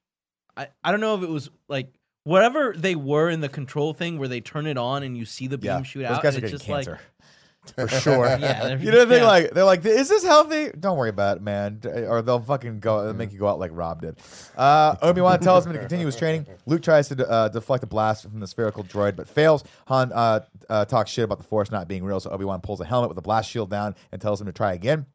Speaker 4: I, I don't know if it was like whatever they were in the control thing where they turn it on and you see the beam
Speaker 3: yeah,
Speaker 4: shoot
Speaker 3: those
Speaker 4: out.
Speaker 3: guys
Speaker 4: and
Speaker 3: are
Speaker 4: it's
Speaker 3: getting
Speaker 4: just
Speaker 3: cancer.
Speaker 4: like,
Speaker 3: (laughs) for sure.
Speaker 4: (laughs) yeah, they're-
Speaker 3: (laughs) You know the thing?
Speaker 4: yeah.
Speaker 3: Like they're like, is this healthy? Don't worry about it, man. uh, Or they'll fucking go they'll make you go out like Rob did. Uh, Obi (laughs) Wan tells him to continue his training. Luke tries to uh, deflect a blast from the spherical droid, but fails. Han uh, uh, talks shit about the Force not being real, so Obi Wan pulls a helmet with a blast shield down and tells him to try again.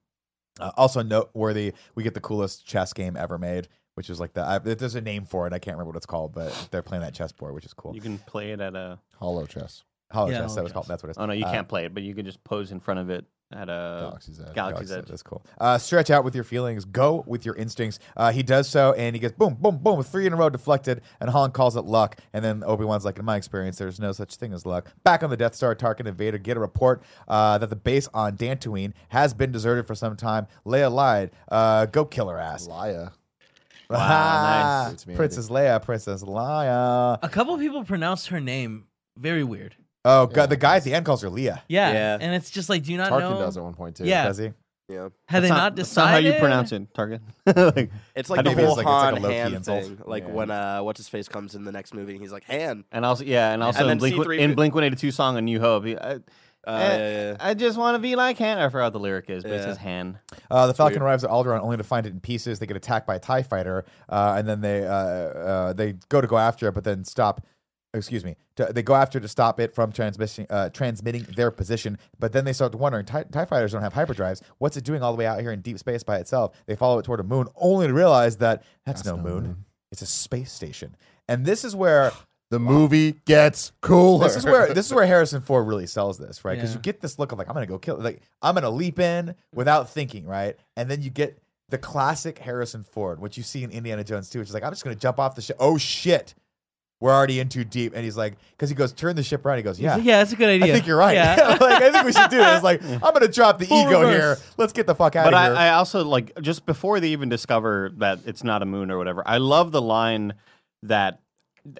Speaker 3: Uh, also noteworthy, we get the coolest chess game ever made, which is like the I, there's a name for it. I can't remember what it's called, but they're playing that chess board, which is cool.
Speaker 5: you can play it at a.
Speaker 1: Hollow chess.
Speaker 3: Hollow
Speaker 4: Yeah,
Speaker 3: chess, that was
Speaker 4: Holochess.
Speaker 3: called. That's what it's.
Speaker 5: Oh no, you
Speaker 3: uh,
Speaker 5: can't play it, but you can just pose in front of it at a
Speaker 1: Galaxy's Edge.
Speaker 5: Galaxy's
Speaker 3: Galaxy's
Speaker 5: Edge.
Speaker 3: Edge, That's cool. Uh, stretch out with your feelings. Go with your instincts. Uh, he does so, and he gets boom, boom, boom, with three in a row deflected. And Han calls it luck. And then Obi Wan's like, in my experience, there's no such thing as luck. Back on the Death Star, Tarkin and Vader get a report uh, that the base on Dantooine has been deserted for some time. Leia lied. Uh, go kill her ass.
Speaker 1: Laya.
Speaker 3: (laughs)
Speaker 5: Wow,
Speaker 1: nice.
Speaker 3: Princess Leia, Princess Leia.
Speaker 4: a couple people pronounce her name very weird.
Speaker 3: Oh, God, the guy at the end calls her Leia.
Speaker 4: Yeah,
Speaker 6: Yeah.
Speaker 4: and it's just like, do you not
Speaker 1: Tarkin
Speaker 4: know?
Speaker 1: does at one point too.
Speaker 4: Yeah.
Speaker 3: Does he?
Speaker 6: Yeah,
Speaker 4: Have they
Speaker 5: That's
Speaker 4: not,
Speaker 5: that's not how
Speaker 4: decided?
Speaker 5: you pronounce it, Target. (laughs) like,
Speaker 6: it's
Speaker 3: I
Speaker 6: like the
Speaker 3: think it's like- it's
Speaker 6: whole
Speaker 3: like
Speaker 6: Han
Speaker 3: a low-key
Speaker 6: Han
Speaker 3: insult.
Speaker 6: thing. Like
Speaker 3: Yeah.
Speaker 6: when uh, what's his face comes in the next movie, and he's like Han.
Speaker 5: and also yeah, and also
Speaker 6: then
Speaker 5: in Blink
Speaker 6: C3
Speaker 5: in Blink One Eighty Two song, A New Hope. he- I,
Speaker 6: Uh,
Speaker 5: Eh,
Speaker 6: yeah, yeah, yeah.
Speaker 5: I just want to be like Han. I forgot what the lyric is, but it
Speaker 6: Yeah.
Speaker 5: says Han.
Speaker 3: Uh, the Falcon arrives at Alderaan only to find it in pieces. They get attacked by a Tie fighter, uh, and then they uh, uh, they go to go after it, but then stop. Excuse me. To, they go after it to stop it from transmission, uh, transmitting their position. But then they start wondering: E, TIE, TIE fighters don't have hyperdrives. What's it doing all the way out here in deep space by itself? They follow it toward a moon, only to realize that that's, no, moon. It's a space station. And this is (sighs) where
Speaker 1: The movie gets cooler.
Speaker 3: this is where this is where Harrison Ford really sells this, right? Because
Speaker 4: Yeah.
Speaker 3: you get this look of like I'm gonna go kill, like I'm gonna leap in without thinking, right? And then you get the classic Harrison Ford, what you see in Indiana Jones 2, which is like I'm just gonna jump off the ship. Oh shit, we're already in too deep, and he's like, because he goes turn the ship around. He goes, yeah,
Speaker 4: Yeah. that's a good
Speaker 3: I
Speaker 4: idea.
Speaker 3: think you're right.
Speaker 4: Yeah.
Speaker 3: (laughs) like I think we should do it. It's like I'm gonna drop the
Speaker 4: Full
Speaker 3: ego
Speaker 4: reverse.
Speaker 3: here. Let's get the fuck out
Speaker 5: But
Speaker 3: of
Speaker 5: I,
Speaker 3: here.
Speaker 5: I also like just before they even discover that it's not a moon or whatever. I love the line that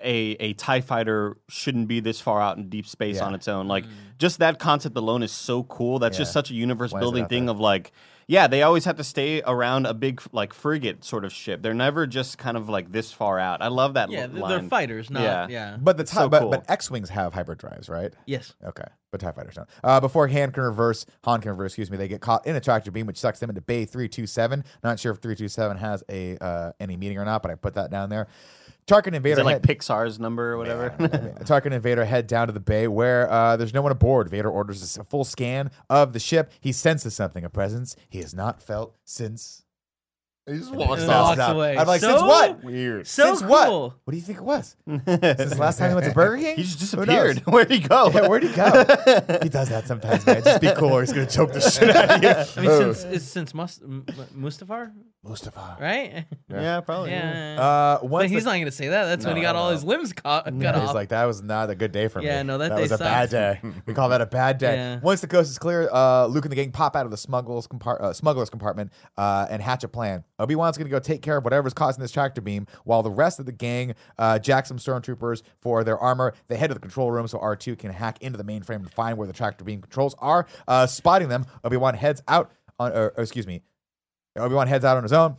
Speaker 5: a a Tie fighter shouldn't be this far out in deep space
Speaker 3: Yeah.
Speaker 5: on its own.
Speaker 4: Mm.
Speaker 5: Like just that concept alone is so cool. That's
Speaker 3: Yeah.
Speaker 5: just such a universe
Speaker 3: Why is it
Speaker 5: building
Speaker 3: out
Speaker 5: thing
Speaker 3: there?
Speaker 5: of like. Yeah, they always have to stay around a big like frigate sort of ship. They're never just kind of like this far out. I love that.
Speaker 4: yeah,
Speaker 5: li-
Speaker 4: they're,
Speaker 5: line.
Speaker 4: they're fighters, not
Speaker 5: Yeah.
Speaker 4: yeah.
Speaker 3: but the tie,
Speaker 5: so
Speaker 3: but,
Speaker 5: cool.
Speaker 3: but X-wings have hyperdrives, right?
Speaker 4: Yes.
Speaker 3: Okay, but Tie Fighters don't. Uh, before Han can reverse, Han can reverse. Excuse me. They get caught in a tractor beam, which sucks them into Bay Three Two Seven. Not sure if Three Two Seven has a uh, any meaning or not, but I put that down there. Tarkin and
Speaker 5: Is
Speaker 3: Vader
Speaker 5: it like
Speaker 3: head-
Speaker 5: Pixar's number or whatever?
Speaker 3: (laughs) Tarkin and Vader head down to the bay where uh, there's no one aboard. Vader orders a full scan of the ship. He senses something, a presence he has not felt since.
Speaker 1: He just
Speaker 4: And
Speaker 1: walks
Speaker 4: then
Speaker 1: out.
Speaker 4: walks away.
Speaker 3: I'm like,
Speaker 4: So-
Speaker 3: since what?
Speaker 1: Weird.
Speaker 4: So
Speaker 3: since what?
Speaker 4: cool.
Speaker 3: What do you think it
Speaker 4: (laughs)
Speaker 3: was? Since the last time he went to Burger King?
Speaker 5: he just
Speaker 3: Who knows?
Speaker 5: disappeared. (laughs) Where'd he go?
Speaker 3: Yeah, where'd he go? he does that sometimes, man. Just be cool, or he's gonna choke the shit out of you.
Speaker 4: I mean, since it's since Must, M- Mustafar,
Speaker 3: Mustafa.
Speaker 4: right?
Speaker 5: yeah, probably.
Speaker 4: yeah.
Speaker 3: Uh, once
Speaker 4: but he's
Speaker 3: the-
Speaker 4: not going to say that. That's when
Speaker 3: No,
Speaker 4: he got
Speaker 3: no,
Speaker 4: all
Speaker 3: no.
Speaker 4: his limbs caught, cut
Speaker 3: Yeah,
Speaker 4: off.
Speaker 3: he's like, that was not a good day for me.
Speaker 4: Yeah, no, that day
Speaker 3: was a bad day. We call that a bad day.
Speaker 4: Yeah.
Speaker 3: Once the coast is clear, uh, Luke and the gang pop out of the smugglers, compart- uh, smugglers compartment uh, and hatch a plan. Obi Wan's going to go take care of whatever's causing this tractor beam, while the rest of the gang uh, jack some stormtroopers for their armor. They head to the control room so R2 can hack into the mainframe and find where the tractor beam controls are. Uh, spotting them, Obi Wan heads out on, or, or excuse me, Obi Wan heads out on his own.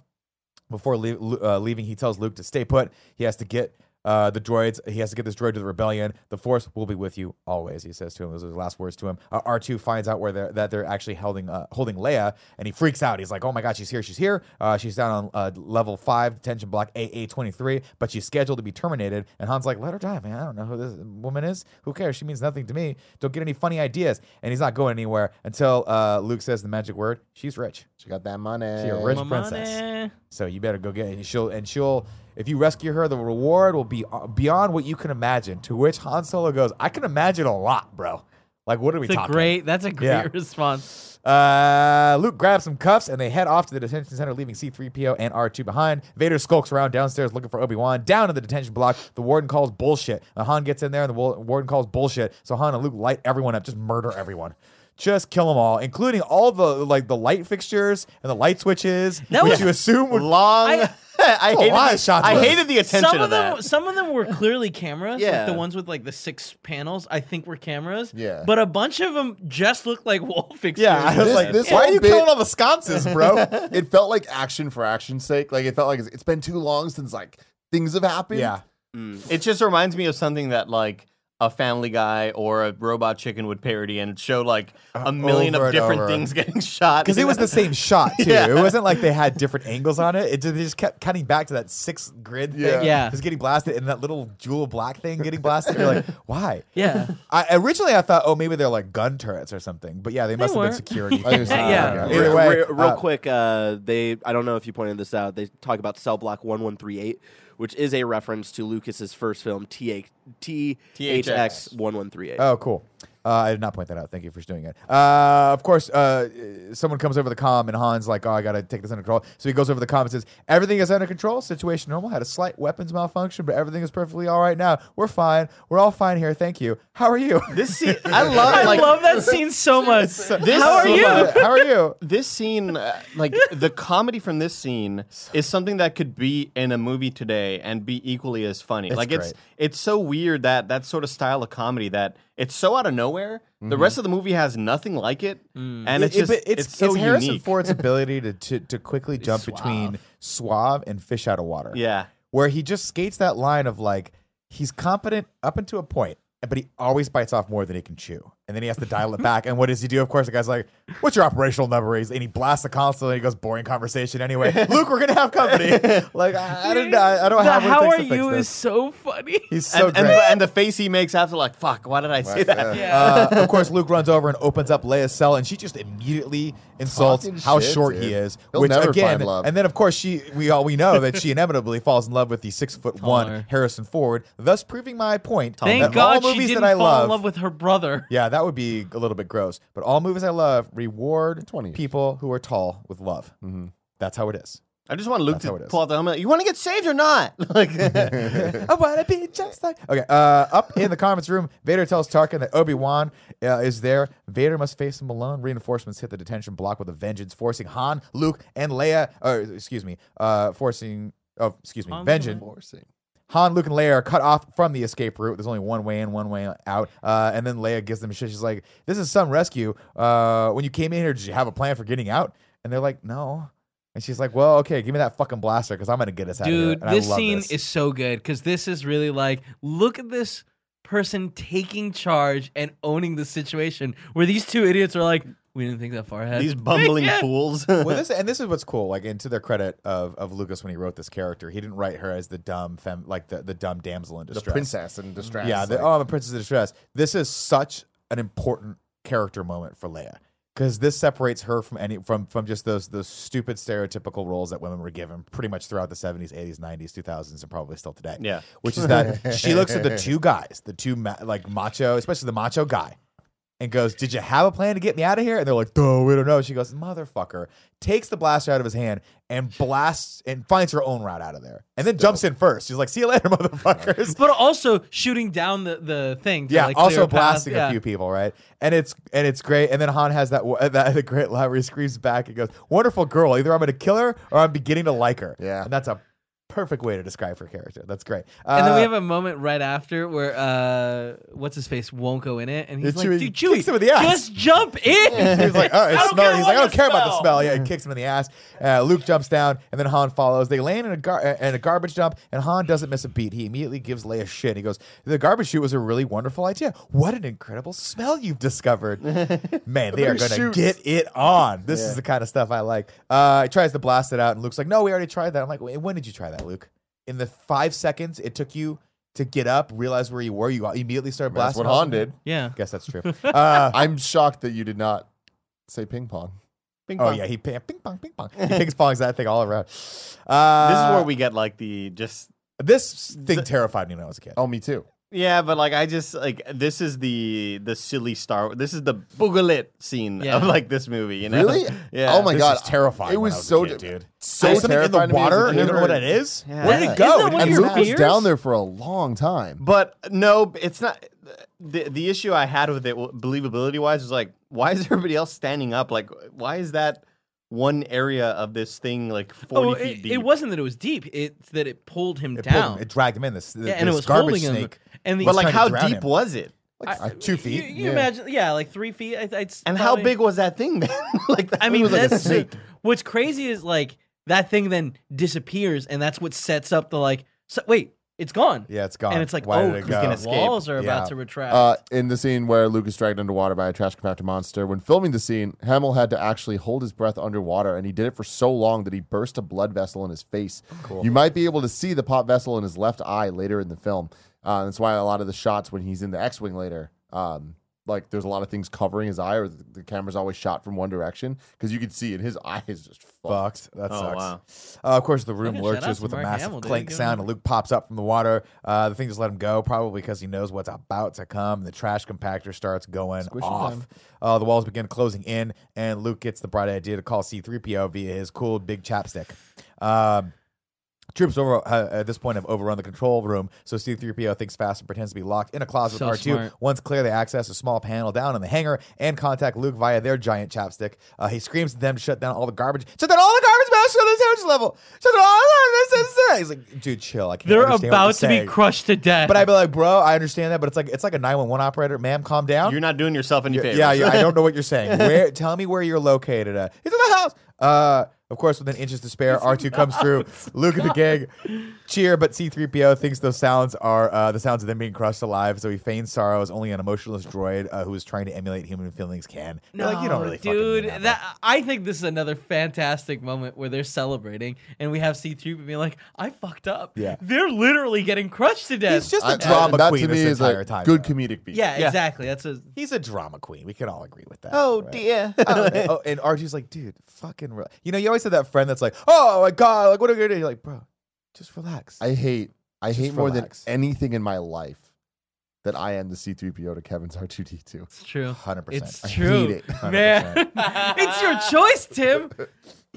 Speaker 3: Before lea- Lu- uh, leaving, he tells Luke to stay put. He has to get Uh, the droids, he has to get this droid to the rebellion. The Force will be with you always, he says to him. Those are the last words to him. Uh, R2 finds out where they're, that they're actually holding uh, holding Leia, and he freaks out. He's like, oh my God, she's here, she's here. Uh, she's down on uh, level 5, detention block AA23, but she's scheduled to be terminated. And Han's like, let her die, man. I don't know who this woman is. Who cares? She means nothing to me. Don't get any funny ideas. And he's not going anywhere until uh, Luke says the magic word, she's rich.
Speaker 1: She got that money. (laughs)
Speaker 3: She's a rich
Speaker 4: My
Speaker 3: princess.
Speaker 4: money.
Speaker 3: So you better go get it. And she'll and she'll if you rescue her, the reward will be uh, beyond what you can imagine. To which Han Solo goes, "I can imagine a lot, bro. Like what are we
Speaker 4: It's a
Speaker 3: talking?"
Speaker 4: great. That's a great
Speaker 3: Yeah.
Speaker 4: (laughs) response.
Speaker 3: Uh, Luke grabs some cuffs and they head off to the detention center, leaving C-3PO and R2 behind. Vader skulks around downstairs looking for Obi-Wan. Down in the detention block, the warden calls bullshit. Uh, Han gets in there and the wa- warden calls bullshit. So Han and Luke light everyone up, just murder everyone. Just kill them all, including all the like the light fixtures and the light switches,
Speaker 4: That
Speaker 3: which
Speaker 4: was-
Speaker 3: you assume would
Speaker 5: Long.
Speaker 4: I-
Speaker 5: I,
Speaker 3: (laughs) a
Speaker 5: hated
Speaker 3: lot
Speaker 5: the-
Speaker 3: of shots
Speaker 5: I
Speaker 3: (laughs) were-
Speaker 5: hated the attention
Speaker 4: Some of
Speaker 5: of
Speaker 4: them,
Speaker 5: that.
Speaker 4: some of them were clearly cameras. like
Speaker 6: Yeah.
Speaker 4: the ones with like the six panels, I think were cameras.
Speaker 1: Yeah.
Speaker 4: but a bunch of them just looked like (laughs) wall fixtures.
Speaker 3: Yeah, I was
Speaker 1: This-
Speaker 3: like,
Speaker 1: this
Speaker 3: why are
Speaker 1: whole
Speaker 3: you
Speaker 1: bit-
Speaker 3: killing all the sconces, (laughs) bro?
Speaker 1: it felt like action for action's sake. Like it felt like it's- it's been too long since like things have happened.
Speaker 3: yeah,
Speaker 5: It just reminds me of something that like a Family Guy or a Robot Chicken would parody and show like a million
Speaker 3: Uh, over
Speaker 5: of
Speaker 3: and
Speaker 5: different
Speaker 3: over.
Speaker 5: things (laughs) getting shot.
Speaker 3: because it was the same shot too.
Speaker 5: Yeah.
Speaker 3: It wasn't like they had different angles on it. It just, they just kept cutting back to that six grid thing.
Speaker 1: Yeah.
Speaker 4: Yeah.
Speaker 3: just getting blasted, and that little jewel black thing getting blasted. You're like, (laughs) why?
Speaker 4: yeah.
Speaker 3: I, originally, I thought, oh, maybe they're like gun turrets or something, but yeah, they must have been
Speaker 4: weren't.
Speaker 3: security. (laughs)
Speaker 1: I was-
Speaker 4: Yeah.
Speaker 3: Either
Speaker 6: Re-
Speaker 3: way,
Speaker 6: re- real
Speaker 3: uh,
Speaker 6: quick, uh, they I don't know if you pointed this out. They talk about cell block one one three eight, which is a reference to Lucas's first film TH THX one one three eight.
Speaker 3: Oh, cool. Uh, I did not point that out. Thank you for doing it. Uh, of course, uh, someone comes over the comm and Han's like, "Oh, I gotta take this under control." So he goes over the comm and says, "Everything is under control. Situation normal. Had a slight weapons malfunction, but everything is perfectly all right now. We're fine. We're all fine here. Thank you. How are (laughs) you?
Speaker 5: This scene, I love.
Speaker 4: (laughs) I
Speaker 5: like,
Speaker 4: love that
Speaker 3: (laughs)
Speaker 4: scene so much.
Speaker 5: This
Speaker 4: How are
Speaker 5: scene-
Speaker 4: you?
Speaker 3: How are you? (laughs)
Speaker 5: This scene, uh, like the comedy from this scene, is something that could be in a movie today and be equally as funny. like it's
Speaker 3: great.
Speaker 5: it's so weird that that sort of style of comedy that it's so out of nowhere. The rest of the movie has nothing like it, and it's
Speaker 3: Mm-hmm. It-
Speaker 5: just
Speaker 3: but
Speaker 5: it's, so
Speaker 3: Harrison
Speaker 5: unique.
Speaker 3: (laughs) Ford's ability to to, to quickly jump between suave and fish out of water.
Speaker 5: yeah,
Speaker 3: where he just skates that line of like he's competent up into a point, but he always bites off more than he can chew, and then he has to
Speaker 4: (laughs)
Speaker 3: dial it back. And what does he do? Of course, the guy's like, "What's your operational number?" He's, and he blasts the console, and he goes, "Boring conversation anyway."
Speaker 4: (laughs)
Speaker 3: Luke, we're gonna have company. like I, I don't, I, I don't
Speaker 4: The
Speaker 3: have. What it
Speaker 4: how
Speaker 3: takes
Speaker 4: are
Speaker 3: to fix
Speaker 4: you
Speaker 3: this.
Speaker 4: is so funny. (laughs)
Speaker 3: He's so
Speaker 5: and,
Speaker 3: great.
Speaker 5: and, and the face he makes after, like, fuck, why did I say that? (laughs)
Speaker 3: Uh, of course, Luke runs over and opens up Leia's cell, and she just immediately insults
Speaker 1: Talking
Speaker 3: how
Speaker 1: shit,
Speaker 3: short
Speaker 1: dude.
Speaker 3: he is.
Speaker 1: He'll
Speaker 3: which
Speaker 1: never
Speaker 3: again,
Speaker 1: find love.
Speaker 3: and then of course she, we all we
Speaker 1: (laughs)
Speaker 3: know that she inevitably falls in love with the six foot one
Speaker 4: Taller.
Speaker 3: Harrison Ford, thus proving my point.
Speaker 4: Thank
Speaker 3: that
Speaker 4: God
Speaker 3: all
Speaker 4: she
Speaker 3: movies
Speaker 4: didn't
Speaker 3: that I
Speaker 4: fall
Speaker 3: love,
Speaker 4: in love with her brother.
Speaker 3: yeah, that would be a little bit gross. But all movies I love reward
Speaker 1: 20.
Speaker 3: people who are tall with love.
Speaker 1: Mm-hmm.
Speaker 3: That's how it is.
Speaker 5: I just want Luke
Speaker 3: how it
Speaker 5: to
Speaker 3: is.
Speaker 5: pull out the helmet. You want to get saved or not? (laughs) Like,
Speaker 3: I want to be just like. Okay, uh, up in the conference room, Vader tells Tarkin that Obi Wan uh, is there. Vader must face him alone. Reinforcements hit the detention block with a vengeance, forcing Han, Luke, and Leia. Or excuse me, uh, forcing. Oh, excuse me,
Speaker 4: Han's
Speaker 3: vengeance. Han, Luke, and Leia are cut off from the escape route. There's only one way in, one way out. Uh, and then Leia gives them shit. She's like, "This is some rescue. Uh, when you came in here, did you have a plan for getting out?" And they're like, "No." And she's like, "Well, okay, give me that fucking blaster because I'm gonna get us out of here."
Speaker 4: Dude,
Speaker 3: And I
Speaker 4: this
Speaker 3: love
Speaker 4: scene
Speaker 3: this.
Speaker 4: is so good because this is really like, look at this person taking charge and owning the situation where these two idiots are like, we didn't think that far ahead.
Speaker 5: these bumbling
Speaker 4: Yeah.
Speaker 5: fools.
Speaker 3: well, this and this is what's cool. Like, and to their credit of, of Lucas when he wrote this character, he didn't write her as the dumb fem, like the, the dumb damsel in
Speaker 1: The
Speaker 3: distress,
Speaker 1: princess and distress.
Speaker 3: Yeah, the,
Speaker 1: like-
Speaker 3: oh, I'm a princess in distress. This is such an important character moment for Leia because this separates her from any from from just those those stupid stereotypical roles that women were given pretty much throughout the 70s, 80s, 90s, 2000s, and probably still today.
Speaker 5: Yeah.
Speaker 3: which is that
Speaker 1: (laughs)
Speaker 3: she looks at the two guys, the two ma- like macho, especially the macho guy and goes, Did you have a plan to get me out of here? And they're like, No, we don't know. She goes, Motherfucker, takes the blaster out of his hand and blasts and finds her own route out of there. And then jumps in first. She's like, See you later, (laughs) motherfuckers.
Speaker 4: (laughs) But also shooting down the, the thing. To
Speaker 3: Yeah,
Speaker 4: like, clear
Speaker 3: also
Speaker 4: a path.
Speaker 3: blasting
Speaker 4: Yeah.
Speaker 3: a few people, right? And it's and it's great. And then Han has that wo- (laughs) that the great line where he screams back and goes, "Wonderful girl! Either I'm going to kill her or I'm beginning to like her."
Speaker 1: Yeah.
Speaker 3: and that's a perfect way to describe her character. That's great.
Speaker 4: And then we
Speaker 3: Uh,
Speaker 4: have a moment right after where uh, what's his face won't go in it, and he's
Speaker 3: Yeah,
Speaker 4: like,
Speaker 3: Chewie
Speaker 4: "Dude,
Speaker 3: kicks him
Speaker 4: Chewie,
Speaker 3: in the ass."
Speaker 4: just jump
Speaker 3: (laughs)
Speaker 4: in."
Speaker 3: He's
Speaker 4: (laughs)
Speaker 3: like, oh, it
Speaker 4: don't
Speaker 3: smells.
Speaker 4: care
Speaker 3: He's like, I
Speaker 4: what
Speaker 3: don't
Speaker 4: you
Speaker 3: care about the
Speaker 4: smell.
Speaker 3: smell. Yeah, it kicks him in the ass. Uh, Luke jumps down, and then Han follows. They land in a, gar- uh, in a garbage dump, and Han doesn't miss a beat. He immediately gives Leia shit. He goes, "The garbage chute was a really wonderful idea. What an incredible smell
Speaker 1: (laughs)
Speaker 3: you've discovered, man! They are gonna get it on. This is the kind of stuff I like." Uh, he tries to blast it out, and Luke's like, "No, we already tried that." I'm like, "Wait, "When did you try that, Luke? In the five seconds it took you to get up, realize where you were, you immediately started
Speaker 1: That's
Speaker 3: blasting."
Speaker 1: what
Speaker 3: off-
Speaker 1: Han did.
Speaker 4: yeah,
Speaker 3: Guess that's
Speaker 1: (laughs)
Speaker 3: true. Uh,
Speaker 1: I'm shocked that you did not say ping pong.
Speaker 5: Ping
Speaker 3: Oh
Speaker 5: pong.
Speaker 3: yeah, he ping, ping pong, ping pong. He ping pongs that thing all around. Uh,
Speaker 5: This is where we get like the just
Speaker 3: This thing terrified me when I was a kid.
Speaker 1: Oh, me too.
Speaker 5: yeah, but like I just like this is the the silly Star. This is the boogalit scene
Speaker 4: Yeah.
Speaker 5: of like this movie. You know?
Speaker 1: Really?
Speaker 5: (laughs) Yeah.
Speaker 1: Oh my
Speaker 3: this
Speaker 1: God,
Speaker 3: was terrifying.
Speaker 1: it
Speaker 3: when
Speaker 1: was
Speaker 3: I was
Speaker 1: so
Speaker 3: a kid,
Speaker 1: di-
Speaker 3: dude.
Speaker 1: So
Speaker 3: There's something in the
Speaker 1: terrified of me as a
Speaker 3: water. You
Speaker 1: kid.
Speaker 3: don't know what it is. Where did
Speaker 4: Yeah.
Speaker 3: it go?
Speaker 4: Isn't that
Speaker 3: It
Speaker 4: one
Speaker 1: And
Speaker 3: didn't
Speaker 4: of your
Speaker 1: Luke was
Speaker 4: fears?
Speaker 1: down there for a long time.
Speaker 5: But no, it's not. The, the issue I had with it, believability wise, was like, why is (laughs) everybody else standing up? Like, why is that one area of this thing like 40
Speaker 4: Oh,
Speaker 5: feet
Speaker 4: it,
Speaker 5: deep?
Speaker 4: it wasn't that it was deep; it's that it pulled him
Speaker 3: It, pulled
Speaker 4: down.
Speaker 3: him, it dragged him in. This, this
Speaker 4: yeah, and it was
Speaker 3: garbage
Speaker 4: holding
Speaker 3: snake.
Speaker 4: him. And the,
Speaker 5: but like,
Speaker 3: trying to
Speaker 5: how
Speaker 3: drown
Speaker 5: deep
Speaker 3: him.
Speaker 5: was it?
Speaker 3: Like
Speaker 1: I-
Speaker 3: uh, two
Speaker 4: you,
Speaker 3: feet.
Speaker 4: you
Speaker 1: yeah.
Speaker 4: imagine, yeah, like three feet. I, I'd
Speaker 5: And
Speaker 4: probably-
Speaker 5: how big was that thing, man? (laughs) like, that
Speaker 4: I mean,
Speaker 5: was like a
Speaker 4: that's
Speaker 5: snake.
Speaker 4: what's crazy is like that thing then disappears, and that's what sets up the like. So, wait, it's gone.
Speaker 3: Yeah, it's gone.
Speaker 4: And it's like,
Speaker 3: Why
Speaker 4: oh,
Speaker 3: did it
Speaker 4: 'cause
Speaker 3: go?
Speaker 4: the
Speaker 5: escape.
Speaker 4: walls are about
Speaker 3: Yeah.
Speaker 4: to retract.
Speaker 1: Uh, in the scene where Luke is dragged underwater by a trash compactor monster, when filming the scene, Hamill had to actually hold his breath underwater, and he did it for so long that he burst a blood vessel in his face. You might be able to see the pop vessel in his left eye later in the film. Uh, that's why a lot of the shots when he's in the X-wing later, um, like there's a lot of things covering his eye, or the, the camera's always shot from one direction because you can see it. His (laughs) eye is just fucked.
Speaker 3: Fucked. That
Speaker 5: Oh,
Speaker 3: sucks.
Speaker 5: wow.
Speaker 3: Uh, of course, the room
Speaker 4: Fucking shout out
Speaker 3: lurches
Speaker 4: to
Speaker 3: with a
Speaker 4: Mark
Speaker 3: massive
Speaker 4: Hamill, dude.
Speaker 3: clank
Speaker 4: Good
Speaker 3: sound,
Speaker 4: on
Speaker 3: and Luke pops up from the water. Uh, the thing just let him go, probably because he knows what's about to come. The trash compactor starts going off. Uh, the walls begin closing in, and Luke gets the bright idea to call C3PO via his cool big chapstick. Um, Troops over uh, at this point have overrun the control room, so C-3PO thinks fast and pretends to be locked in a closet
Speaker 4: So
Speaker 3: with R2.
Speaker 4: smart.
Speaker 3: Once clear, they access a small panel down in the hangar and contact Luke via their giant chapstick. Uh, he screams at them to shut down all the garbage. Shut down all the garbage, man! Shut down the sandwich level! Shut down all the garbage! This, this, this." He's like, dude, chill. I can't
Speaker 4: They're
Speaker 3: understand what you're
Speaker 4: about to be
Speaker 3: saying."
Speaker 4: crushed to death.
Speaker 3: But I'd be like, bro, I understand that, but it's like it's like a 911 operator. Ma'am, calm down.
Speaker 5: You're not doing yourself any favors.
Speaker 3: Yeah, yeah, I don't know what
Speaker 1: (laughs)
Speaker 3: you're saying. Where? Tell me where you're located at. He's in the house. Uh, of course, within inches to spare, R2 comes through.
Speaker 1: (laughs)
Speaker 3: Luke and the gang cheer, but C3PO thinks those sounds are uh, the sounds of them being crushed alive. So he feigns sorrow as only an emotionless droid uh, who is trying to emulate human feelings can. You're
Speaker 4: no,
Speaker 3: like you don't really, fucking mean
Speaker 4: dude.
Speaker 3: that, bro.
Speaker 4: that I think this is another fantastic moment where they're celebrating, and we have C three being like, "I fucked up."
Speaker 3: Yeah.
Speaker 4: they're literally getting crushed to death.
Speaker 3: He's just
Speaker 1: I-
Speaker 3: a drama
Speaker 1: that
Speaker 3: queen
Speaker 1: to me
Speaker 3: this
Speaker 1: is
Speaker 3: entire
Speaker 1: like
Speaker 3: time.
Speaker 1: good
Speaker 3: though.
Speaker 1: comedic beat.
Speaker 4: yeah, exactly. That's a
Speaker 3: He's a drama queen. We can all agree with that.
Speaker 7: Oh
Speaker 3: right?
Speaker 7: dear.
Speaker 3: oh, and, oh, and RG's like, dude, fucking. Re-. You know, you always have that friend that's like, oh my god, like what are you gonna do? You're like, bro, just relax.
Speaker 1: I hate. I
Speaker 3: Just
Speaker 1: hate more than
Speaker 3: relax.
Speaker 1: anything in my life that I am the C-3PO to Kevin's (laughs) R2D2.
Speaker 4: it's true.
Speaker 3: Hundred
Speaker 4: It's
Speaker 3: percent.
Speaker 4: true,
Speaker 1: hate it.
Speaker 4: man. (laughs) it's your choice, Tim.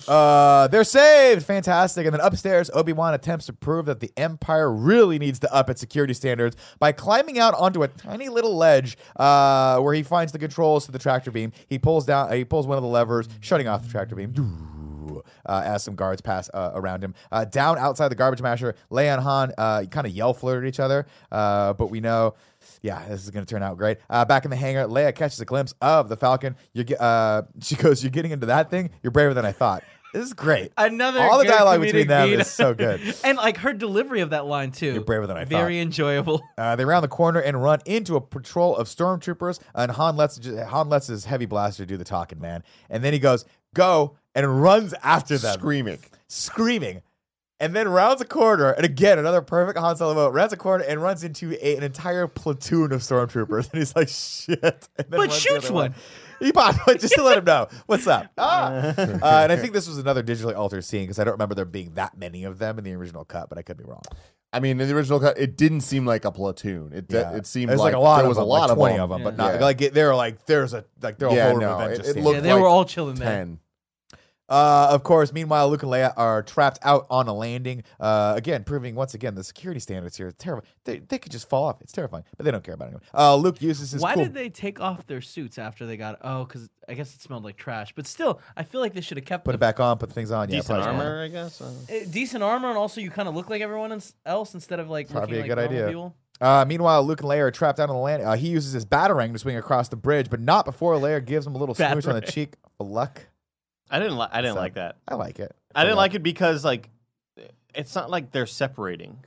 Speaker 3: Uh, they're saved. Fantastic. And then upstairs, Obi Wan attempts to prove that the Empire really needs to up its security standards by climbing out onto a tiny little ledge, uh, where he finds the controls to the tractor beam. He pulls down. he pulls one of the levers, shutting off the tractor beam. Uh, as some guards pass uh, around him, uh, down outside the garbage masher, Leia and Han uh, kind of yell flirt at each other, uh, but we know yeah, this is going to turn out great. Uh, back in the hangar, Leia catches a glimpse of the Falcon. You get, uh, (laughs) she goes, "You're getting into that thing. You're braver than I thought." This is great.
Speaker 4: Another
Speaker 3: all the
Speaker 4: good
Speaker 3: dialogue between
Speaker 4: comedic
Speaker 3: them
Speaker 4: beat.
Speaker 3: is so good.
Speaker 4: (laughs) and like her delivery of that line too.
Speaker 3: You're braver than I
Speaker 4: Very enjoyable.
Speaker 3: Uh, they round the corner and run into a patrol of stormtroopers, and Han lets Han lets his heavy blaster do the talking, man. And then he goes, "Go!" and runs after them,
Speaker 1: Screaming.
Speaker 3: screaming. And then rounds a corner, and again another perfect Han Solo moment. Rounds a corner and runs into a, an entire platoon of stormtroopers, (laughs) and he's like, "Shit!" And then
Speaker 4: But
Speaker 3: runs the
Speaker 4: shoots
Speaker 3: other
Speaker 4: one.
Speaker 3: He popped one just to let him know
Speaker 1: (laughs)
Speaker 3: what's up. Ah. Uh, and I think this was another digitally altered scene because I don't remember there being that many of them in the original cut, but I could be wrong.
Speaker 1: I mean, in the original cut, it didn't seem like a platoon. It
Speaker 3: Yeah.
Speaker 1: it seemed
Speaker 3: There's
Speaker 1: like,
Speaker 3: a lot
Speaker 1: there
Speaker 3: of
Speaker 1: was
Speaker 3: them,
Speaker 1: a lot
Speaker 3: like
Speaker 1: of
Speaker 3: 20
Speaker 1: them.
Speaker 3: of them, but not
Speaker 1: Yeah.
Speaker 3: like they're like there's a like they're
Speaker 1: Yeah,
Speaker 3: a whole
Speaker 1: no,
Speaker 3: no,
Speaker 1: it-
Speaker 3: event just
Speaker 1: it
Speaker 3: standing
Speaker 1: looked
Speaker 4: Yeah,
Speaker 3: there.
Speaker 4: they were
Speaker 1: like
Speaker 4: all chilling there.
Speaker 1: ten.
Speaker 3: Uh, of course, meanwhile, Luke and Leia are trapped out on a landing. Uh, again, proving once again the security standards here are terrible. They, they could just fall off. It's terrifying, but they don't care about it anyway. Uh, Luke uses his.
Speaker 4: Why
Speaker 3: cool-
Speaker 4: did they take off their suits after they got? Oh, because I guess it smelled like trash. But still, I feel like they should have kept
Speaker 3: put
Speaker 4: the-
Speaker 3: it back on? Put the things on. Yeah,
Speaker 5: Decent
Speaker 3: probably-
Speaker 5: armor, I guess. I don't know.
Speaker 4: eh, decent armor, and also you kind of look like everyone ins- else instead of like
Speaker 3: Probably
Speaker 4: looking
Speaker 3: a
Speaker 4: like
Speaker 3: good
Speaker 4: normal
Speaker 3: idea.
Speaker 4: People.
Speaker 3: Uh, meanwhile, Luke and Leia are trapped down on the land. Uh, he uses his batarang to swing across the bridge, but not before Leia gives him a little smooch on the
Speaker 4: Batarang.
Speaker 3: cheek. For luck,
Speaker 5: I didn't. Li- I didn't
Speaker 3: So-
Speaker 5: like that.
Speaker 3: I like it.
Speaker 5: I didn't like it because like it's not like they're separating.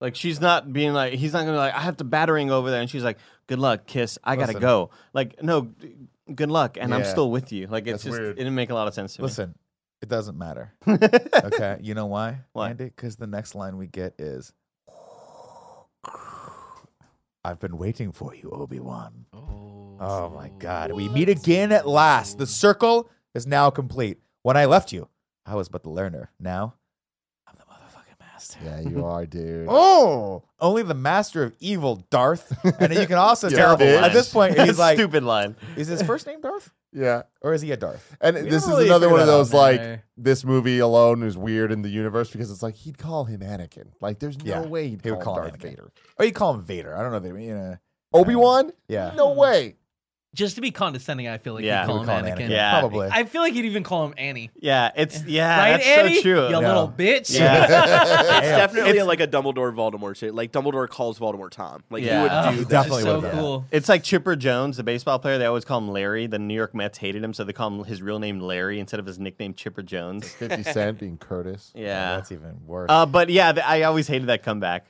Speaker 5: Like she's not being like he's not gonna like I have to battering over there and she's like good luck kiss I gotta
Speaker 3: Listen.
Speaker 5: go like no d- good luck and I'm
Speaker 3: Yeah.
Speaker 5: still with you like
Speaker 3: That's
Speaker 5: it's just
Speaker 3: weird.
Speaker 5: it didn't make a lot of sense to
Speaker 3: Listen, it
Speaker 1: (laughs)
Speaker 3: doesn't matter.
Speaker 5: me.
Speaker 3: Okay, you know why?
Speaker 5: Why?
Speaker 3: Andy? Because the next line we get is, "I've been waiting for you, Obi Wan."
Speaker 4: Oh,
Speaker 3: Oh my God! We meet again at last. The circle is now complete. When I left you, I was but the learner. Now, I'm the motherfucking master.
Speaker 1: Yeah, you are, dude.
Speaker 3: Oh, only the master of evil, Darth. And you
Speaker 1: (laughs)
Speaker 3: can also tell
Speaker 1: Terrible
Speaker 3: at this point he's like,
Speaker 5: stupid line.
Speaker 3: is his first name Darth
Speaker 1: Yeah.
Speaker 3: or is he a Darth?
Speaker 1: And
Speaker 3: We
Speaker 1: this
Speaker 3: don't
Speaker 1: is
Speaker 3: really
Speaker 1: another
Speaker 3: figure
Speaker 1: one of
Speaker 3: that out, eh?
Speaker 1: those
Speaker 4: man.
Speaker 1: like this movie alone is weird in the universe because it's like he'd call him Anakin. Like there's no
Speaker 3: Yeah,
Speaker 1: way he'd
Speaker 3: he
Speaker 1: call,
Speaker 3: would call
Speaker 1: him
Speaker 3: him
Speaker 1: Darth
Speaker 3: Anakin.
Speaker 1: Vader.
Speaker 3: Or you call him Vader? I don't know. If they, you know,
Speaker 1: Obi Wan?
Speaker 3: yeah.
Speaker 1: No way.
Speaker 4: Just to be condescending, I feel like
Speaker 5: Yeah, we
Speaker 4: you call
Speaker 3: We
Speaker 4: him
Speaker 3: call him
Speaker 4: Anakin.
Speaker 3: Anakin,
Speaker 5: Yeah.
Speaker 3: probably.
Speaker 4: I feel like you'd even call him Annie.
Speaker 5: Yeah, it's yeah.
Speaker 4: right,
Speaker 5: that's
Speaker 4: Annie?
Speaker 5: so true.
Speaker 4: You
Speaker 3: Yeah.
Speaker 4: little bitch. (laughs)
Speaker 5: Yeah.
Speaker 6: It's
Speaker 3: Yeah.
Speaker 6: definitely like a Dumbledore Voldemort shit. Like Dumbledore calls Voldemort Tom. Like
Speaker 5: Yeah.
Speaker 4: Oh,
Speaker 6: he (laughs) would
Speaker 4: that's
Speaker 6: do that.
Speaker 3: definitely
Speaker 4: so
Speaker 3: would, yeah.
Speaker 4: cool.
Speaker 5: (laughs) It's like Chipper Jones, the baseball player. They always call him Larry. The New York Mets hated him, so they call him his real name Larry instead of his nickname Chipper
Speaker 3: (laughs)
Speaker 5: Jones.
Speaker 1: Fifty Cent being Curtis.
Speaker 5: Yeah,
Speaker 3: that's even worse.
Speaker 5: Uh, but yeah, th- I always hated that comeback.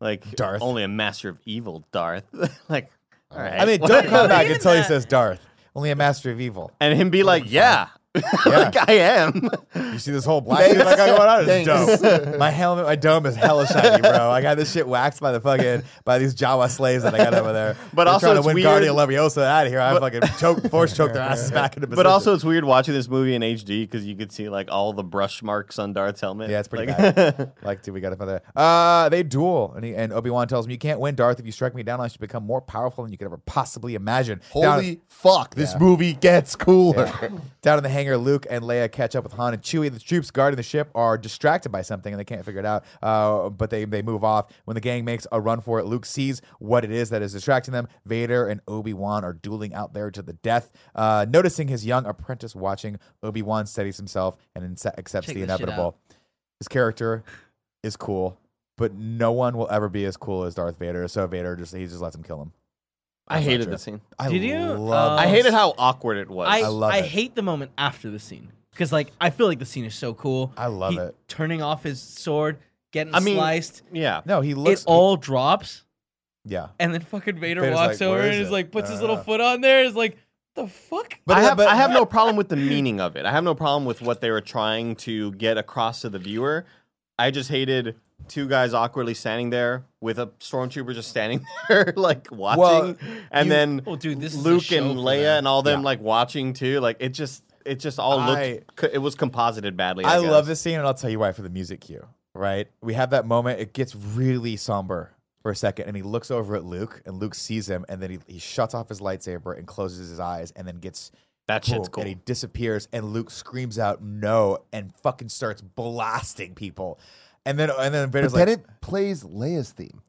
Speaker 5: Like
Speaker 3: Darth.
Speaker 5: only a master of evil, Darth. (laughs) like, all right.
Speaker 3: Uh, I
Speaker 5: (laughs)
Speaker 3: mean, don't
Speaker 4: Well,
Speaker 3: come back
Speaker 4: even
Speaker 3: until he
Speaker 4: that-
Speaker 3: says Darth. Only a master of evil.
Speaker 5: and him be like, yeah, (laughs) like
Speaker 3: (laughs)
Speaker 5: I am.
Speaker 3: You see this whole black dude I got going on? It's dope. My helmet, my dome is hella shiny, bro. I got this shit waxed by the fucking by these Jawa slaves that I got over there.
Speaker 5: But
Speaker 3: They're
Speaker 5: also
Speaker 3: trying to
Speaker 5: it's
Speaker 3: win
Speaker 5: weird-
Speaker 3: Guardian Leviosa out of here. I fucking choke, force choke their asses back into position.
Speaker 5: (laughs) But also, it's weird watching this movie in HD because you could see like all the brush marks on Darth's helmet.
Speaker 3: Yeah, it's pretty
Speaker 5: Like-
Speaker 3: bad. like, dude, we got to find that. Uh, they duel, and, he, and Obi Wan tells him, "You can't win, Darth. If you strike me down, I should become more powerful than you could ever possibly imagine." Down-
Speaker 1: Holy fuck, this
Speaker 3: Yeah.
Speaker 1: movie gets cooler.
Speaker 3: Down in the hangar, Luke and Leia catch up with Han and Chewie. The troops guarding the ship are distracted by something and they can't figure it out, uh, but they, they move off. When the gang makes a run for it, Luke sees what it is that is distracting them. Vader and Obi Wan are dueling out there to the death. Uh, noticing his young apprentice watching, Obi Wan steadies himself and inse- accepts
Speaker 4: Check
Speaker 3: the
Speaker 4: this shit
Speaker 3: inevitable. His character is cool, but no one will ever be as cool as Darth Vader. So Vader just he just lets him kill him.
Speaker 5: I
Speaker 3: That's not
Speaker 5: hated
Speaker 3: true.
Speaker 5: the scene.
Speaker 3: I
Speaker 4: Did you?
Speaker 3: love
Speaker 4: Uh,
Speaker 5: I
Speaker 4: Um,
Speaker 5: hated how awkward it was.
Speaker 4: I,
Speaker 3: I love
Speaker 4: I
Speaker 3: it.
Speaker 4: hate the moment after the scene because like I feel like the scene is so cool.
Speaker 3: I love
Speaker 4: He
Speaker 3: it.
Speaker 4: Turning off his sword, getting
Speaker 5: I mean,
Speaker 4: sliced.
Speaker 5: yeah,
Speaker 3: No, he looks
Speaker 4: it all drops,
Speaker 3: yeah.
Speaker 4: and then fucking Vader
Speaker 3: Vader's
Speaker 4: walks
Speaker 3: like,
Speaker 4: over
Speaker 3: "Where
Speaker 4: and
Speaker 3: is
Speaker 4: is
Speaker 3: it?" Uh.
Speaker 4: like puts
Speaker 3: I
Speaker 4: his
Speaker 3: don't
Speaker 4: little
Speaker 3: know.
Speaker 4: foot on there. Is like the fuck.
Speaker 5: I have
Speaker 3: but-
Speaker 5: I have no problem with the meaning of it. I have no problem with what they were trying to get across to the viewer. I just hated two guys awkwardly standing there with a stormtrooper just standing (laughs) there like watching,
Speaker 3: Well,
Speaker 5: and
Speaker 3: you-
Speaker 5: then
Speaker 4: Oh, dude, this is a
Speaker 5: Luke
Speaker 4: show
Speaker 5: and
Speaker 4: for
Speaker 5: Leia
Speaker 4: them.
Speaker 5: and all them like watching too. Like it just it just all looked
Speaker 3: I-
Speaker 5: co- it was composited badly. I,
Speaker 3: I
Speaker 5: guess.
Speaker 3: love this scene, and I'll tell you why for the music cue. Right, we have that moment. It gets really somber for a second, and he looks over at Luke, and Luke sees him, and then he, he shuts off his lightsaber and closes his eyes, and then gets
Speaker 5: That shit's
Speaker 3: boom,
Speaker 5: cool.
Speaker 3: and he disappears, and Luke screams out no, and fucking starts blasting people, and then and then
Speaker 1: but
Speaker 3: Vader's
Speaker 1: then
Speaker 3: like,
Speaker 1: it plays Leia's theme.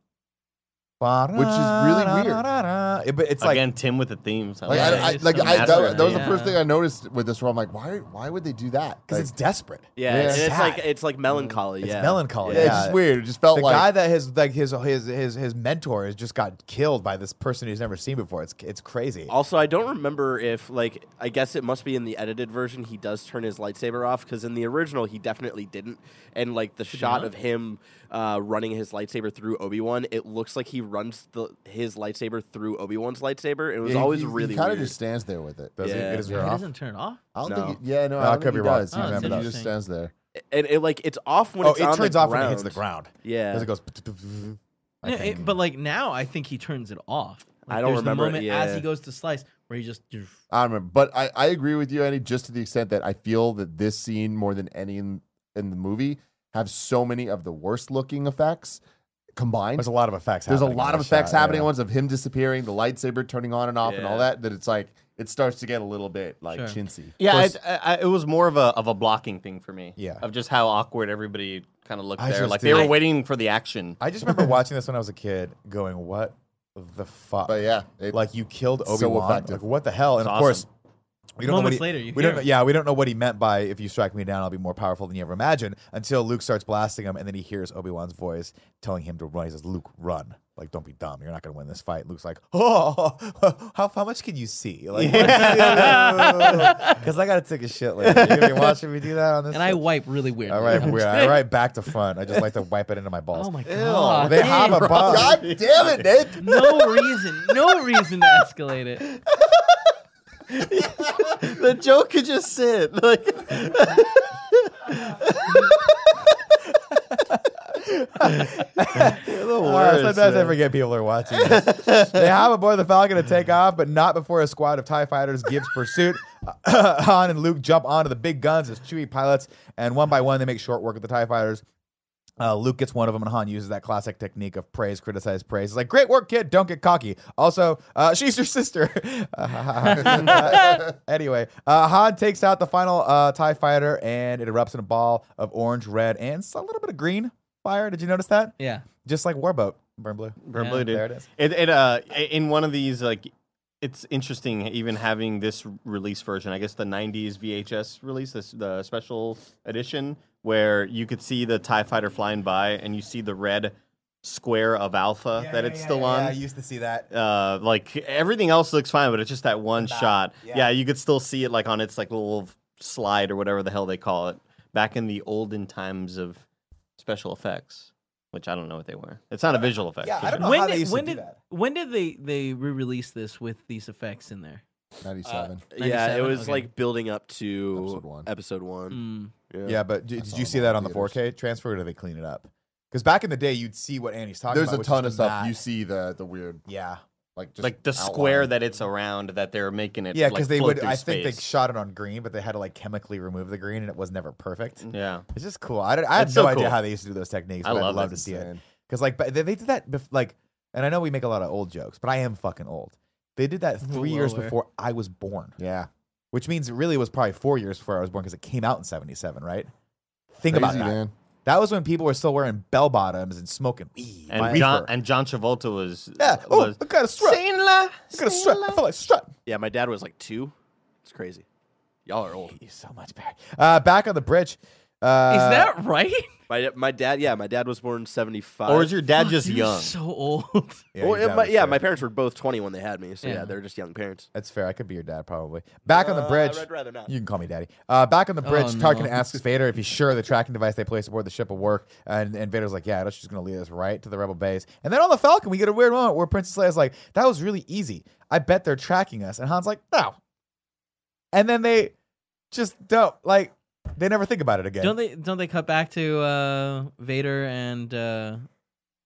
Speaker 3: which
Speaker 1: really weird.
Speaker 3: But it's like
Speaker 5: Again, Tim with the themes.
Speaker 1: Like,
Speaker 4: Yeah,
Speaker 1: I, I,
Speaker 4: it's
Speaker 1: like
Speaker 4: the
Speaker 1: I, that,
Speaker 4: master of
Speaker 1: that was
Speaker 4: it.
Speaker 1: the first
Speaker 4: Yeah.
Speaker 1: thing I noticed with this. Where I'm like, why? Why would they do that?
Speaker 3: because
Speaker 1: Like,
Speaker 3: it's desperate.
Speaker 6: Yeah,
Speaker 1: Yeah.
Speaker 6: and it's
Speaker 3: Sad.
Speaker 6: like it's like melancholy.
Speaker 3: It's
Speaker 6: Mm. yeah,
Speaker 3: melancholy.
Speaker 1: yeah, it's just weird. It just felt
Speaker 3: the
Speaker 1: like
Speaker 3: guy that his like his his his his mentor has just got killed by this person he's never seen before. It's it's crazy.
Speaker 6: Also, I don't remember if like I guess it must be in the edited version he does turn his lightsaber off because in the original he definitely didn't. And like the shot of him uh, running his lightsaber through Obi Wan, it looks like he runs the, his lightsaber through Obi Wan's lightsaber. It was
Speaker 1: he-
Speaker 6: always
Speaker 1: he,
Speaker 6: really
Speaker 1: kind of
Speaker 6: weird.
Speaker 1: just stands there with it.
Speaker 3: Does
Speaker 6: Yeah.
Speaker 3: it, it is
Speaker 4: He
Speaker 3: run off.
Speaker 4: doesn't turn it off.
Speaker 1: I don't
Speaker 6: No.
Speaker 1: think. He, yeah, no,
Speaker 3: No,
Speaker 1: I
Speaker 3: I
Speaker 1: don't
Speaker 3: could
Speaker 1: think
Speaker 3: be
Speaker 1: he
Speaker 3: wrong.
Speaker 1: does.
Speaker 4: Oh, that's
Speaker 1: he just
Speaker 4: interesting.
Speaker 1: stands there.
Speaker 6: and it like it's off when
Speaker 3: Oh,
Speaker 6: it's
Speaker 3: it
Speaker 6: on
Speaker 3: turns
Speaker 6: the
Speaker 3: off
Speaker 6: ground.
Speaker 3: when it hits the ground.
Speaker 6: Yeah,
Speaker 3: As it goes. I
Speaker 4: Yeah, it-
Speaker 3: think.
Speaker 4: but like now, I think he turns it off. Like,
Speaker 6: I don't
Speaker 4: there's
Speaker 6: remember it,
Speaker 4: the moment as
Speaker 6: yeah.
Speaker 4: he goes to slice where he just.
Speaker 1: I don't remember, but I, I agree with you, Andy, just to the extent that I feel that this scene more than any in, in the movie have so many of the worst looking effects combined.
Speaker 3: There's a lot of effects.
Speaker 1: There's a
Speaker 3: happening in
Speaker 1: lot of
Speaker 3: that
Speaker 1: effects
Speaker 3: shot,
Speaker 1: happening
Speaker 3: yeah.
Speaker 1: at once of him disappearing, the lightsaber turning on and off, and all
Speaker 6: Yeah.
Speaker 1: that. That it's like it starts to get a little bit like
Speaker 4: Sure.
Speaker 1: chintzy.
Speaker 5: Yeah,
Speaker 3: Plus-
Speaker 5: it, I, I- it was more of a of a blocking thing for me.
Speaker 3: Yeah.
Speaker 5: of just how awkward everybody kind of looked
Speaker 3: I
Speaker 5: there.
Speaker 3: just
Speaker 5: Like
Speaker 3: did-
Speaker 5: they were
Speaker 3: I-
Speaker 5: waiting for the action.
Speaker 3: I just remember
Speaker 1: (laughs)
Speaker 3: watching this when I was a kid, going, "What the fuck?"
Speaker 1: But yeah, it-
Speaker 3: like you killed
Speaker 1: so
Speaker 3: Obi Wan.
Speaker 1: effective.
Speaker 3: like what the hell? And
Speaker 5: It's
Speaker 3: of course,
Speaker 5: awesome.
Speaker 3: we don't know what
Speaker 4: Moments
Speaker 3: he,
Speaker 4: later, you
Speaker 3: we
Speaker 4: hear
Speaker 3: don't. know-
Speaker 4: him.
Speaker 3: Yeah, we don't know what he meant by "if you strike me down, I'll be more powerful than you ever imagined." Until Luke starts blasting him, and then he hears Obi Wan's voice telling him to run. He says, "Luke, run! Like, don't be dumb. You're not going to win this fight." Luke's like, "Oh, (laughs) how, how much can you see?" Like, (laughs)
Speaker 4: (laughs)
Speaker 3: because I got to take a shit later. You're gonna be watching me do that on this.
Speaker 4: And I (laughs)
Speaker 3: shit?
Speaker 4: wipe really weird.
Speaker 3: All right, we're all right back to front. I just like to wipe it into my balls.
Speaker 4: Oh my god.
Speaker 3: They have
Speaker 1: (laughs)
Speaker 3: a bomb.
Speaker 1: God damn it, Nick!
Speaker 4: no reason. No reason to escalate it.
Speaker 7: the joke could just sit. (laughs) Like,
Speaker 3: Uh, sometimes I forget people are watching. this. they have aboard the Falcon to take off, but not before a squad of TIE fighters gives pursuit. (coughs) Han and Luke jump onto the big guns as Chewie pilots, and one by one they make short work of the TIE fighters. Uh, Luke gets one of them, and Han uses that classic technique of praise, criticize, praise. It's like, great work, kid. Don't get cocky. Also, uh, (laughs) she's your sister. Uh, anyway, uh, Han takes out the final uh, TIE fighter, and it erupts in a ball of orange, red, and a little bit of green fire. Did you notice that?
Speaker 4: Yeah.
Speaker 3: Just like Warboat, burn blue.
Speaker 5: Burn blue, dude.
Speaker 3: There it is.
Speaker 5: It, it uh i- in one of these like it's interesting even having this r- release version. I guess the '90s VHS release, this the special edition, where you could see the Tie Fighter flying by and you see the red square of Alpha Uh, that it's still on.
Speaker 3: I used to see that.
Speaker 5: uh, like everything else looks fine, but it's just that one shot. Yeah. you could still see it like on its like little slide or whatever the hell they call it. Back in the olden times of special effects, which I don't know what they were. It's not a visual effect.
Speaker 3: Uh, Yeah,
Speaker 5: for
Speaker 3: I don't
Speaker 5: sure.
Speaker 3: know
Speaker 4: When
Speaker 3: how they
Speaker 4: did
Speaker 3: used to
Speaker 4: when did
Speaker 3: do that.
Speaker 4: when did they they re-release this with these effects in there?
Speaker 1: Ninety-seven.
Speaker 6: Yeah, it
Speaker 4: 97?
Speaker 6: was
Speaker 4: Okay.
Speaker 6: like building up to
Speaker 1: Episode one.
Speaker 6: Episode
Speaker 3: Um,
Speaker 6: one.
Speaker 4: Mm.
Speaker 3: Yeah, but did, did
Speaker 1: saw
Speaker 3: you
Speaker 1: them
Speaker 3: see
Speaker 1: all
Speaker 3: that
Speaker 1: in
Speaker 3: on the
Speaker 1: theaters.
Speaker 3: 4K transfer or did they clean it up? Because back in the day, you'd see what Annie's talking
Speaker 1: There's
Speaker 3: about.
Speaker 1: a
Speaker 3: which is
Speaker 1: ton of
Speaker 3: the
Speaker 1: stuff.
Speaker 3: mat.
Speaker 1: You see the the weird
Speaker 3: Yeah.
Speaker 1: like just
Speaker 5: like the
Speaker 1: outline.
Speaker 5: square that it's around that they're making it.
Speaker 3: Yeah, because
Speaker 5: because
Speaker 3: they would. I think they shot it on green, but they had to like chemically remove the green, and it was never perfect.
Speaker 5: yeah,
Speaker 3: It's just cool. I, don't- I have
Speaker 5: Mm. It's
Speaker 3: no
Speaker 5: so
Speaker 3: idea
Speaker 5: cool.
Speaker 3: how they used to do those techniques.
Speaker 5: I
Speaker 3: But I
Speaker 5: love
Speaker 3: would love
Speaker 5: it.
Speaker 3: to see it
Speaker 1: Insane.
Speaker 3: because like ba- they, they did that bef- like, and I know we make a lot of old jokes, but I am fucking old. They did that three years
Speaker 4: Lower.
Speaker 3: before I was born.
Speaker 1: Yeah,
Speaker 3: which means it really was probably four years before I was born because it came out in 77, right? Think about
Speaker 1: Crazy,
Speaker 3: that.
Speaker 1: man.
Speaker 3: That was when people were still wearing bell bottoms and smoking weed.
Speaker 5: and
Speaker 3: reefer.
Speaker 5: John and John Travolta was
Speaker 3: yeah. Oh,
Speaker 5: was,
Speaker 3: look at a strut. Look at a strut. I feel like strut.
Speaker 6: Yeah, my dad was like two. It's crazy. Y'all are old.
Speaker 3: You so much, Barry. Uh, back on the bridge. Uh,
Speaker 4: Is that right?
Speaker 6: My my dad, yeah, my dad was born in seventy five.
Speaker 5: or is your
Speaker 4: (laughs)
Speaker 5: dad just
Speaker 4: You're
Speaker 5: young?
Speaker 3: (laughs)
Speaker 4: So old.
Speaker 3: Yeah, your
Speaker 6: Well,
Speaker 3: dad
Speaker 6: it- my,
Speaker 3: was
Speaker 6: yeah,
Speaker 3: there.
Speaker 6: my parents were both 20 when they had me, so yeah,
Speaker 4: Yeah.
Speaker 6: they're just young parents.
Speaker 3: That's fair. I could be your dad probably. Back on the bridge.
Speaker 6: Uh, I'd rather not.
Speaker 3: You can call me daddy. Uh, back on the bridge,
Speaker 4: Oh, no.
Speaker 3: Tarkin asks Vader if he's sure the tracking device they placed aboard the ship will work. And, and Vader's like, yeah, that's just going to lead us right to the Rebel base. And then on the Falcon, we get a weird moment where Princess Leia's like, that was really easy. I bet they're tracking us. And Han's like, no. And then they just don't, like, they never think about it again.
Speaker 4: Don't they don't they cut back to uh, Vader and uh,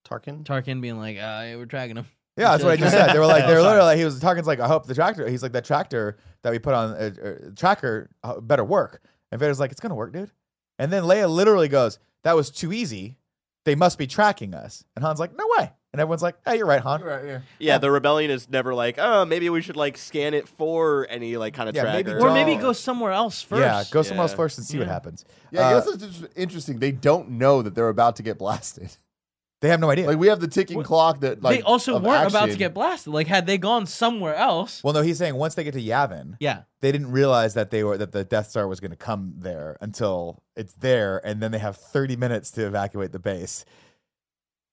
Speaker 5: Tarkin.
Speaker 4: Tarkin being like, uh, yeah, we're tracking him.
Speaker 3: Yeah, that's what I just said. They were
Speaker 4: (laughs)
Speaker 3: like, they were
Speaker 4: Sorry.
Speaker 3: literally like, he was Tarkin's like, I hope the tractor. He's like, that tractor that we put on uh, uh, tracker uh, better work. And Vader's like, it's gonna work, dude. And then Leia literally goes, that was too easy. They must be tracking us. And Han's like, no way. And everyone's like, hey, you're right, Han.
Speaker 6: Yeah, the rebellion is never like, oh, maybe we should like scan it for any like kind of
Speaker 3: Yeah, maybe
Speaker 6: tracker.
Speaker 4: Or maybe
Speaker 3: Don't.
Speaker 4: go somewhere else first.
Speaker 3: Yeah, go somewhere else
Speaker 6: Yeah.
Speaker 3: first and see what
Speaker 4: Yeah.
Speaker 3: happens.
Speaker 1: Yeah, I
Speaker 3: Uh,
Speaker 1: guess it's just interesting. They don't know that they're about to get blasted.
Speaker 3: They have no idea.
Speaker 1: Like we have the ticking
Speaker 4: Well,
Speaker 1: clock that like
Speaker 4: they also
Speaker 1: of
Speaker 4: weren't about to
Speaker 1: action.
Speaker 4: get blasted. Like had they gone somewhere else,
Speaker 3: well, no, he's saying once they get to Yavin,
Speaker 4: yeah.
Speaker 3: they didn't realize that they were that the Death Star was going to come there until it's there, and then they have 30 minutes to evacuate the base.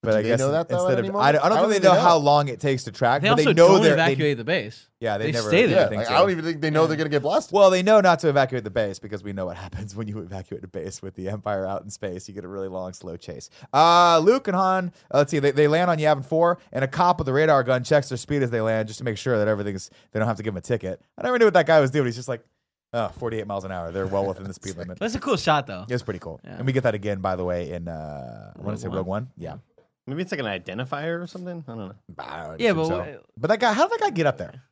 Speaker 3: But
Speaker 1: Do
Speaker 3: I
Speaker 1: they
Speaker 3: guess
Speaker 1: know that, though,
Speaker 3: instead
Speaker 1: at
Speaker 3: of
Speaker 1: any
Speaker 3: I
Speaker 1: moment?
Speaker 3: don't, I don't think they know, how long it takes to track,
Speaker 4: They
Speaker 3: but
Speaker 4: also
Speaker 3: they know
Speaker 4: don't
Speaker 3: they're
Speaker 4: evacuate
Speaker 3: They,
Speaker 4: the base.
Speaker 3: yeah, they,
Speaker 4: they
Speaker 3: never I
Speaker 4: stay there.
Speaker 1: Yeah,
Speaker 3: don't think
Speaker 1: like,
Speaker 3: so.
Speaker 1: I don't even think they know they're gonna get blasted.
Speaker 3: Well, they know not to evacuate the base because we know what (laughs) happens when you evacuate a base with the Empire out in space. You get a really long, slow chase. Uh, Luke and Han, uh, let's see, they, they land on Yavin 4, and a cop with a radar gun checks their speed as they land just to make sure that everything's, they don't have to give him a ticket. I never knew what that guy was doing. He's just like, oh, 48 miles an hour. They're well within the
Speaker 4: (laughs)
Speaker 3: speed limit.
Speaker 4: That's a cool shot though.
Speaker 3: It's pretty cool.
Speaker 4: Yeah.
Speaker 3: And we get that again, by the way, in, uh, I want to say Rogue One. Yeah.
Speaker 5: Maybe it's like an identifier or something. I don't know.
Speaker 3: I would
Speaker 4: Yeah,
Speaker 3: assume
Speaker 4: but
Speaker 3: so.
Speaker 4: wh-
Speaker 3: but that guy, how did that guy get up there?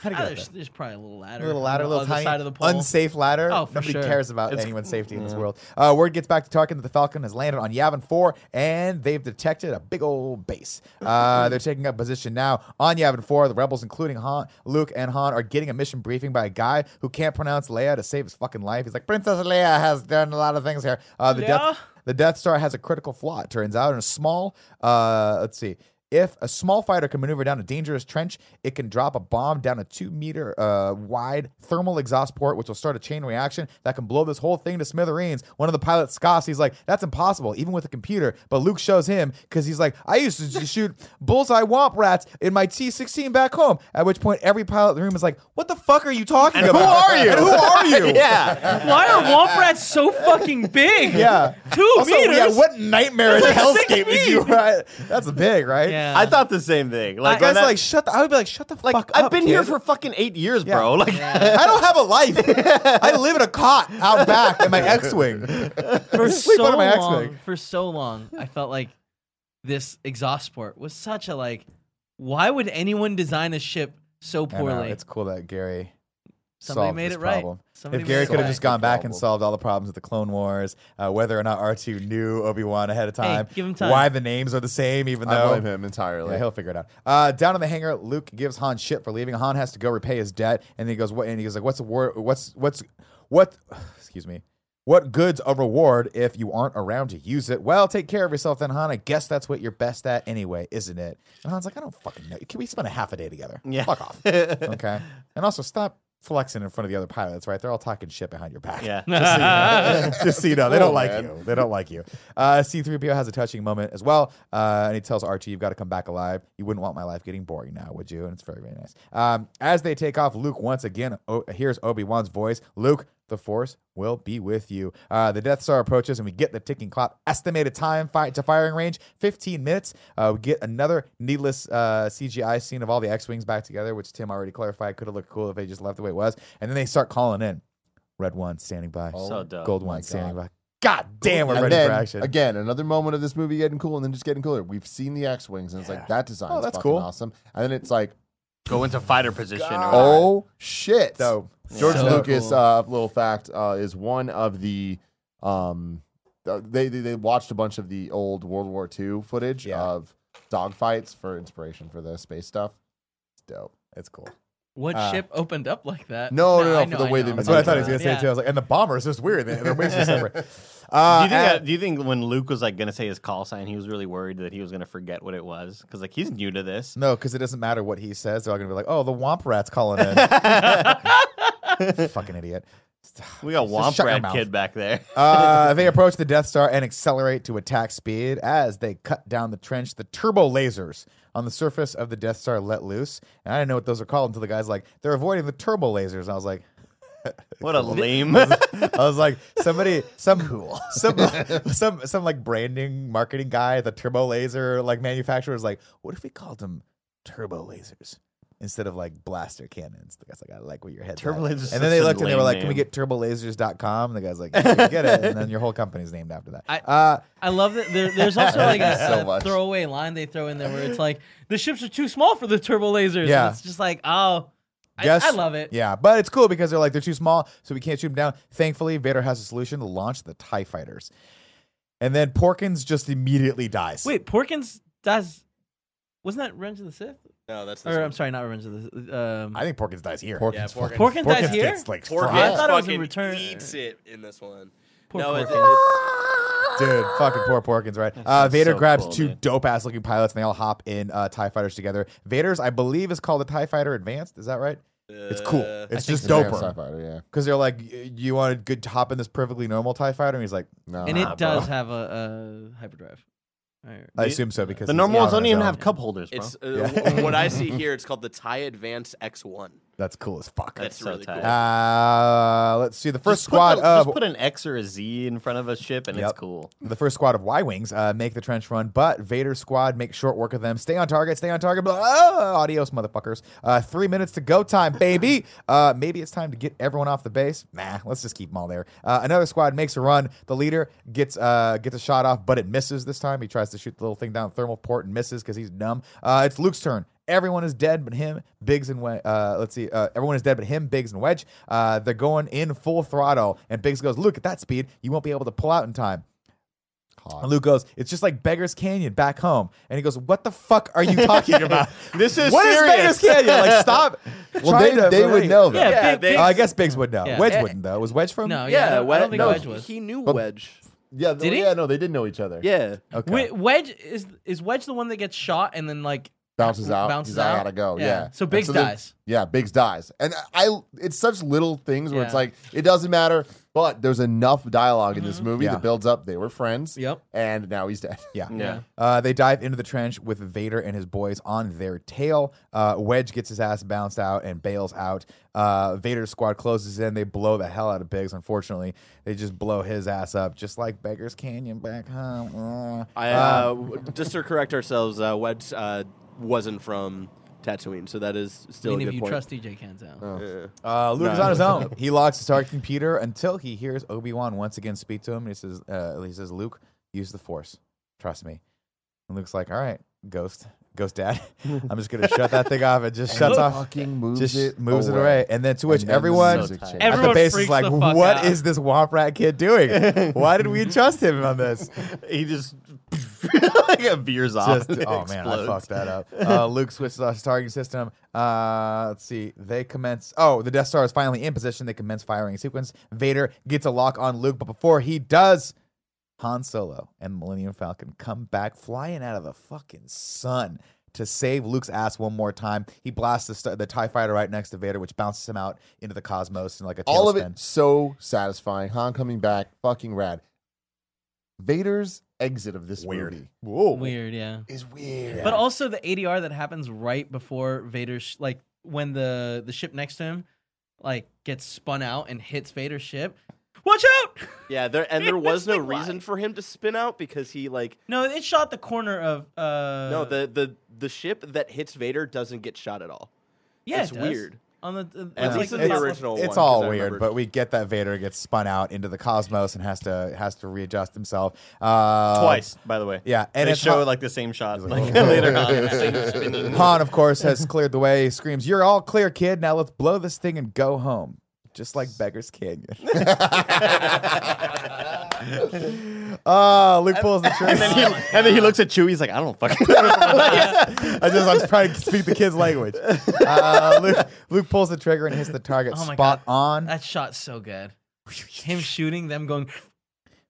Speaker 3: How do you
Speaker 4: Ah,
Speaker 3: get up
Speaker 4: there's,
Speaker 3: there?
Speaker 4: there's probably a little ladder.
Speaker 3: A little
Speaker 4: on
Speaker 3: ladder, a
Speaker 4: the
Speaker 3: little
Speaker 4: other
Speaker 3: tiny,
Speaker 4: side of the pole.
Speaker 3: unsafe ladder.
Speaker 4: Oh, for
Speaker 3: Nobody
Speaker 4: sure.
Speaker 3: cares about anyone's safety in this world. Uh, word gets back to Tarkin that the Falcon has landed on Yavin 4, and they've detected a big old base.
Speaker 4: (laughs)
Speaker 3: Uh, they're taking up position now on Yavin 4. The rebels, including Han, Luke and Han, are getting a mission briefing by a guy who can't pronounce Leia to save his fucking life. He's like, Princess Leia has done a lot of things here. Uh, the
Speaker 4: Leia?
Speaker 3: death, (laughs) the Death Star has a critical flaw, it turns out, in a small, uh, let's see. If a small fighter can maneuver down a dangerous trench, it can drop a bomb down a two meter uh, wide thermal exhaust port, which will start a chain reaction that can blow this whole thing to smithereens. One of the pilots scoffs. He's like, That's impossible, even with a computer. But Luke shows him because he's like, I used to just shoot bullseye womp rats in my T 16 back home. At which point, every pilot in the room is like, What the fuck are you talking
Speaker 5: And who
Speaker 3: about? (laughs)
Speaker 5: are you?
Speaker 3: And who are
Speaker 5: (laughs)
Speaker 3: you?
Speaker 7: yeah.
Speaker 4: Why are womp rats so fucking big?
Speaker 3: Yeah.
Speaker 4: Two
Speaker 3: Also,
Speaker 4: meters.
Speaker 3: yeah, what nightmare in hellscape is you? Right? That's big, right?
Speaker 4: Yeah.
Speaker 5: I thought the same thing. Like
Speaker 3: Guys,
Speaker 5: when that-
Speaker 3: like shut. The, I would be like, shut the
Speaker 5: like
Speaker 3: fuck up.
Speaker 5: I've been here
Speaker 3: kid.
Speaker 5: for fucking eight years,
Speaker 3: Yeah.
Speaker 5: bro. (laughs)
Speaker 3: (laughs)
Speaker 5: Like
Speaker 3: I don't have a life.
Speaker 4: (laughs)
Speaker 3: I live in a cot out back in my X-wing. (laughs)
Speaker 4: for
Speaker 3: Sleep
Speaker 4: so
Speaker 3: under my
Speaker 4: long,
Speaker 3: X-wing.
Speaker 4: for so long, I felt like this exhaust port was such a like. Why would anyone design a ship so
Speaker 3: I know,
Speaker 4: poorly?
Speaker 3: it's cool that Gary.
Speaker 4: Somebody
Speaker 3: solved
Speaker 4: made
Speaker 3: this
Speaker 4: it right.
Speaker 3: problem.
Speaker 4: Somebody
Speaker 3: if
Speaker 4: made
Speaker 3: Gary
Speaker 4: it
Speaker 3: could have
Speaker 4: right.
Speaker 3: just gone back and
Speaker 5: Problem.
Speaker 3: solved all the problems with the Clone Wars, uh, whether or not R2 knew Obi Wan ahead of time,
Speaker 4: give him time.
Speaker 3: why the names are the same, even
Speaker 1: I
Speaker 3: though
Speaker 1: blame him entirely.
Speaker 3: Yeah, he'll figure it out. Uh, down in the hangar, Luke gives Han shit for leaving. Han has to go repay his debt, and he goes, "What?" And he goes, "Like, what's a war? What's what's what? (sighs) Excuse me. What good's a reward if you aren't around to use it? Well, take care of yourself, then, Han. I guess that's what you're best at anyway, isn't it?" And Han's like, "I don't fucking know. Can we spend a half a day together?
Speaker 5: Yeah.
Speaker 3: fuck
Speaker 5: (laughs)
Speaker 3: off. okay. And also, stop." Flexing in front of the other pilots, right? They're all talking shit behind your back.
Speaker 5: Yeah.
Speaker 3: Just so you know. Just so you know, they
Speaker 1: Cool,
Speaker 3: don't like
Speaker 1: man.
Speaker 3: you. They don't like you. Uh, C3PO has a touching moment as well. Uh, and he tells Archie, You've got to come back alive. You wouldn't want my life getting boring now, would you? And it's very, very nice. Um, as they take off, Luke once again o- hears Obi Wan's voice Luke, the Force will be with you. Uh, the Death Star approaches, and we get the ticking clock. Estimated time fi- to firing range 15 minutes. Uh, we get another needless uh, CGI scene of all the X Wings back together, which Tim already clarified could have looked cool if they just left the way it was. And then they start calling in. Red one standing by.
Speaker 5: So dope.
Speaker 3: Gold
Speaker 1: my
Speaker 3: one standing
Speaker 1: God.
Speaker 3: by. God damn, we're
Speaker 1: and
Speaker 3: ready
Speaker 1: then,
Speaker 3: for action.
Speaker 1: Again, another moment of this movie getting cool and then just getting cooler. We've seen the X Wings and it's like, that design
Speaker 3: Oh,
Speaker 1: is
Speaker 3: that's
Speaker 1: fucking
Speaker 3: cool.
Speaker 1: awesome. And then it's like,
Speaker 5: Go into fighter position. Or whatever.
Speaker 1: oh shit.
Speaker 3: So
Speaker 1: George
Speaker 4: So
Speaker 1: Lucas,
Speaker 4: cool.
Speaker 1: uh, little fact, uh, is one of the. Um, uh, they, they they watched a bunch of the old World War II footage
Speaker 3: Yeah.
Speaker 1: of dogfights for inspiration for the space stuff. It's dope.
Speaker 3: it's cool.
Speaker 4: What
Speaker 3: Uh,
Speaker 4: ship opened up like that?
Speaker 1: no, no, no,
Speaker 4: I
Speaker 1: for
Speaker 4: know,
Speaker 1: the
Speaker 4: I
Speaker 1: way
Speaker 4: know.
Speaker 5: Oh
Speaker 1: they-
Speaker 3: That's what I thought he was
Speaker 4: Yeah.
Speaker 3: gonna say too. I was like, and the bomber is just weird. They- Their wings are separate.
Speaker 5: (laughs) Do
Speaker 3: Uh,
Speaker 5: you
Speaker 3: and-
Speaker 5: think? that- do you think when Luke was like gonna say his call sign, he was really worried that he was gonna forget what it was? Because like he's new to this.
Speaker 3: no, because it doesn't matter what he says. They're all gonna be like, "Oh, the Womp Rat's calling
Speaker 5: (laughs)
Speaker 3: in." Fucking idiot. (sighs)
Speaker 5: We got
Speaker 3: Just
Speaker 5: Womp
Speaker 3: shut your
Speaker 5: Rat
Speaker 3: mouth.
Speaker 5: Kid back there.
Speaker 3: Uh, they approach the Death Star and accelerate to attack speed. As they cut down the trench, the turbo lasers on the surface of the Death Star let loose. And I didn't know what those are called until the guy's like, "They're avoiding the turbo lasers." And I was like,
Speaker 5: What a lame.
Speaker 3: (laughs)
Speaker 5: (laughs)
Speaker 3: I was like, somebody, some cool, (laughs) some, some, some like branding marketing guy, at the turbo laser like manufacturer is like, what if we called them turbo lasers instead of like blaster cannons? The guy's like, I like what your head's
Speaker 5: Turbo
Speaker 3: at.
Speaker 5: lasers is
Speaker 3: And then they
Speaker 5: such a
Speaker 3: looked and they were
Speaker 5: lame
Speaker 3: like, can we
Speaker 5: name.
Speaker 3: get turbolasers.com? And the guy's like, yeah, we get it. And then your whole company's named after that.
Speaker 4: I-
Speaker 3: uh,
Speaker 4: I love that. There, there's also
Speaker 3: (laughs)
Speaker 4: like a,
Speaker 1: So
Speaker 4: a
Speaker 1: much.
Speaker 4: throwaway line they throw in there where it's like the ships are too small for the turbo lasers. and
Speaker 3: Yeah.
Speaker 4: it's just like oh, I,
Speaker 3: Guess-
Speaker 4: I love it.
Speaker 3: Yeah, but it's cool because they're like they're too small, so we can't shoot them down. Thankfully, Vader has a solution to launch the Tie Fighters, and then Porkins just immediately dies.
Speaker 4: Wait, Porkins does. Wasn't that Revenge of the Sith?
Speaker 6: No, that's this
Speaker 4: Or
Speaker 6: one.
Speaker 4: I'm sorry, not Revenge of the. Sith, Um,
Speaker 3: I think Porkins dies here.
Speaker 1: Porkins
Speaker 6: Yeah,
Speaker 1: fucking-
Speaker 6: Porkins.
Speaker 4: Porkins dies
Speaker 3: Porkins
Speaker 4: here.
Speaker 3: gets, like,
Speaker 6: Porkins
Speaker 4: I thought it was in
Speaker 6: fucking
Speaker 4: Return-
Speaker 6: eats it in this one.
Speaker 4: Poor
Speaker 6: no, it,
Speaker 4: Porkins.
Speaker 6: it's
Speaker 3: Dude, fucking poor Porkins, right? Uh, Vader
Speaker 5: so
Speaker 3: grabs
Speaker 5: cool,
Speaker 3: two
Speaker 5: dude.
Speaker 3: dope ass looking pilots and they all hop in uh, TIE fighters together. Vader's, I believe, is called the TIE fighter advanced. Is that right? it's cool.
Speaker 6: Uh,
Speaker 3: It's just
Speaker 1: Advanced Tie
Speaker 3: doper.
Speaker 1: Fighter, yeah.
Speaker 3: Because they're like, "Y- you want a good hop in this perfectly normal TIE fighter? And he's like,
Speaker 1: No,
Speaker 4: and
Speaker 1: no.
Speaker 4: it does have a, a hyperdrive. All right.
Speaker 3: I
Speaker 5: The-
Speaker 3: assume so because
Speaker 5: the
Speaker 3: he's
Speaker 5: normal ones
Speaker 3: out on
Speaker 5: don't
Speaker 3: his
Speaker 5: even
Speaker 3: own."
Speaker 5: have cup holders, bro.
Speaker 6: It's uh, w- what
Speaker 3: (laughs)
Speaker 6: I see here. It's called the Tie Advance X1.
Speaker 3: That's cool as fuck.
Speaker 6: That's,
Speaker 5: so
Speaker 6: really
Speaker 5: tight.
Speaker 6: cool.
Speaker 3: Uh, let's see. The first
Speaker 5: Just put
Speaker 3: squad
Speaker 5: the-
Speaker 3: of
Speaker 5: just put an X or a Z in front of a ship, and
Speaker 3: Yep. (laughs)
Speaker 5: it's cool.
Speaker 3: the first squad of Y wings uh, make the trench run, but Vader's squad make short work of them. Stay on target, stay on target. Blah, ah, adios, motherfuckers. Uh, three minutes to go time, baby. Uh, maybe it's time to get everyone off the base. Nah, let's just keep them all there. Uh, another squad makes a run. The leader gets uh, gets a shot off, but it misses this time. He tries to shoot the little thing down thermal port and misses because he's numb. Uh, it's Luke's turn, Everyone is dead but him, Biggs and Wedge. Uh, let's see. Uh, everyone is dead but him, Biggs and Wedge. Uh, they're going in full throttle, and Biggs goes, "Look at that speed! You won't be able to pull out in time." And Luke goes, "It's just like Beggar's Canyon back home." And he goes, "What the fuck are you
Speaker 6: (laughs)
Speaker 3: talking about?
Speaker 6: This is
Speaker 3: What is
Speaker 6: serious.
Speaker 3: Beggar's Canyon? Like,
Speaker 6: (laughs)
Speaker 3: stop."
Speaker 1: Well, they,
Speaker 3: trying to
Speaker 1: they would
Speaker 3: relate.
Speaker 1: know
Speaker 4: Yeah,
Speaker 1: that.
Speaker 6: Yeah,
Speaker 4: big,
Speaker 6: they-
Speaker 4: big-
Speaker 3: Uh, I guess Biggs would know.
Speaker 4: Yeah.
Speaker 3: Wedge wouldn't though. Was Wedge from?
Speaker 4: no, yeah,
Speaker 6: Yeah,
Speaker 4: I don't- I
Speaker 6: Wedge,
Speaker 4: don't think
Speaker 6: no,
Speaker 4: Wedge was.
Speaker 6: He knew
Speaker 1: But-
Speaker 6: Wedge.
Speaker 1: Yeah, th-
Speaker 4: Did he?
Speaker 1: yeah, no, they did know each other.
Speaker 6: Yeah.
Speaker 3: Okay.
Speaker 4: Wed- Wedge is is Wedge the one that gets shot and then like
Speaker 1: bounces out.
Speaker 4: Bounces
Speaker 1: Oh, he's like, I
Speaker 4: out.
Speaker 1: gotta go. Yeah.
Speaker 4: Yeah. So
Speaker 1: And
Speaker 4: Biggs
Speaker 1: then-
Speaker 4: dies.
Speaker 1: yeah, Biggs dies, and I. It's such little things where it's
Speaker 4: Yeah.
Speaker 1: like it doesn't matter, but there's enough dialogue in this movie
Speaker 3: Yeah.
Speaker 1: that builds up. They were friends.
Speaker 4: Mm-hmm. Yep.
Speaker 1: And now he's dead.
Speaker 3: Yeah.
Speaker 5: Yeah.
Speaker 3: Uh, they dive into the trench with Vader and his boys on their tail. Uh, Wedge gets his ass bounced out and bails out. Uh, Vader's squad closes in. They blow the hell out of Biggs, unfortunately. They just blow his ass up, just like Beggar's Canyon back home. Uh,
Speaker 6: I, uh, w- just to correct ourselves, uh, Wedge uh, wasn't from Tatooine, so that is still
Speaker 4: I mean, if
Speaker 6: a good
Speaker 4: you
Speaker 6: point.
Speaker 4: trust DJ Kanzo.
Speaker 3: Uh, Luke is
Speaker 6: No.
Speaker 3: on his own. He locks his dark computer until he hears Obi Wan once again speak to him. He says, uh, "He says, Luke, use the Force. Trust me." And Luke's like, "All right, Ghost, Ghost Dad, (laughs) I'm just gonna shut that thing off. It just (laughs) shuts off,
Speaker 1: Fucking moves
Speaker 3: just
Speaker 1: it
Speaker 3: moves it
Speaker 1: away.
Speaker 3: away." And then to which
Speaker 1: And then the
Speaker 3: everyone
Speaker 1: music changes.
Speaker 3: at the
Speaker 4: Everyone
Speaker 3: base is
Speaker 4: freaks
Speaker 3: like,
Speaker 4: the
Speaker 3: "What
Speaker 4: fuck
Speaker 3: is
Speaker 4: out."
Speaker 3: this Womp Rat kid
Speaker 4: (laughs)
Speaker 3: doing? Why did we trust him on this?"
Speaker 5: He just (laughs) like veers off.
Speaker 3: Just,
Speaker 1: (laughs)
Speaker 3: oh man, I fucked that up. Uh, Luke switches off his targeting system. Uh, let's see. They commence. Oh, the Death Star is finally in position. They commence firing sequence. Vader gets a lock on Luke, but before he does, Han Solo and Millennium Falcon come back flying out of the fucking sun to save Luke's ass one more time. He blasts the, star- the Tie Fighter right next to Vader, which bounces him out into the cosmos in like a
Speaker 1: All of
Speaker 3: tailspin.
Speaker 1: it so satisfying. Han coming back, fucking rad. Vader's exit of this
Speaker 3: Weird.
Speaker 1: movie
Speaker 3: Whoa.
Speaker 4: Weird, yeah.
Speaker 1: is weird.
Speaker 4: But also the ADR that happens right before Vader's sh- like when the the ship next to him like gets spun out and hits Vader's ship. Watch out!
Speaker 6: Yeah, there and there was no
Speaker 4: Like, why?
Speaker 6: reason for him to spin out because he like
Speaker 4: No, it shot the corner of uh
Speaker 6: no the the the ship that hits Vader doesn't get shot at all.
Speaker 4: yeah,
Speaker 6: it's
Speaker 4: it does.
Speaker 6: weird.
Speaker 4: On the
Speaker 6: At
Speaker 4: it's
Speaker 6: least
Speaker 4: like
Speaker 6: in the
Speaker 4: top-
Speaker 6: original one,
Speaker 3: It's
Speaker 6: 'cause I
Speaker 3: all weird,
Speaker 6: remembered.
Speaker 3: but we get that Vader gets spun out into the cosmos and has to has to readjust himself uh,
Speaker 5: Twice, by the way.
Speaker 3: Yeah, and
Speaker 5: and they
Speaker 3: it's
Speaker 5: show
Speaker 3: hot-
Speaker 5: like the same shot like (laughs) later
Speaker 3: oh.
Speaker 5: on. and it's, like, spinning.
Speaker 3: (laughs) Han, of course, has cleared the way. He screams, "You're all clear, kid. Now let's blow this thing and go home." Just like Beggar's Canyon. (laughs) Ah, Luke pulls the
Speaker 5: and, then he,
Speaker 3: trigger.
Speaker 5: and then he looks at Chewie. He's like, I don't
Speaker 6: (laughs)
Speaker 5: fucking.
Speaker 3: (laughs) I just I'm trying to speak the kid's language. Uh, Luke, Luke pulls the trigger and hits the target
Speaker 4: Oh my
Speaker 3: spot
Speaker 4: God.
Speaker 3: on.
Speaker 4: That shot's so good.
Speaker 6: (laughs)
Speaker 4: Him shooting, them going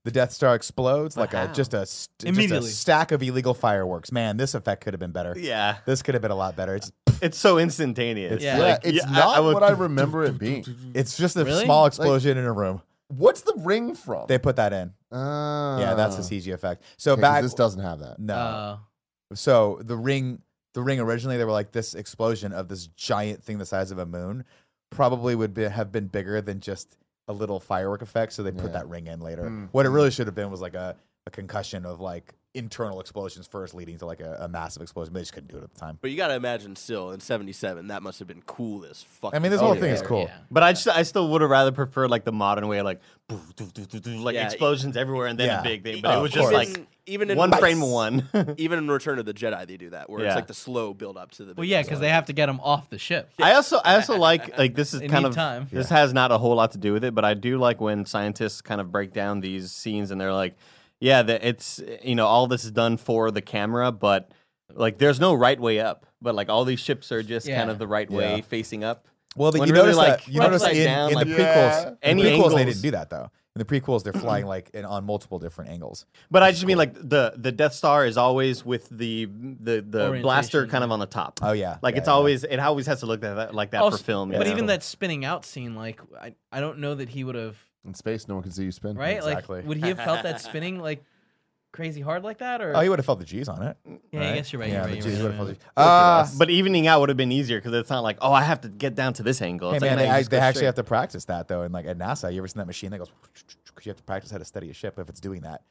Speaker 3: The Death Star explodes like a
Speaker 4: how?
Speaker 3: just a, st- just a
Speaker 4: Immediately.
Speaker 3: stack of illegal fireworks. Man, this effect could have been better.
Speaker 5: yeah,
Speaker 3: This could have been a lot better. It's
Speaker 5: it's so instantaneous.
Speaker 4: Yeah.
Speaker 1: yeah,
Speaker 5: Like,
Speaker 1: it's
Speaker 5: yeah,
Speaker 1: not
Speaker 5: would-
Speaker 1: what I remember it being.
Speaker 3: it's just a
Speaker 4: Really?
Speaker 3: small explosion in a room.
Speaker 1: What's the ring from?
Speaker 3: They put that in.
Speaker 1: Ah.
Speaker 3: Yeah, that's the CG effect. So
Speaker 1: Okay, 'cause
Speaker 3: back
Speaker 1: this doesn't have that.
Speaker 3: no.
Speaker 4: uh
Speaker 3: so the ring, the ring originally they were like this explosion of this giant thing the size of a moon, probably would be, have been bigger than just a little firework effect. So they put
Speaker 1: Yeah.
Speaker 3: that ring in later.
Speaker 1: Mm.
Speaker 3: What it really should have been was like a, a concussion of like internal explosions first, leading to like a, a massive explosion. They just couldn't do it at the time.
Speaker 6: But you gotta imagine still in '77 that must have been cool as fuck.
Speaker 3: I mean, this
Speaker 6: Oh,
Speaker 3: whole
Speaker 6: yeah.
Speaker 3: thing is cool.
Speaker 4: yeah.
Speaker 5: But I just, I still would have rather preferred like the modern way, like boo, doo, doo, doo, doo, like
Speaker 6: Yeah.
Speaker 5: explosions everywhere and then
Speaker 3: Yeah.
Speaker 5: a big
Speaker 3: Oh,
Speaker 5: thing. But it
Speaker 3: of
Speaker 5: was just
Speaker 3: course.
Speaker 5: like
Speaker 6: even in
Speaker 5: one
Speaker 6: like,
Speaker 5: frame, one. (laughs)
Speaker 6: Even in Return of the Jedi, they do that where
Speaker 5: Yeah.
Speaker 6: it's like the slow build up to the.
Speaker 4: Well
Speaker 6: big
Speaker 4: yeah,
Speaker 6: one.
Speaker 4: because they have to get him off the ship.
Speaker 5: I also I also like like this is
Speaker 4: They
Speaker 5: kind
Speaker 4: need
Speaker 5: of
Speaker 4: time.
Speaker 5: this has not a whole lot to do with it, but I do like when scientists kind of break down these scenes and they're like, yeah, the, it's you know all this is done for the camera, but like there's no right way up, but like all these ships are just kind
Speaker 4: Yeah.
Speaker 5: of the right way facing up.
Speaker 3: Well, the,
Speaker 5: When
Speaker 3: you
Speaker 5: really,
Speaker 3: notice
Speaker 5: like,
Speaker 3: that you
Speaker 5: right
Speaker 3: notice
Speaker 5: side
Speaker 3: in,
Speaker 5: down,
Speaker 3: in
Speaker 5: like-
Speaker 3: the prequels,
Speaker 1: Yeah.
Speaker 3: in
Speaker 5: Any
Speaker 3: the prequels they
Speaker 5: angles.
Speaker 3: didn't do that though. In the prequels, they're
Speaker 5: (clears throat)
Speaker 3: flying like in, on multiple different angles.
Speaker 5: But I just mean like the the Death Star is always with the the the blaster
Speaker 4: Orientation,
Speaker 5: kind of on the top.
Speaker 3: Oh, yeah.
Speaker 5: like
Speaker 3: Yeah,
Speaker 5: it's
Speaker 3: yeah.
Speaker 5: always it always has to look that, that- like that
Speaker 4: Also-
Speaker 5: for film.
Speaker 4: Oh, But
Speaker 5: yeah.
Speaker 4: even that spinning out scene, like I, I don't know that he would have
Speaker 1: In space, no one can see you spin.
Speaker 4: right?
Speaker 3: Exactly.
Speaker 4: Like would he have
Speaker 5: (laughs)
Speaker 4: felt that spinning like crazy hard like that? Or
Speaker 3: Oh, you would have felt the G's on it.
Speaker 4: Yeah, I
Speaker 3: right?
Speaker 4: guess you're right.
Speaker 3: Yeah,
Speaker 4: Yeah,
Speaker 3: the
Speaker 4: you're right,
Speaker 3: G's
Speaker 4: you're
Speaker 3: would
Speaker 4: right,
Speaker 3: have
Speaker 4: you're
Speaker 3: felt the
Speaker 4: right.
Speaker 3: G's. Uh,
Speaker 5: but evening out would have been easier because it's not like oh I have to get down to this angle.
Speaker 3: Hey
Speaker 5: It's
Speaker 3: man,
Speaker 5: like,
Speaker 3: they,
Speaker 5: no, you
Speaker 3: act-
Speaker 5: just
Speaker 3: they
Speaker 5: go
Speaker 3: actually
Speaker 5: straight.
Speaker 3: have to practice that though. And like at NASA, you ever seen that machine that goes? Because you have to practice how to steady a ship if it's doing that.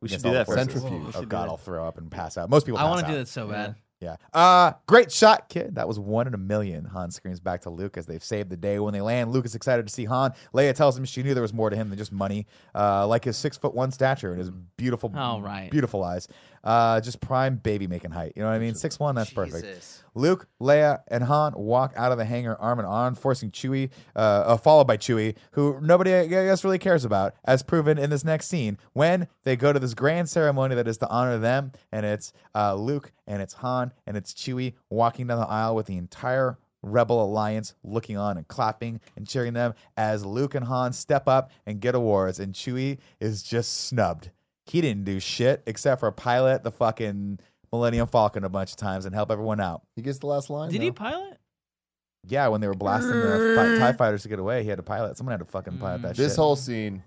Speaker 5: We should
Speaker 3: against
Speaker 5: do
Speaker 3: all the
Speaker 5: that for-
Speaker 3: forces.
Speaker 5: Centrifuge. We should
Speaker 3: Oh
Speaker 5: do
Speaker 3: god,
Speaker 5: that.
Speaker 3: I'll throw up and pass out. Most people.
Speaker 4: I want
Speaker 3: pass
Speaker 4: to do
Speaker 3: out.
Speaker 4: that so bad.
Speaker 3: Yeah. Uh, great shot, kid. That was one in a million. Han screams back to Luke as they've saved the day. When they land, Luke is excited to see Han. Leia tells him she knew there was more to him than just money, uh, like his six foot one stature and his beautiful,
Speaker 4: Oh, right.
Speaker 3: beautiful eyes. Uh, just prime baby making height. You know what I mean? Six one. That's perfect.
Speaker 6: Jesus.
Speaker 3: Luke, Leia, and Han walk out of the hangar arm in arm, forcing Chewie, uh, uh, followed by Chewie, who nobody I guess really cares about, as proven in this next scene when they go to this grand ceremony that is to honor them, and it's uh, Luke and it's Han and it's Chewie walking down the aisle with the entire Rebel Alliance looking on and clapping and cheering them as Luke and Han step up and get awards, and Chewie is just snubbed. He didn't do shit except for pilot the fucking Millennium Falcon a bunch of times and help everyone out.
Speaker 1: He gets the last line.
Speaker 4: Did
Speaker 1: no?
Speaker 4: he pilot?
Speaker 3: Yeah, when they were blasting the fi- TIE fighters to get away, he had to pilot. Someone had to fucking pilot that shit.
Speaker 1: This whole scene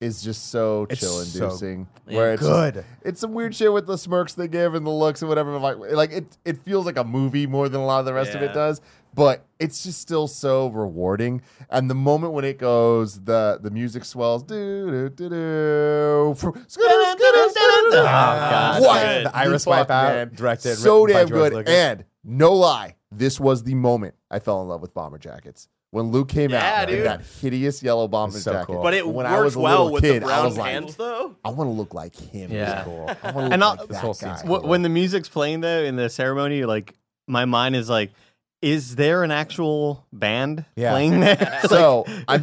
Speaker 1: is just so
Speaker 3: It's
Speaker 1: chill
Speaker 3: so
Speaker 1: inducing.
Speaker 4: Yeah.
Speaker 1: where it's just-
Speaker 3: good.
Speaker 1: it's some weird shit with the smirks they give and the looks and whatever. Like, like it, it feels like a movie more than a lot of the rest of it
Speaker 5: Yeah.
Speaker 1: does. But it's just still so rewarding. And the moment when it goes, the the music swells. Do do do do. Scooter, scooter,
Speaker 6: Oh,
Speaker 1: scooter.
Speaker 5: God,
Speaker 1: What?
Speaker 5: good.
Speaker 3: The Iris
Speaker 1: Fuck,
Speaker 3: Wipeout,
Speaker 1: man.
Speaker 3: directed,
Speaker 1: so
Speaker 3: written by
Speaker 1: damn
Speaker 3: George
Speaker 1: good.
Speaker 3: Lucas.
Speaker 1: And no lie, this was the moment I fell in love with bomber jackets. When Luke came
Speaker 6: Yeah,
Speaker 1: out in
Speaker 6: dude.
Speaker 1: that hideous yellow bomber
Speaker 3: so
Speaker 1: jacket,
Speaker 3: cool.
Speaker 6: But it
Speaker 1: when
Speaker 6: worked
Speaker 1: I was a
Speaker 6: well
Speaker 1: little
Speaker 6: with
Speaker 1: kid,
Speaker 6: the
Speaker 1: I
Speaker 6: brown
Speaker 1: was like,
Speaker 6: pants, though.
Speaker 1: I want to look like him.
Speaker 5: Yeah.
Speaker 1: cool. I
Speaker 5: (laughs)
Speaker 1: want to
Speaker 5: And
Speaker 1: look
Speaker 5: I'll-
Speaker 1: like
Speaker 3: this
Speaker 1: that
Speaker 3: whole
Speaker 1: guy.
Speaker 3: scene's
Speaker 5: Wh- (laughs) when the music's playing though in the ceremony, like my mind is like, is there an actual band
Speaker 3: Yeah. (laughs)
Speaker 5: playing there? (laughs)
Speaker 1: so I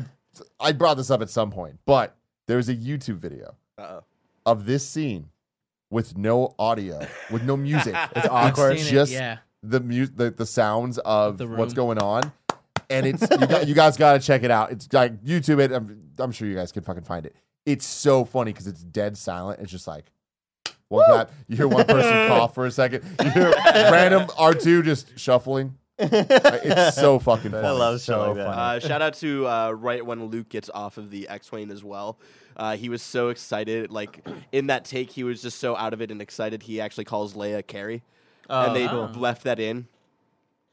Speaker 1: I brought this up at some point, but there's a YouTube video
Speaker 6: Uh-oh.
Speaker 1: of this scene with no audio, with no music.
Speaker 3: It's awkward.
Speaker 4: Seen it,
Speaker 1: Just
Speaker 4: yeah.
Speaker 1: the mu- the, the sounds of
Speaker 4: The
Speaker 1: what's going
Speaker 4: room.
Speaker 1: on. And
Speaker 4: (laughs)
Speaker 1: it's you, got, you guys got to check it out. It's like YouTube it. I'm, I'm sure you guys can fucking find it. It's so funny because it's dead silent. It's just like one clap. You hear one
Speaker 4: (laughs)
Speaker 1: person cough for a second. You hear random R two just shuffling. Like, It's
Speaker 4: (laughs)
Speaker 1: so fucking funny.
Speaker 5: I love shit
Speaker 3: so
Speaker 5: like that.
Speaker 3: funny.
Speaker 6: Uh, shout out to uh, right when Luke gets off of the X-wing as well. Uh, he was so excited, like in that take, he was just so out of it and excited. He actually calls Leia Carrie, and they
Speaker 4: cool.
Speaker 6: left that in.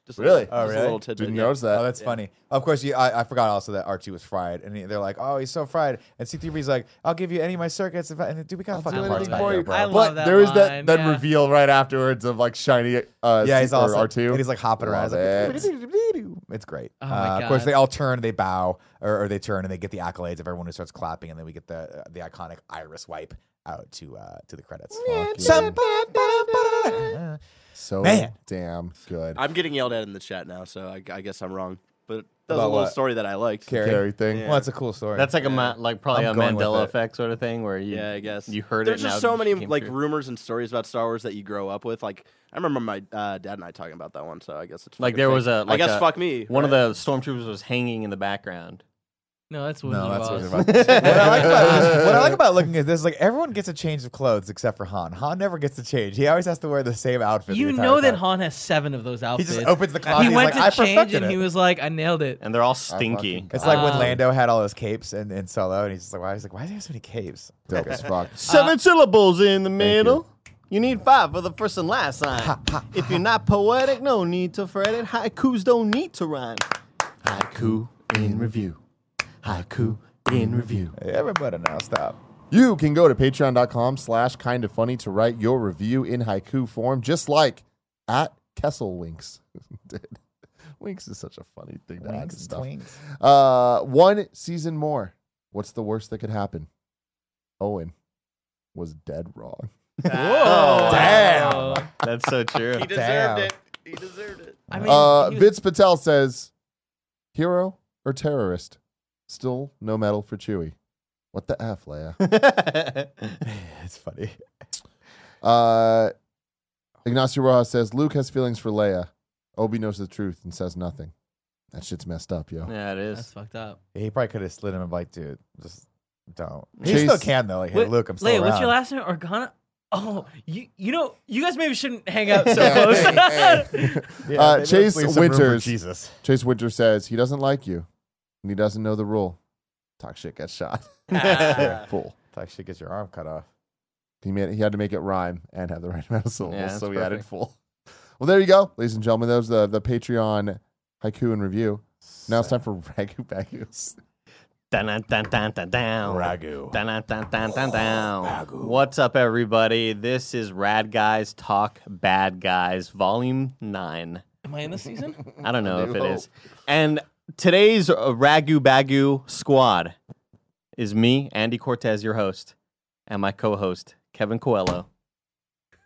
Speaker 6: Just a-
Speaker 1: Really?
Speaker 6: just
Speaker 3: Oh,
Speaker 6: a
Speaker 3: really?
Speaker 6: little tidbit,
Speaker 1: Didn't
Speaker 6: yeah.
Speaker 1: notice that.
Speaker 3: Oh, that's funny. Of course, you, I, I forgot also that Archie was fried, and he- they're like, "Oh, he's so fried." And C3P's like, "I'll give you any of my circuits." If I, and dude, we got fucking
Speaker 4: do
Speaker 3: parts
Speaker 4: anything
Speaker 3: back
Speaker 4: for
Speaker 3: there,
Speaker 4: you.
Speaker 3: bro.
Speaker 4: I love
Speaker 1: but
Speaker 4: that
Speaker 1: there is
Speaker 4: line,
Speaker 1: that that
Speaker 4: yeah.
Speaker 1: reveal right afterwards of like shiny uh
Speaker 3: yeah, he's
Speaker 1: or
Speaker 3: awesome.
Speaker 1: R2.
Speaker 3: And he's like hopping around. He's
Speaker 1: Love
Speaker 3: like, it's great.
Speaker 4: Oh my
Speaker 3: uh, of course,
Speaker 4: God.
Speaker 3: they all turn, they bow, or, or they turn and they get the accolades of everyone who starts clapping, and then we get the uh, the iconic iris wipe out to uh, to the credits. Some-
Speaker 1: so
Speaker 3: Man.
Speaker 1: damn good.
Speaker 6: I'm getting yelled at in the chat now, so I, I guess I'm wrong. But that was
Speaker 3: About
Speaker 6: a little
Speaker 3: what?
Speaker 6: story that I liked.
Speaker 3: Carrie.
Speaker 1: Carry thing.
Speaker 3: Well, it's a cool story.
Speaker 5: That's like a ma- like probably
Speaker 3: I'm
Speaker 5: a
Speaker 3: going with
Speaker 5: Mandela
Speaker 3: it.
Speaker 5: effect sort of thing where you
Speaker 6: Yeah, I guess
Speaker 5: you heard
Speaker 6: There's
Speaker 5: it.
Speaker 6: just
Speaker 5: now
Speaker 6: so
Speaker 5: it
Speaker 6: many
Speaker 5: came
Speaker 6: like
Speaker 5: true.
Speaker 6: rumors and stories about Star Wars that you grow up with. Like I remember my uh, dad and I talking about that one, so I guess it's
Speaker 5: like
Speaker 6: fucking
Speaker 5: there
Speaker 6: fake.
Speaker 5: was a
Speaker 6: I
Speaker 5: like
Speaker 6: guess
Speaker 5: a-
Speaker 6: fuck me.
Speaker 5: One of
Speaker 6: right?
Speaker 5: the stormtroopers was hanging in the background.
Speaker 4: No, that's what
Speaker 3: No,
Speaker 4: he
Speaker 3: that's what
Speaker 4: was.
Speaker 3: it was.
Speaker 4: (laughs)
Speaker 3: (laughs) what, I like about this, what I like about looking at this is like everyone gets a change of clothes except for Han. Han never gets to change. He always has to wear the same outfit. the
Speaker 4: You
Speaker 3: entire
Speaker 4: know that
Speaker 3: time.
Speaker 4: Han has seven of those
Speaker 3: He
Speaker 4: outfits.
Speaker 3: just opens the closet.
Speaker 4: he
Speaker 3: he's
Speaker 4: went
Speaker 3: like, I
Speaker 4: to change
Speaker 3: perfected
Speaker 4: and
Speaker 3: it.
Speaker 4: he was like, I nailed it.
Speaker 5: And they're all stinky.
Speaker 1: fucking-
Speaker 3: It's like when
Speaker 4: Um,
Speaker 3: Lando had all those capes and, and Solo, and he's just like, "Why?" He's like, "Why does he have so many capes?"
Speaker 1: Dope as
Speaker 4: (laughs)
Speaker 1: fuck.
Speaker 5: Seven syllables in the middle. Uh, You need five for the first and last sign. If you're not poetic, no need to fret it. Haikus don't need to rhyme.
Speaker 1: Haiku in review. Haiku in review.
Speaker 3: Everybody now, stop.
Speaker 1: (laughs) You can go to patreon.com slash kind of funny to write your review in haiku form, just like at Kessel Winks. (laughs) Dude, Winks is such a funny thing to add to
Speaker 3: Twinks,
Speaker 1: stuff.
Speaker 3: twinks.
Speaker 1: Uh, one season more. What's the worst that could happen? Owen was dead wrong.
Speaker 4: Whoa.
Speaker 3: Damn.
Speaker 5: Oh, That's so true.
Speaker 6: he deserved
Speaker 3: Damn.
Speaker 6: it. He deserved it.
Speaker 4: I mean,
Speaker 1: Uh,
Speaker 4: he was-
Speaker 1: Vince Patel says, "Hero or terrorist? Still no medal for Chewie. What the f, Leia?"
Speaker 3: (laughs) it's funny.
Speaker 1: Uh, Ignacio Rojas says, "Luke has feelings for Leia. Obi knows the truth and says nothing. That shit's messed up, yo."
Speaker 5: yeah, it
Speaker 4: that's
Speaker 5: is.
Speaker 4: fucked up.
Speaker 3: He probably could have slid him and be like, "Dude, just don't."
Speaker 1: Chase-
Speaker 3: he still can though. Like, hey,
Speaker 4: What-
Speaker 3: Luke, I'm still
Speaker 4: Leia,
Speaker 3: around.
Speaker 4: what's your last name? Organa? Oh, you you know, you guys maybe shouldn't hang
Speaker 3: (laughs)
Speaker 4: out so
Speaker 1: Yeah,
Speaker 4: close.
Speaker 1: hey, hey.
Speaker 3: Yeah,
Speaker 1: Uh,
Speaker 3: maybe let's
Speaker 1: Chase
Speaker 3: leave some room for
Speaker 1: Winters.
Speaker 3: Jesus.
Speaker 1: Chase Winter says he doesn't like you, and he doesn't know the rule. Talk shit, gets
Speaker 5: (laughs)
Speaker 1: shot. (laughs) Fool.
Speaker 3: Talk shit, get your arm cut off.
Speaker 1: He made he had to make it rhyme and have the right amount of syllables,
Speaker 5: Yeah, that's
Speaker 1: so we added
Speaker 5: perfect.
Speaker 1: full. Well, there you go, ladies and gentlemen. That was the the Patreon haiku and review. Now it's time for (laughs) ragu bagus.
Speaker 5: Dun, dun, dun, dun, dun, down.
Speaker 3: Ragu.
Speaker 5: Dun, dun, dun, dun, dun, down. What's up, everybody? This is Rad Guys Talk Bad Guys, Volume 9.
Speaker 4: (laughs) Am I in this
Speaker 3: (laughs)
Speaker 4: season?
Speaker 5: I don't know if
Speaker 1: new
Speaker 5: it is.
Speaker 1: hope.
Speaker 4: (laughs)
Speaker 5: And today's uh, Ragu Bagu squad is me, Andy Cortez, your host, and my co host, Kevin Coelho.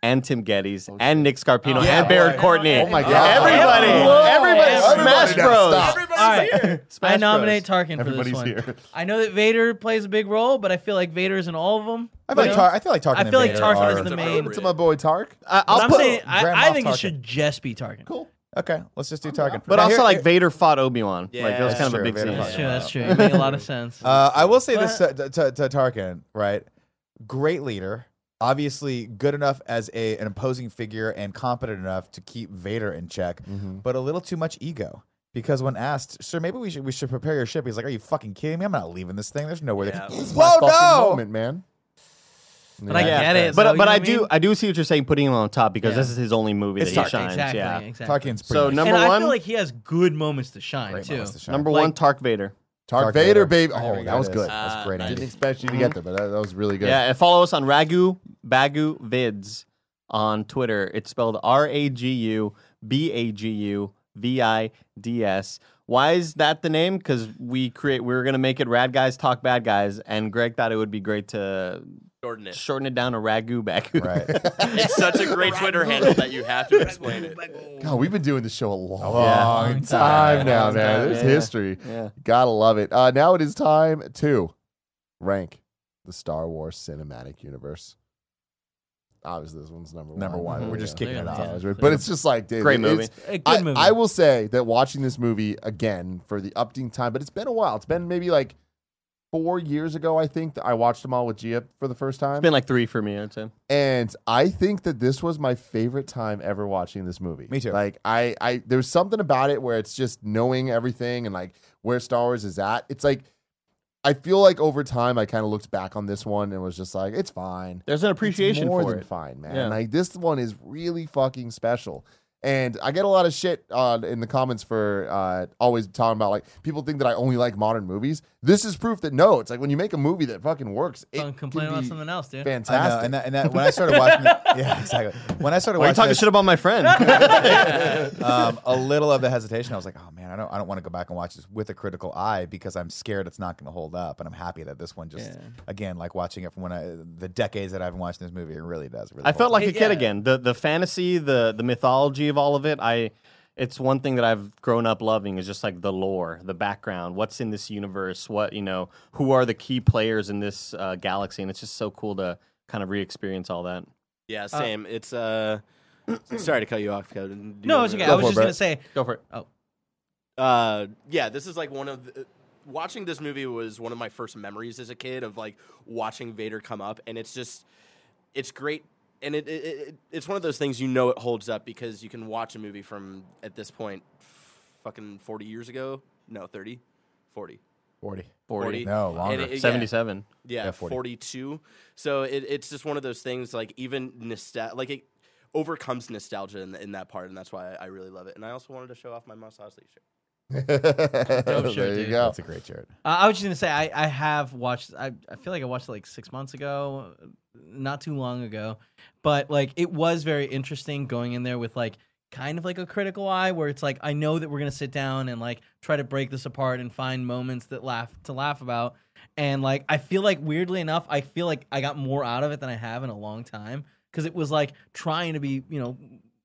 Speaker 5: and Tim Geddes and Nick Scarpino and
Speaker 3: boy.
Speaker 5: Barrett Courtney.
Speaker 4: Oh
Speaker 1: my
Speaker 5: Yeah.
Speaker 1: God.
Speaker 5: Everybody,
Speaker 4: Whoa.
Speaker 5: everybody,
Speaker 4: Everybody
Speaker 5: Smash
Speaker 1: now
Speaker 5: Bros.
Speaker 1: stop.
Speaker 4: All right. I
Speaker 5: Smash
Speaker 4: nominate
Speaker 5: Bros.
Speaker 4: Tarkin for this
Speaker 1: Everybody's
Speaker 4: one.
Speaker 1: here.
Speaker 4: I know that Vader plays a big role, but I feel like Vader is in all of them.
Speaker 3: I feel
Speaker 4: you
Speaker 3: like
Speaker 4: know?
Speaker 3: Tar- I feel like Tarkin.
Speaker 4: I
Speaker 3: and
Speaker 4: feel like
Speaker 3: Vader
Speaker 4: Tarkin
Speaker 3: are-
Speaker 4: is the
Speaker 6: appropriate.
Speaker 4: main.
Speaker 1: to my boy Tark.
Speaker 5: I-
Speaker 4: But
Speaker 5: I'll
Speaker 4: I'm
Speaker 5: put,
Speaker 4: saying,
Speaker 3: Grand
Speaker 4: I, I
Speaker 3: Moff
Speaker 4: think
Speaker 3: Tarkin.
Speaker 4: it should just be Tarkin. Cool.
Speaker 3: Okay, let's just do Tarkin.
Speaker 5: but
Speaker 3: Now
Speaker 5: also
Speaker 3: here-
Speaker 5: like Vader fought Obi Wan.
Speaker 6: Yeah,
Speaker 5: like that was
Speaker 6: that's
Speaker 5: kind of
Speaker 3: true.
Speaker 5: a big
Speaker 3: Vader
Speaker 5: scene.
Speaker 3: fought
Speaker 4: That's
Speaker 3: Yeah.
Speaker 4: true. That's true. It made a lot of sense.
Speaker 3: Uh, I will say this to, to, to Tarkin, right? Great leader, obviously good enough as a an imposing figure and competent enough to keep Vader in check,
Speaker 1: Mm-hmm.
Speaker 3: but a little too much ego. Because when asked, sir, maybe we should we should prepare your ship. He's like, "Are you fucking kidding me? I'm not leaving this thing. There's no way."
Speaker 6: Yeah.
Speaker 3: Yeah.
Speaker 6: This
Speaker 3: Whoa,
Speaker 1: My fucking
Speaker 3: no!
Speaker 1: moment, man.
Speaker 4: but I
Speaker 5: Yeah.
Speaker 4: get it.
Speaker 5: But
Speaker 4: though, you
Speaker 5: but
Speaker 4: know
Speaker 5: I
Speaker 4: what
Speaker 5: do
Speaker 4: mean?
Speaker 5: I do see what you're saying, putting him on top because
Speaker 4: Yeah.
Speaker 5: this is his only movie
Speaker 3: It's Tarkin.
Speaker 5: that he shines.
Speaker 4: Exactly.
Speaker 5: yeah.
Speaker 4: Exactly.
Speaker 3: Tarkin's pretty.
Speaker 5: So
Speaker 3: much
Speaker 5: number
Speaker 4: and I
Speaker 5: one,
Speaker 4: feel like he has good moments to shine
Speaker 3: great
Speaker 4: too.
Speaker 3: moments to shine.
Speaker 5: number
Speaker 4: Like-
Speaker 5: one, Tark Vader.
Speaker 1: Tark,
Speaker 3: Tark
Speaker 1: Vader,
Speaker 3: Vader.
Speaker 1: baby.
Speaker 3: There we
Speaker 1: Oh,
Speaker 3: go,
Speaker 1: that was
Speaker 3: it
Speaker 1: good.
Speaker 3: Uh, is.
Speaker 6: Uh,
Speaker 3: That's great.
Speaker 1: I didn't
Speaker 3: Andy.
Speaker 1: expect you to get there, but that, that was really good. (laughs)
Speaker 5: Yeah, and follow us on Ragu Bagu Vids on Twitter. It's spelled R A G U B A G U V I D S. Why is that the name? Because we create we were gonna make it Rad Guys Talk Bad Guys, and Greg thought it would be great to
Speaker 6: Jordan it.
Speaker 5: shorten it down to Ragu
Speaker 1: (laughs)
Speaker 5: Bagu.
Speaker 3: Right.
Speaker 6: (laughs) It's such a great Twitter handle that you have to explain it.
Speaker 1: God, we've been doing this show a long,
Speaker 5: long
Speaker 1: time now,
Speaker 5: Long
Speaker 1: man.
Speaker 5: time,
Speaker 1: There's
Speaker 5: yeah.
Speaker 1: history.
Speaker 5: (laughs) Yeah.
Speaker 1: Gotta love it. Uh, now it is time to rank the Star Wars cinematic universe. Obviously, this one's number one.
Speaker 3: number one.
Speaker 5: Mhm.
Speaker 3: We're just
Speaker 1: Yeah.
Speaker 3: kicking it
Speaker 4: Yeah.
Speaker 3: off.
Speaker 1: That's right. But it's just like dude,
Speaker 5: Great
Speaker 1: it's-
Speaker 5: movie.
Speaker 4: A good
Speaker 1: I,
Speaker 4: movie.
Speaker 1: I will say that watching this movie again for the updating time, but it's been a while. It's been maybe like four years ago, I think, that I watched them all with Gia for the first time.
Speaker 5: It's been like three for me, I'd say.
Speaker 1: and I think that this was my favorite time ever watching this movie.
Speaker 3: Me too.
Speaker 1: Like I, I there was something about it where it's just knowing everything and like where Star Wars is at. It's like I feel like over time I kind of looked back on this one and was just like, it's fine.
Speaker 5: There's an appreciation
Speaker 1: it's more
Speaker 5: for
Speaker 1: than
Speaker 5: it.
Speaker 1: fine, man.
Speaker 5: Yeah.
Speaker 1: Like this one is really fucking special. And I get a lot of shit uh, in the comments for uh, always talking about like people think that I only like modern movies. This is proof that no, it's like when you make a movie that fucking works, it
Speaker 4: Don't complain
Speaker 1: can
Speaker 4: about
Speaker 1: be
Speaker 4: something else, dude.
Speaker 3: I know,
Speaker 1: Fantastic.
Speaker 3: and that, and that when I started
Speaker 1: (laughs)
Speaker 3: watching, it, yeah, exactly. When I started
Speaker 5: Why are you
Speaker 3: watching,
Speaker 5: talking
Speaker 3: this,
Speaker 5: shit about my friend?
Speaker 3: um, a little of the hesitation. I was like, oh man, I don't, I don't want to go back and watch this with a critical eye because I'm scared it's not going to hold up. And I'm happy that this one just, again, like watching it from when I, the decades that I've been watching this movie, it really does. Really
Speaker 5: I felt
Speaker 3: holds up.
Speaker 5: like a kid again. The the fantasy, the the mythology of all of it. I it's one thing that I've grown up loving is just like the lore, the background, what's in this universe, what you know, who are the key players in this uh, galaxy, and it's just so cool to kind of re-experience all that.
Speaker 6: Yeah, same. it's uh, (clears throat) sorry to cut you off. Kevin. Do you
Speaker 4: No,
Speaker 6: want
Speaker 4: it's
Speaker 6: me to-
Speaker 4: okay. I was
Speaker 1: for it,
Speaker 4: just gonna
Speaker 1: Brett.
Speaker 4: say.
Speaker 5: Go for it.
Speaker 6: uh yeah this is like one of the, watching this movie was one of my first memories as a kid of like watching vader come up and it's just it's great and it, it, it it's one of those things you know it holds up because you can watch a movie from at this point fucking 40 years ago no 30 40
Speaker 3: 40.
Speaker 6: 40
Speaker 3: No, longer.
Speaker 6: it- it- yeah.
Speaker 5: Seventy-seven.
Speaker 6: yeah,
Speaker 3: Yeah, 40.
Speaker 6: 42 so it, it's just one of those things like even nostalgia like it overcomes nostalgia in, in that part and that's why I, I really love it and i also wanted to show off my mustache that you showed.
Speaker 3: (laughs)
Speaker 1: (laughs) there
Speaker 4: shirt,
Speaker 1: you
Speaker 4: dude.
Speaker 1: go.
Speaker 3: That's a great shirt.
Speaker 4: Uh, I was just gonna say I, I have watched. I, I feel like I watched it like six months ago, not too long ago, but like it was very interesting going in there with like kind of like a critical eye where it's like I know that we're gonna sit down and like try to break this apart and find moments that laugh to laugh about, and like I feel like weirdly enough I feel like I got more out of it than I have in a long time because it was like trying to be you know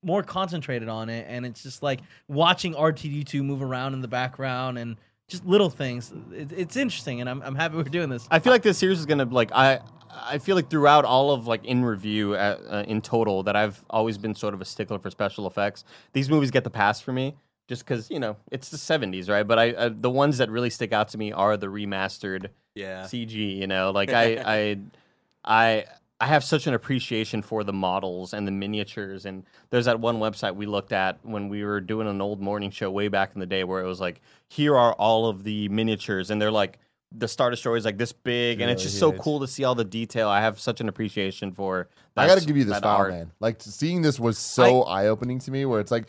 Speaker 4: more concentrated on it and it's just like watching RTD2 move around in the background and just little things. It, it's interesting, and I'm, I'm happy we're doing this.
Speaker 5: I feel like this series is gonna like I. I feel like throughout all of like in review uh, uh, in total that I've always been sort of a stickler for special effects. These movies get the pass for me just because you know it's the '70s, right? But I uh, the ones that really stick out to me are the remastered
Speaker 6: yeah
Speaker 5: CG. You know, like I, I, I, I have such an appreciation for the models and the miniatures. And there's that one website we looked at when we were doing an old morning show way back in the day, where it was like, here are all of the miniatures, and they're like. The Star Destroyer is like this big, and it's just so cool to see all the detail. I have such an appreciation for.
Speaker 1: I
Speaker 5: that
Speaker 1: got to
Speaker 5: s-
Speaker 1: give you this
Speaker 5: that
Speaker 1: foul,
Speaker 5: art.
Speaker 1: man. Like seeing this was so eye opening to me, where it's like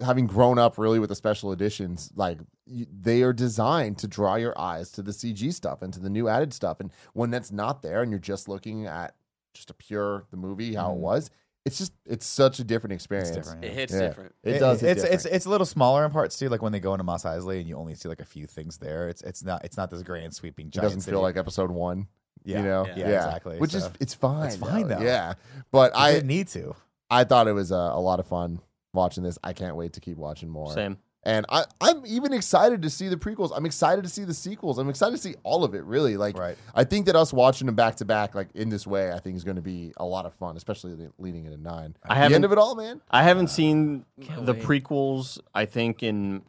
Speaker 1: having grown up really with the special editions, like you, they are designed to draw your eyes to the CG stuff and to the new added stuff. And when that's not there, and you're just looking at just a pure the movie how it was, it's just it's such a different experience.
Speaker 3: Mm-hmm. It's different.
Speaker 6: it
Speaker 3: yeah.
Speaker 6: hits
Speaker 1: Yeah.
Speaker 6: different
Speaker 1: It, does.
Speaker 3: It's it's,
Speaker 1: different.
Speaker 3: it's a little smaller in parts too. Like when they go into Moss Eisley and you only see like a few things there. It's it's not it's not this grand sweeping.
Speaker 1: it
Speaker 3: Giant
Speaker 1: doesn't
Speaker 3: city.
Speaker 1: feel like episode one.
Speaker 3: Yeah,
Speaker 1: you know,
Speaker 3: yeah, exactly.
Speaker 1: Which
Speaker 3: So
Speaker 1: is it's fine.
Speaker 3: it's fine, though.
Speaker 1: Yeah, but
Speaker 3: I
Speaker 1: I
Speaker 3: didn't need to.
Speaker 1: I thought it was a, a lot of fun watching this. I can't wait to keep watching more.
Speaker 5: Same.
Speaker 1: And I I'm even excited to see the prequels. I'm excited to see the sequels. I'm excited to see all of it. Really, like
Speaker 3: Right.
Speaker 1: I think that us watching them back to back, like in this way, I think is going to be a lot of fun, especially the, leading into nine.
Speaker 5: I
Speaker 1: the
Speaker 5: haven't-
Speaker 1: end of it all, man.
Speaker 5: I haven't seen the
Speaker 4: wait.
Speaker 5: prequels. I think in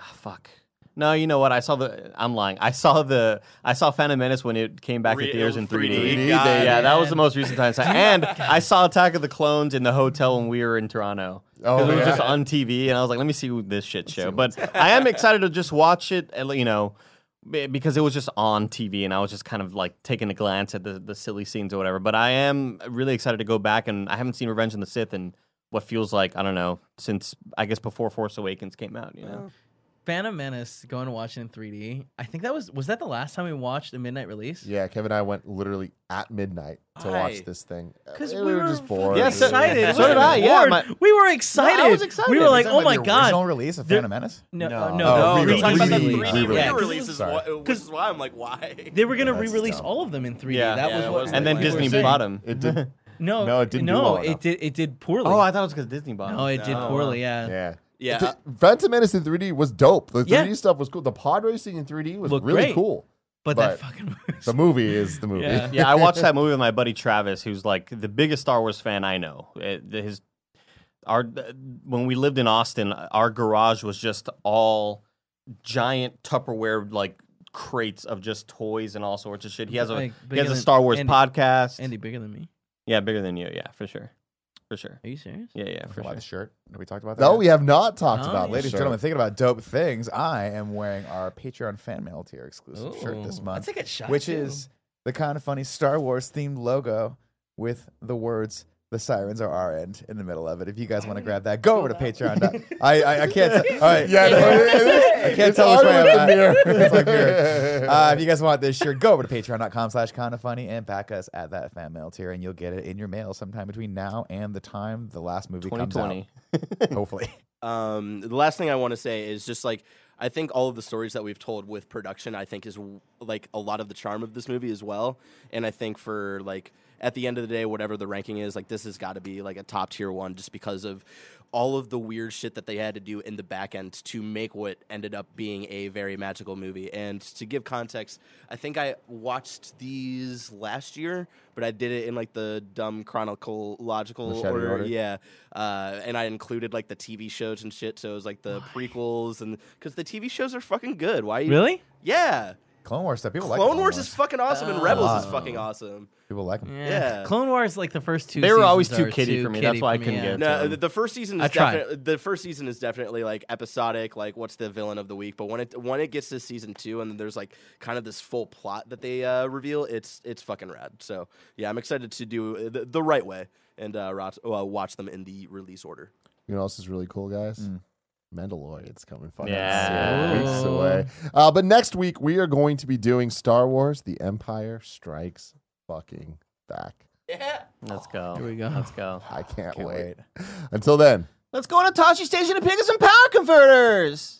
Speaker 5: ah, fuck. No, you know what? I saw the. I'm lying. I saw the. I saw Phantom Menace when it came back
Speaker 6: Re-
Speaker 5: in theaters in 3D.
Speaker 6: 3D,
Speaker 5: yeah,
Speaker 6: God,
Speaker 5: that was the most recent time. I saw- And I saw Attack of the Clones in the hotel when we were in Toronto.
Speaker 1: Oh,
Speaker 5: 'Cause it was
Speaker 1: yeah.
Speaker 5: just on TV, and I was like, "Let me see what this shit show." But
Speaker 1: (laughs)
Speaker 5: I am excited to just watch it. uh, You know, be- because it was just on TV and I was just kind of like taking a glance at the, the silly scenes or whatever. But I am really excited to go back and I haven't seen Revenge on the Sith in what feels like, I don't know, since I guess before Force Awakens came out, you know?
Speaker 4: Phantom Menace, going to watch it in 3D. I think that was was that the last time we watched a midnight release?
Speaker 1: Yeah, Kevin and I went literally at midnight to
Speaker 6: Why?
Speaker 1: watch this thing.
Speaker 4: Because
Speaker 1: Uh,
Speaker 4: we were
Speaker 1: just bored.
Speaker 4: fucking
Speaker 5: Yeah, so-
Speaker 4: excited.
Speaker 5: so did I, yeah,
Speaker 4: Bored.
Speaker 5: my-
Speaker 4: we were excited.
Speaker 5: excited.
Speaker 4: We were
Speaker 5: You're
Speaker 4: like,
Speaker 3: Talking
Speaker 4: oh
Speaker 3: about
Speaker 4: my
Speaker 3: the
Speaker 4: god.
Speaker 3: Original release of
Speaker 4: There-
Speaker 3: Phantom Menace.
Speaker 4: No,
Speaker 7: No.
Speaker 4: no,
Speaker 3: Oh,
Speaker 4: no.
Speaker 3: re-release.
Speaker 6: We're talking about the
Speaker 3: Re-release.
Speaker 6: 3D
Speaker 3: Re-release.
Speaker 4: Yeah,
Speaker 6: re-release is
Speaker 3: Sorry.
Speaker 6: why, which is why I'm like, why?
Speaker 4: They were gonna
Speaker 3: That's
Speaker 4: re-release
Speaker 3: dumb.
Speaker 4: all of them in 3D.
Speaker 5: Yeah.
Speaker 4: that
Speaker 6: Yeah, it
Speaker 4: Oh. was what.
Speaker 6: wasn't
Speaker 5: And then
Speaker 4: we
Speaker 6: like-
Speaker 4: were
Speaker 5: Disney
Speaker 4: saying.
Speaker 5: bought him.
Speaker 1: It did,
Speaker 4: No,
Speaker 1: No, it didn't do
Speaker 4: No,
Speaker 1: well enough.
Speaker 4: it did. It did
Speaker 5: (laughs)
Speaker 4: poorly.
Speaker 5: Oh, I thought it was because Disney bought him.
Speaker 4: no, it did
Speaker 1: Oh,
Speaker 6: No.
Speaker 4: poorly. Yeah.
Speaker 1: (laughs) yeah.
Speaker 6: Yeah,
Speaker 1: Th- Phantom Menace in 3D was dope. The 3D
Speaker 4: Yeah.
Speaker 1: stuff was cool. The pod racing in 3D was
Speaker 4: Looked
Speaker 1: really
Speaker 4: great.
Speaker 1: cool.
Speaker 4: but,
Speaker 1: but-
Speaker 4: that fucking.
Speaker 1: The movie is the movie. (laughs)
Speaker 4: Yeah.
Speaker 5: yeah, I watched that movie with my buddy Travis, who's like the biggest Star Wars fan I know. Uh, His our when we lived in Austin, our garage was just all giant Tupperware like crates of just toys and all sorts of shit. He has a
Speaker 4: Like,
Speaker 5: he
Speaker 4: bigger
Speaker 5: has a
Speaker 4: than
Speaker 5: Star Wars
Speaker 4: Andy-
Speaker 5: podcast.
Speaker 4: Andy bigger than me.
Speaker 5: Yeah, bigger than you. Yeah, for sure, for sure.
Speaker 4: Are you serious?
Speaker 5: Yeah, yeah, for
Speaker 3: Talking about
Speaker 5: sure.
Speaker 3: the shirt. Have we talked about that?
Speaker 1: No,
Speaker 3: yet?
Speaker 1: we have not talked
Speaker 4: Oh,
Speaker 1: about
Speaker 4: yeah.
Speaker 3: Ladies and
Speaker 1: this.
Speaker 3: gentlemen, thinking about dope things, I am wearing our Patreon fan mail tier exclusive shirt this
Speaker 4: Ooh,
Speaker 3: month,
Speaker 4: Oh. That's a good shot.
Speaker 3: which
Speaker 4: too.
Speaker 3: is the kind of funny Star Wars themed logo with the words "The sirens are our end" in the middle of it. If you guys want to grab that, go over to Patreon. dot- I, I I can't. T- all right,
Speaker 1: Yeah, no, it- it is-
Speaker 3: I can't
Speaker 1: it's
Speaker 3: tell which
Speaker 1: hard
Speaker 3: way
Speaker 1: with the
Speaker 3: I'm
Speaker 1: mirror.
Speaker 3: at. (laughs) It's like
Speaker 1: (laughs)
Speaker 3: mirror. Uh, if you guys want this shirt, go over to patreon.com slash kind of funny and back us at that fan mail tier, and you'll get it in your mail sometime between now and the time the last movie
Speaker 5: Twenty
Speaker 3: comes out.
Speaker 5: twenty.
Speaker 1: (laughs)
Speaker 3: Hopefully.
Speaker 6: um, the last thing I want to say is just like I think all of the stories that we've told with production, I think is w- like a lot of the charm of this movie as well. And I think for like at the end of the day, whatever the ranking is, like this has got to be like a top tier one just because of all of the weird shit that they had to do in the back end to make what ended up being a very magical movie. And to give context, I think I watched these last year, but I did it in like the dumb chronological
Speaker 1: Machete
Speaker 6: order.
Speaker 1: order.
Speaker 6: Yeah. Uh, and I included like the TV shows and shit. So it was like the prequels and because the TV shows are fucking good. Why? You,
Speaker 4: really.
Speaker 6: Yeah.
Speaker 3: Clone Wars stuff. People like
Speaker 6: Clone Wars is fucking awesome and Rebels is
Speaker 3: Oh.
Speaker 6: fucking awesome.
Speaker 3: People like 'em.
Speaker 6: Yeah.
Speaker 4: Clone Wars, like the first two.
Speaker 5: They were always
Speaker 4: seasons
Speaker 5: too
Speaker 4: are
Speaker 5: kiddie for me. That's
Speaker 4: kiddie
Speaker 5: why I
Speaker 4: for me,
Speaker 5: couldn't
Speaker 4: yeah.
Speaker 5: get
Speaker 6: No,
Speaker 5: Um,
Speaker 6: the- the first season
Speaker 4: I
Speaker 6: is
Speaker 4: tried.
Speaker 6: definitely the first season is definitely like episodic, like what's the villain of the week. But when it when it gets to season two and there's like kind of this full plot that they uh, reveal, it's it's fucking rad. So yeah, I'm excited to do uh, the, the right way and uh, rot, uh, watch them in the release order.
Speaker 1: You know what else is really cool, guys?
Speaker 3: Mm.
Speaker 1: Mandalorian's coming fucking
Speaker 5: Yeah.
Speaker 1: soon. weeks away. Uh, but next week we are going to be doing Star Wars: The Empire Strikes Fucking Back.
Speaker 5: Let's go.
Speaker 4: Here we go.
Speaker 5: Let's go.
Speaker 3: (sighs)
Speaker 1: I can't,
Speaker 3: Can't
Speaker 1: wait.
Speaker 3: wait.
Speaker 1: Until then,
Speaker 7: Let's go on a Tashi station and pick us some power converters.